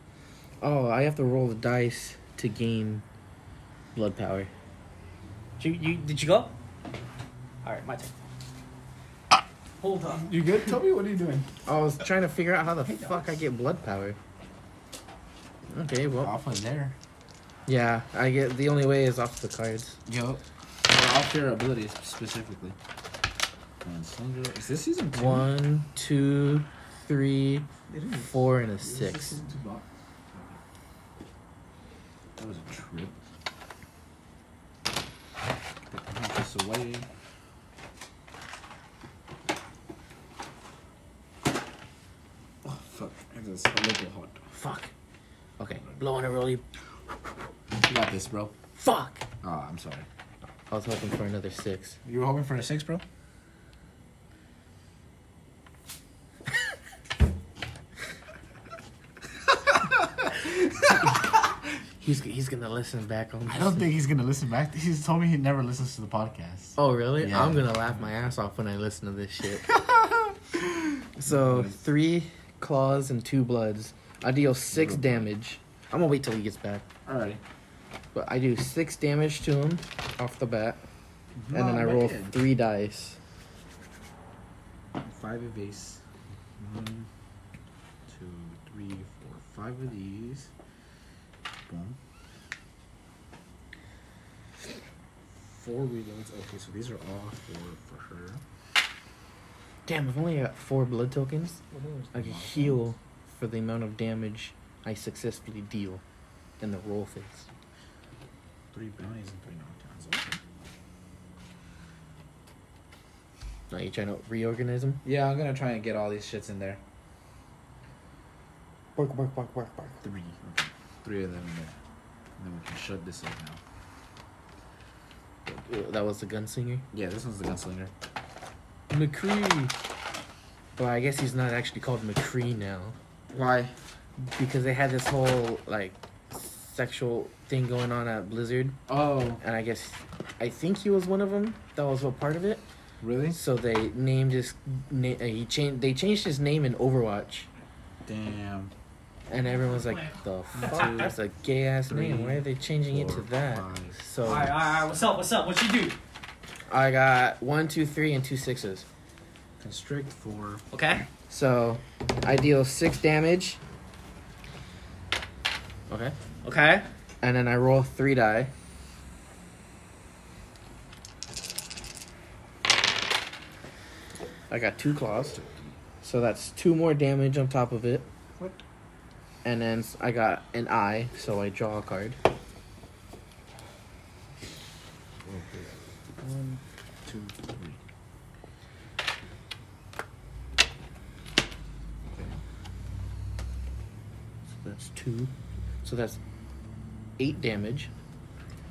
S3: Oh, I have to roll the dice to gain blood power.
S2: Did you, you did you go? All right, my turn. Hold up.
S12: You good? Tell me what are you doing?
S3: I was trying to figure out how the fuck I get blood power. Okay, well,
S12: Off of there.
S3: yeah, I get the only way is off the cards.
S12: Yo.
S1: off your abilities specifically. And single- Is this season two?
S3: One, two, three, four, and a six.
S1: That was a trip. Put this away. Oh fuck! It is a little hot.
S3: Fuck. Okay, blowing a really
S1: You got this, bro.
S3: fuck.
S1: Oh, I'm sorry.
S3: I was hoping for another six.
S12: You were hoping for a six, bro?
S3: He's he's gonna listen back on.
S12: I don't think he's gonna listen back. He's told me he never listens to the podcast.
S3: Oh really?
S12: Yeah.
S3: I'm gonna laugh my ass off when I listen to this shit. so three claws and two bloods. I deal six damage. I'm gonna wait till he gets back.
S12: Alrighty.
S3: But I do six damage to him off the bat, and then I
S12: Not
S3: roll
S12: bad.
S3: three dice.
S1: Five of these. One, two, three, four, five of these. Boom. Four reloads. Okay, so these are all for for her.
S3: Damn, I've only got four blood tokens. I can heal for the amount of damage I successfully deal in the roll phase.
S1: Three bounties and three knockdowns. Okay.
S3: Now you trying to reorganize them?
S12: Yeah, I'm gonna try and get all these shits in there.
S3: Bark, bark, bark, bark, bark.
S1: Three. Okay. Three of them in there. And then we can shut this up now.
S3: Uh, That was the gunslinger.
S1: Yeah, this one's the gunslinger.
S3: McCree. Well, I guess he's not actually called McCree now
S12: Why?
S3: because they had this whole like sexual thing going on at Blizzard,
S12: Oh,
S3: and I guess I think he was one of them. That was a part of it.
S12: really?
S3: So they named his na- uh, he changed they changed his name in Overwatch,
S1: Damn.
S3: and everyone's like, "The fuck, that's a gay ass name. Why are they changing it to
S1: four,
S3: that?"
S1: five.
S3: So
S2: All right, all right, all right. What's up? What's up? What you do?
S3: I got one, two, three, and two sixes.
S1: Constrict four.
S2: Okay.
S3: So I deal six damage,
S14: Okay.
S2: Okay.
S3: and then I roll three die. I got two claws, so that's two more damage on top of it.
S15: What?
S3: And then s- I got an eye, so I draw a card.
S1: One, two, three.
S3: So that's two. So that's eight damage.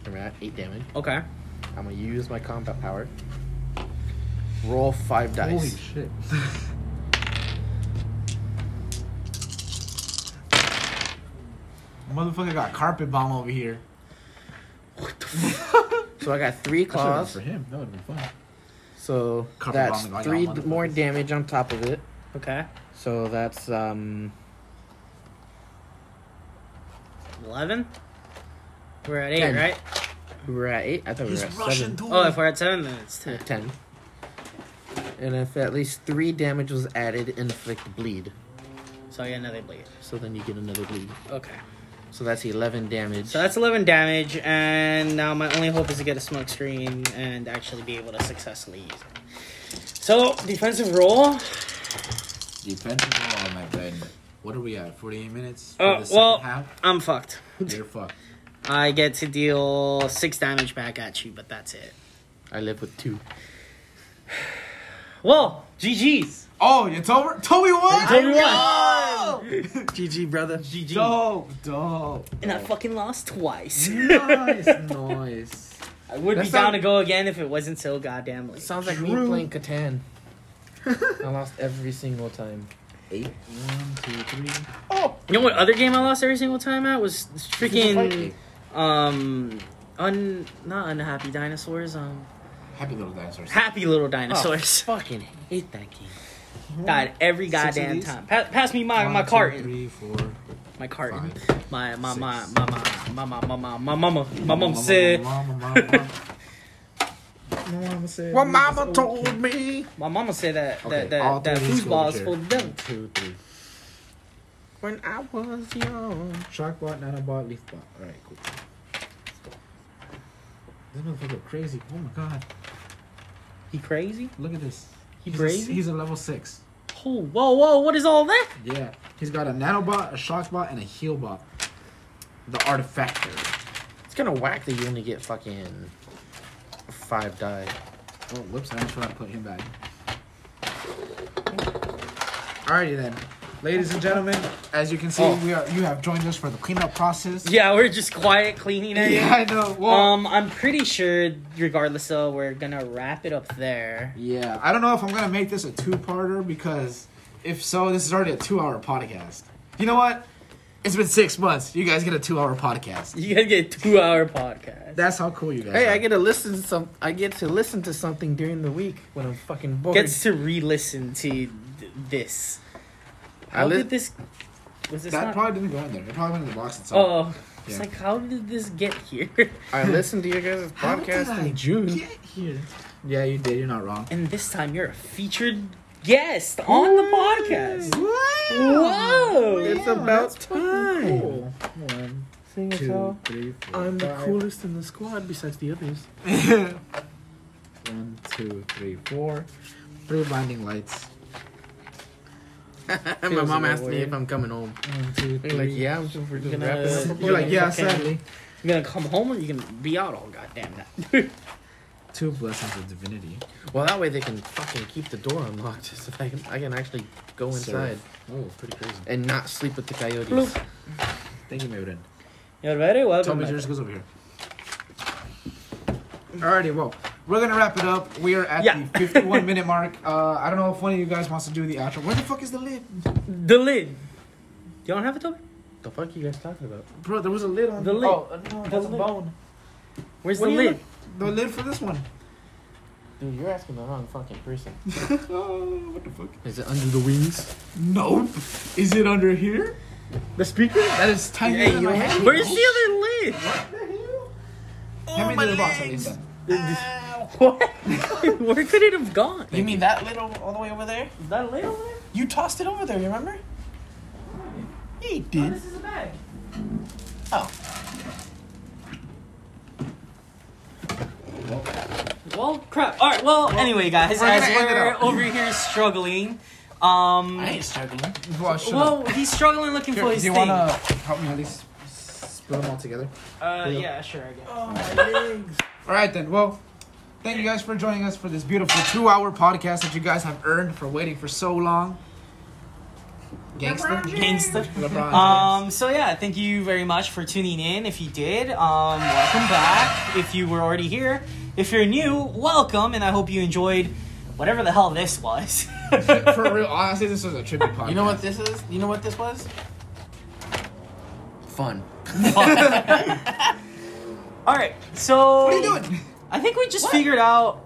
S3: Remember that? Eight damage.
S2: Okay.
S3: I'm gonna use my combat power. Roll five dice.
S1: Holy shit.
S15: Motherfucker got carpet bomb over here.
S3: So I got three
S1: That should've been
S3: claws.
S1: for him. That would have been fun.
S3: So
S15: Carpet
S3: that's
S15: bombing all y'all
S3: three d- more
S15: motherfuckers.
S3: damage on top of it.
S2: Okay.
S3: So that's um
S2: Eleven. We're at eight,
S3: Ten.
S2: right?
S3: we were at eight. I thought we were at seven. Eh,
S2: Oh, if we're at seven, then it's ten.
S3: Ten. And if at least three damage was added, inflict bleed.
S2: So I get another bleed.
S3: So then you get another bleed.
S2: Okay.
S3: So that's eleven damage.
S2: So that's eleven damage, and now my only hope is to get a smoke screen and actually be able to successfully use it. So defensive roll.
S1: Defensive roll on my bed. What are we at? 48 minutes? For
S2: Uh,
S1: the second
S2: well,
S1: half?
S2: I'm fucked.
S1: You're fucked.
S2: I get to deal six damage back at you, but that's it.
S3: I live with two.
S2: Well, GG's.
S15: Oh, it's over. Toby won.
S2: Toby won.
S3: GG brother.
S2: GG.
S15: Dope, dope.
S2: And I fucking lost twice.
S1: nice, nice.
S2: I would
S3: That's
S2: be down
S3: not-
S2: to go again if it wasn't so goddamn late.
S3: Sounds like me playing Catan. I lost every single time.
S1: Eight. One, two, three.
S2: You know what other game I lost every single time at was freaking um un not unhappy dinosaurs um
S1: Happy little dinosaurs.
S2: happy
S1: Oh,
S2: little dinosaurs.
S3: Fucking hate that game.
S2: God, every goddamn
S1: these?
S2: time. Pa- pass me my
S1: One,
S2: my
S1: two,
S2: carton,
S1: three, four,
S2: my carton,
S1: five.
S2: my my my
S1: six.
S2: my my my my my my my mama my mom said
S1: Mama, mama, mama.
S15: Well, Mama told me.
S2: my mama said that
S1: Okay,
S2: that that,
S1: all
S2: that
S1: three is
S2: food ball is full
S1: sculpture.
S2: of
S1: Two,
S2: devil.
S1: three.
S3: When I was young.
S1: Shark bot, nanobot, leaf bot. Alright, cool. This motherfucker crazy. Oh my god.
S2: He crazy?
S1: Look at this.
S2: He
S1: he's A,
S2: crazy?
S1: he's a level six.
S2: Oh, whoa, whoa! What is all that?
S1: Yeah. He's got a nanobot, a shock bot, and a heal bot. The artifactor.
S3: It's kind of whack that you only get fucking five die.
S1: Oh, whoops, I'm trying to put him back. Alrighty then. Ladies and gentlemen, as you can see,
S2: Oh.
S1: we are you have joined us for the cleanup process.
S2: Yeah, we're just quiet cleaning it.
S1: Yeah, I know. Well,
S2: Um, I'm pretty sure, regardless though, we're gonna wrap it up there.
S1: yeah, I don't know if I'm gonna make this a two-parter because if so, this is already a two-hour podcast. You know what? It's been six months. You guys get a two-hour podcast.
S2: You gotta get a two hour podcast.
S1: That's how cool you guys.
S3: Hey,
S1: are.
S3: I get to listen to some. I get to listen to something during the week when I'm fucking bored.
S2: Gets to re listen to th- this.
S3: I
S2: How
S3: li-
S2: did this. Was this
S1: that
S2: not.
S1: probably didn't go in there. It probably went in the box itself.
S2: oh, it's
S1: Yeah.
S2: like, how did this get here?
S3: I listened to your guys'
S1: How did
S3: podcast
S1: I
S3: in June.
S1: Get here. Yeah, you did. You're not wrong.
S2: and this time you're a featured guest on the podcast. Whoa!
S3: It's
S1: Yeah,
S3: about
S1: that's
S3: time.
S1: Cool. One,
S3: Seeing as
S1: two,
S3: how
S1: three, four,
S3: I'm the
S1: five.
S3: coolest in the squad besides the others.
S1: One, two, three, four. Three blinding lights.
S3: And my mom asked me if I'm coming home.
S1: One, two,
S3: You're like, yeah, I'm just, we're just
S2: Gonna-
S3: wrapping up.
S1: You're like, yeah,
S2: Okay.
S1: sadly.
S2: You're gonna come home or you're gonna be out all goddamn night.
S1: Two blessings of divinity.
S3: Well, that way they can fucking keep the door unlocked, so I can I can actually go inside
S1: Oh, pretty crazy.
S3: and not sleep with the coyotes.
S2: Bloop.
S1: Thank you, Maiden.
S2: you're very welcome.
S1: Tommy
S2: my
S1: yours goes over here. Alrighty, well, we're gonna wrap it up. We are at
S2: Yeah.
S1: the 51 minute mark. Uh, I don't know if one of you guys wants to do the outro. Where the fuck is the lid?
S2: The lid. You don't have it, Toby?
S3: The fuck you guys talking about?
S1: Bro, there was a lid on
S2: The lid.
S1: Oh, no, that's a
S2: lid.
S1: bone.
S2: Where's
S1: What
S2: the
S1: do you
S2: lid?
S1: The lid for this one.
S3: Dude, you're asking the wrong fucking person.
S1: Oh, what the fuck?
S3: Is it under the wings?
S1: Nope. Is it under here? The speaker? That is tiny.
S2: Hey, you have- Where's the other lid?
S1: Hand me the box. I'll eat that.
S2: What? Where could it have gone?
S3: You mean that little all the way over there?
S2: Is that a lid over there?
S16: You tossed it over there, you remember? He did. this is a bag. Oh.
S2: Well, crap. All right. Well, anyway, guys,
S1: we're
S2: as
S1: gonna end it
S2: we're
S1: up.
S2: over here struggling, um,
S16: I ain't struggling.
S1: Well, shut up.
S2: well, he's struggling looking for his
S1: do you
S2: thing.
S1: wanna help me at least split them all together?
S2: Uh, yeah, sure. I guess.
S1: All right then. Well, thank you guys for joining us for this beautiful two-hour podcast that you guys have earned for waiting for so long. Gangster.
S2: Gangsta.
S1: LeBron.
S2: Um, so yeah, thank you very much for tuning in. If you did, um, welcome back. If you were already here, if you're new, welcome, and I hope you enjoyed whatever the hell this was.
S1: James. for real, honestly, this was a trippy podcast.
S3: You know what this is? You know what this was? Fun.
S2: All right, so
S1: What are you doing?
S2: I think we just figured out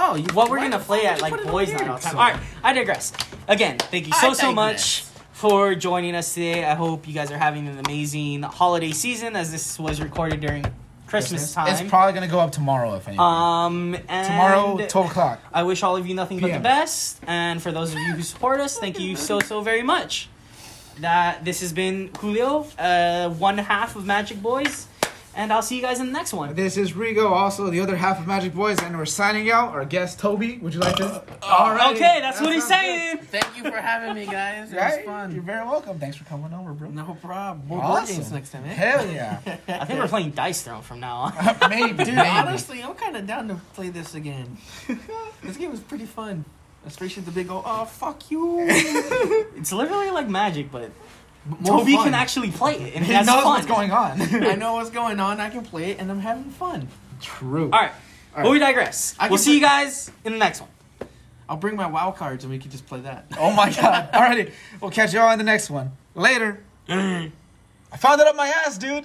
S3: Oh, you,
S2: what we're
S3: why
S2: gonna
S3: the
S2: play
S3: fuck
S2: at
S3: did you put
S2: like
S3: it on
S2: boys'
S3: here?
S2: night all the time. All right, I digress. Again, thank you so
S3: I
S2: so much
S3: digress.
S2: for joining us today. I hope you guys are having an amazing holiday season, as this was recorded during Christmas
S1: It's
S2: time.
S1: probably gonna go up tomorrow, if anything.
S2: um, and
S1: tomorrow, twelve o'clock.
S2: I wish all of you nothing but the
S1: PM.
S2: best. And for those of you who support us, thank you so so very much. That this has been Julio, uh, one half of Magic Boys, and I'll see you guys in the next one.
S1: This is Rigo, also the other half of Magic Boys, and we're signing out. Our guest Toby, would you like to? All right.
S2: Okay, that's what he's saying.
S3: Thank you for having me, guys. It was
S1: Right? You're
S3: fun.
S1: very welcome. Thanks for coming over, bro.
S3: No problem. We're board
S1: Awesome.
S3: games next time, eh?
S1: Hell yeah.
S2: I think we're playing Dice Throne from now on.
S1: maybe,
S3: Dude,
S1: maybe.
S3: honestly, I'm kind of down to play this again. this game was pretty fun. Especially the big old, oh, fuck you.
S2: It's literally like magic, but
S3: More
S2: Toby
S3: fun.
S2: can actually play it and
S1: he
S2: he has
S1: knows
S2: fun.
S1: what's going on.
S3: I know what's going on. I can play it, and I'm having fun.
S1: True.
S2: All right, but we digress.
S3: I
S2: we'll
S3: can
S2: see you
S3: play-
S2: guys in the next one.
S3: I'll bring my WoW cards, and we can just play that.
S1: Oh my god. Alrighty. We'll catch you all in the next one. Later. I found it up my ass, dude.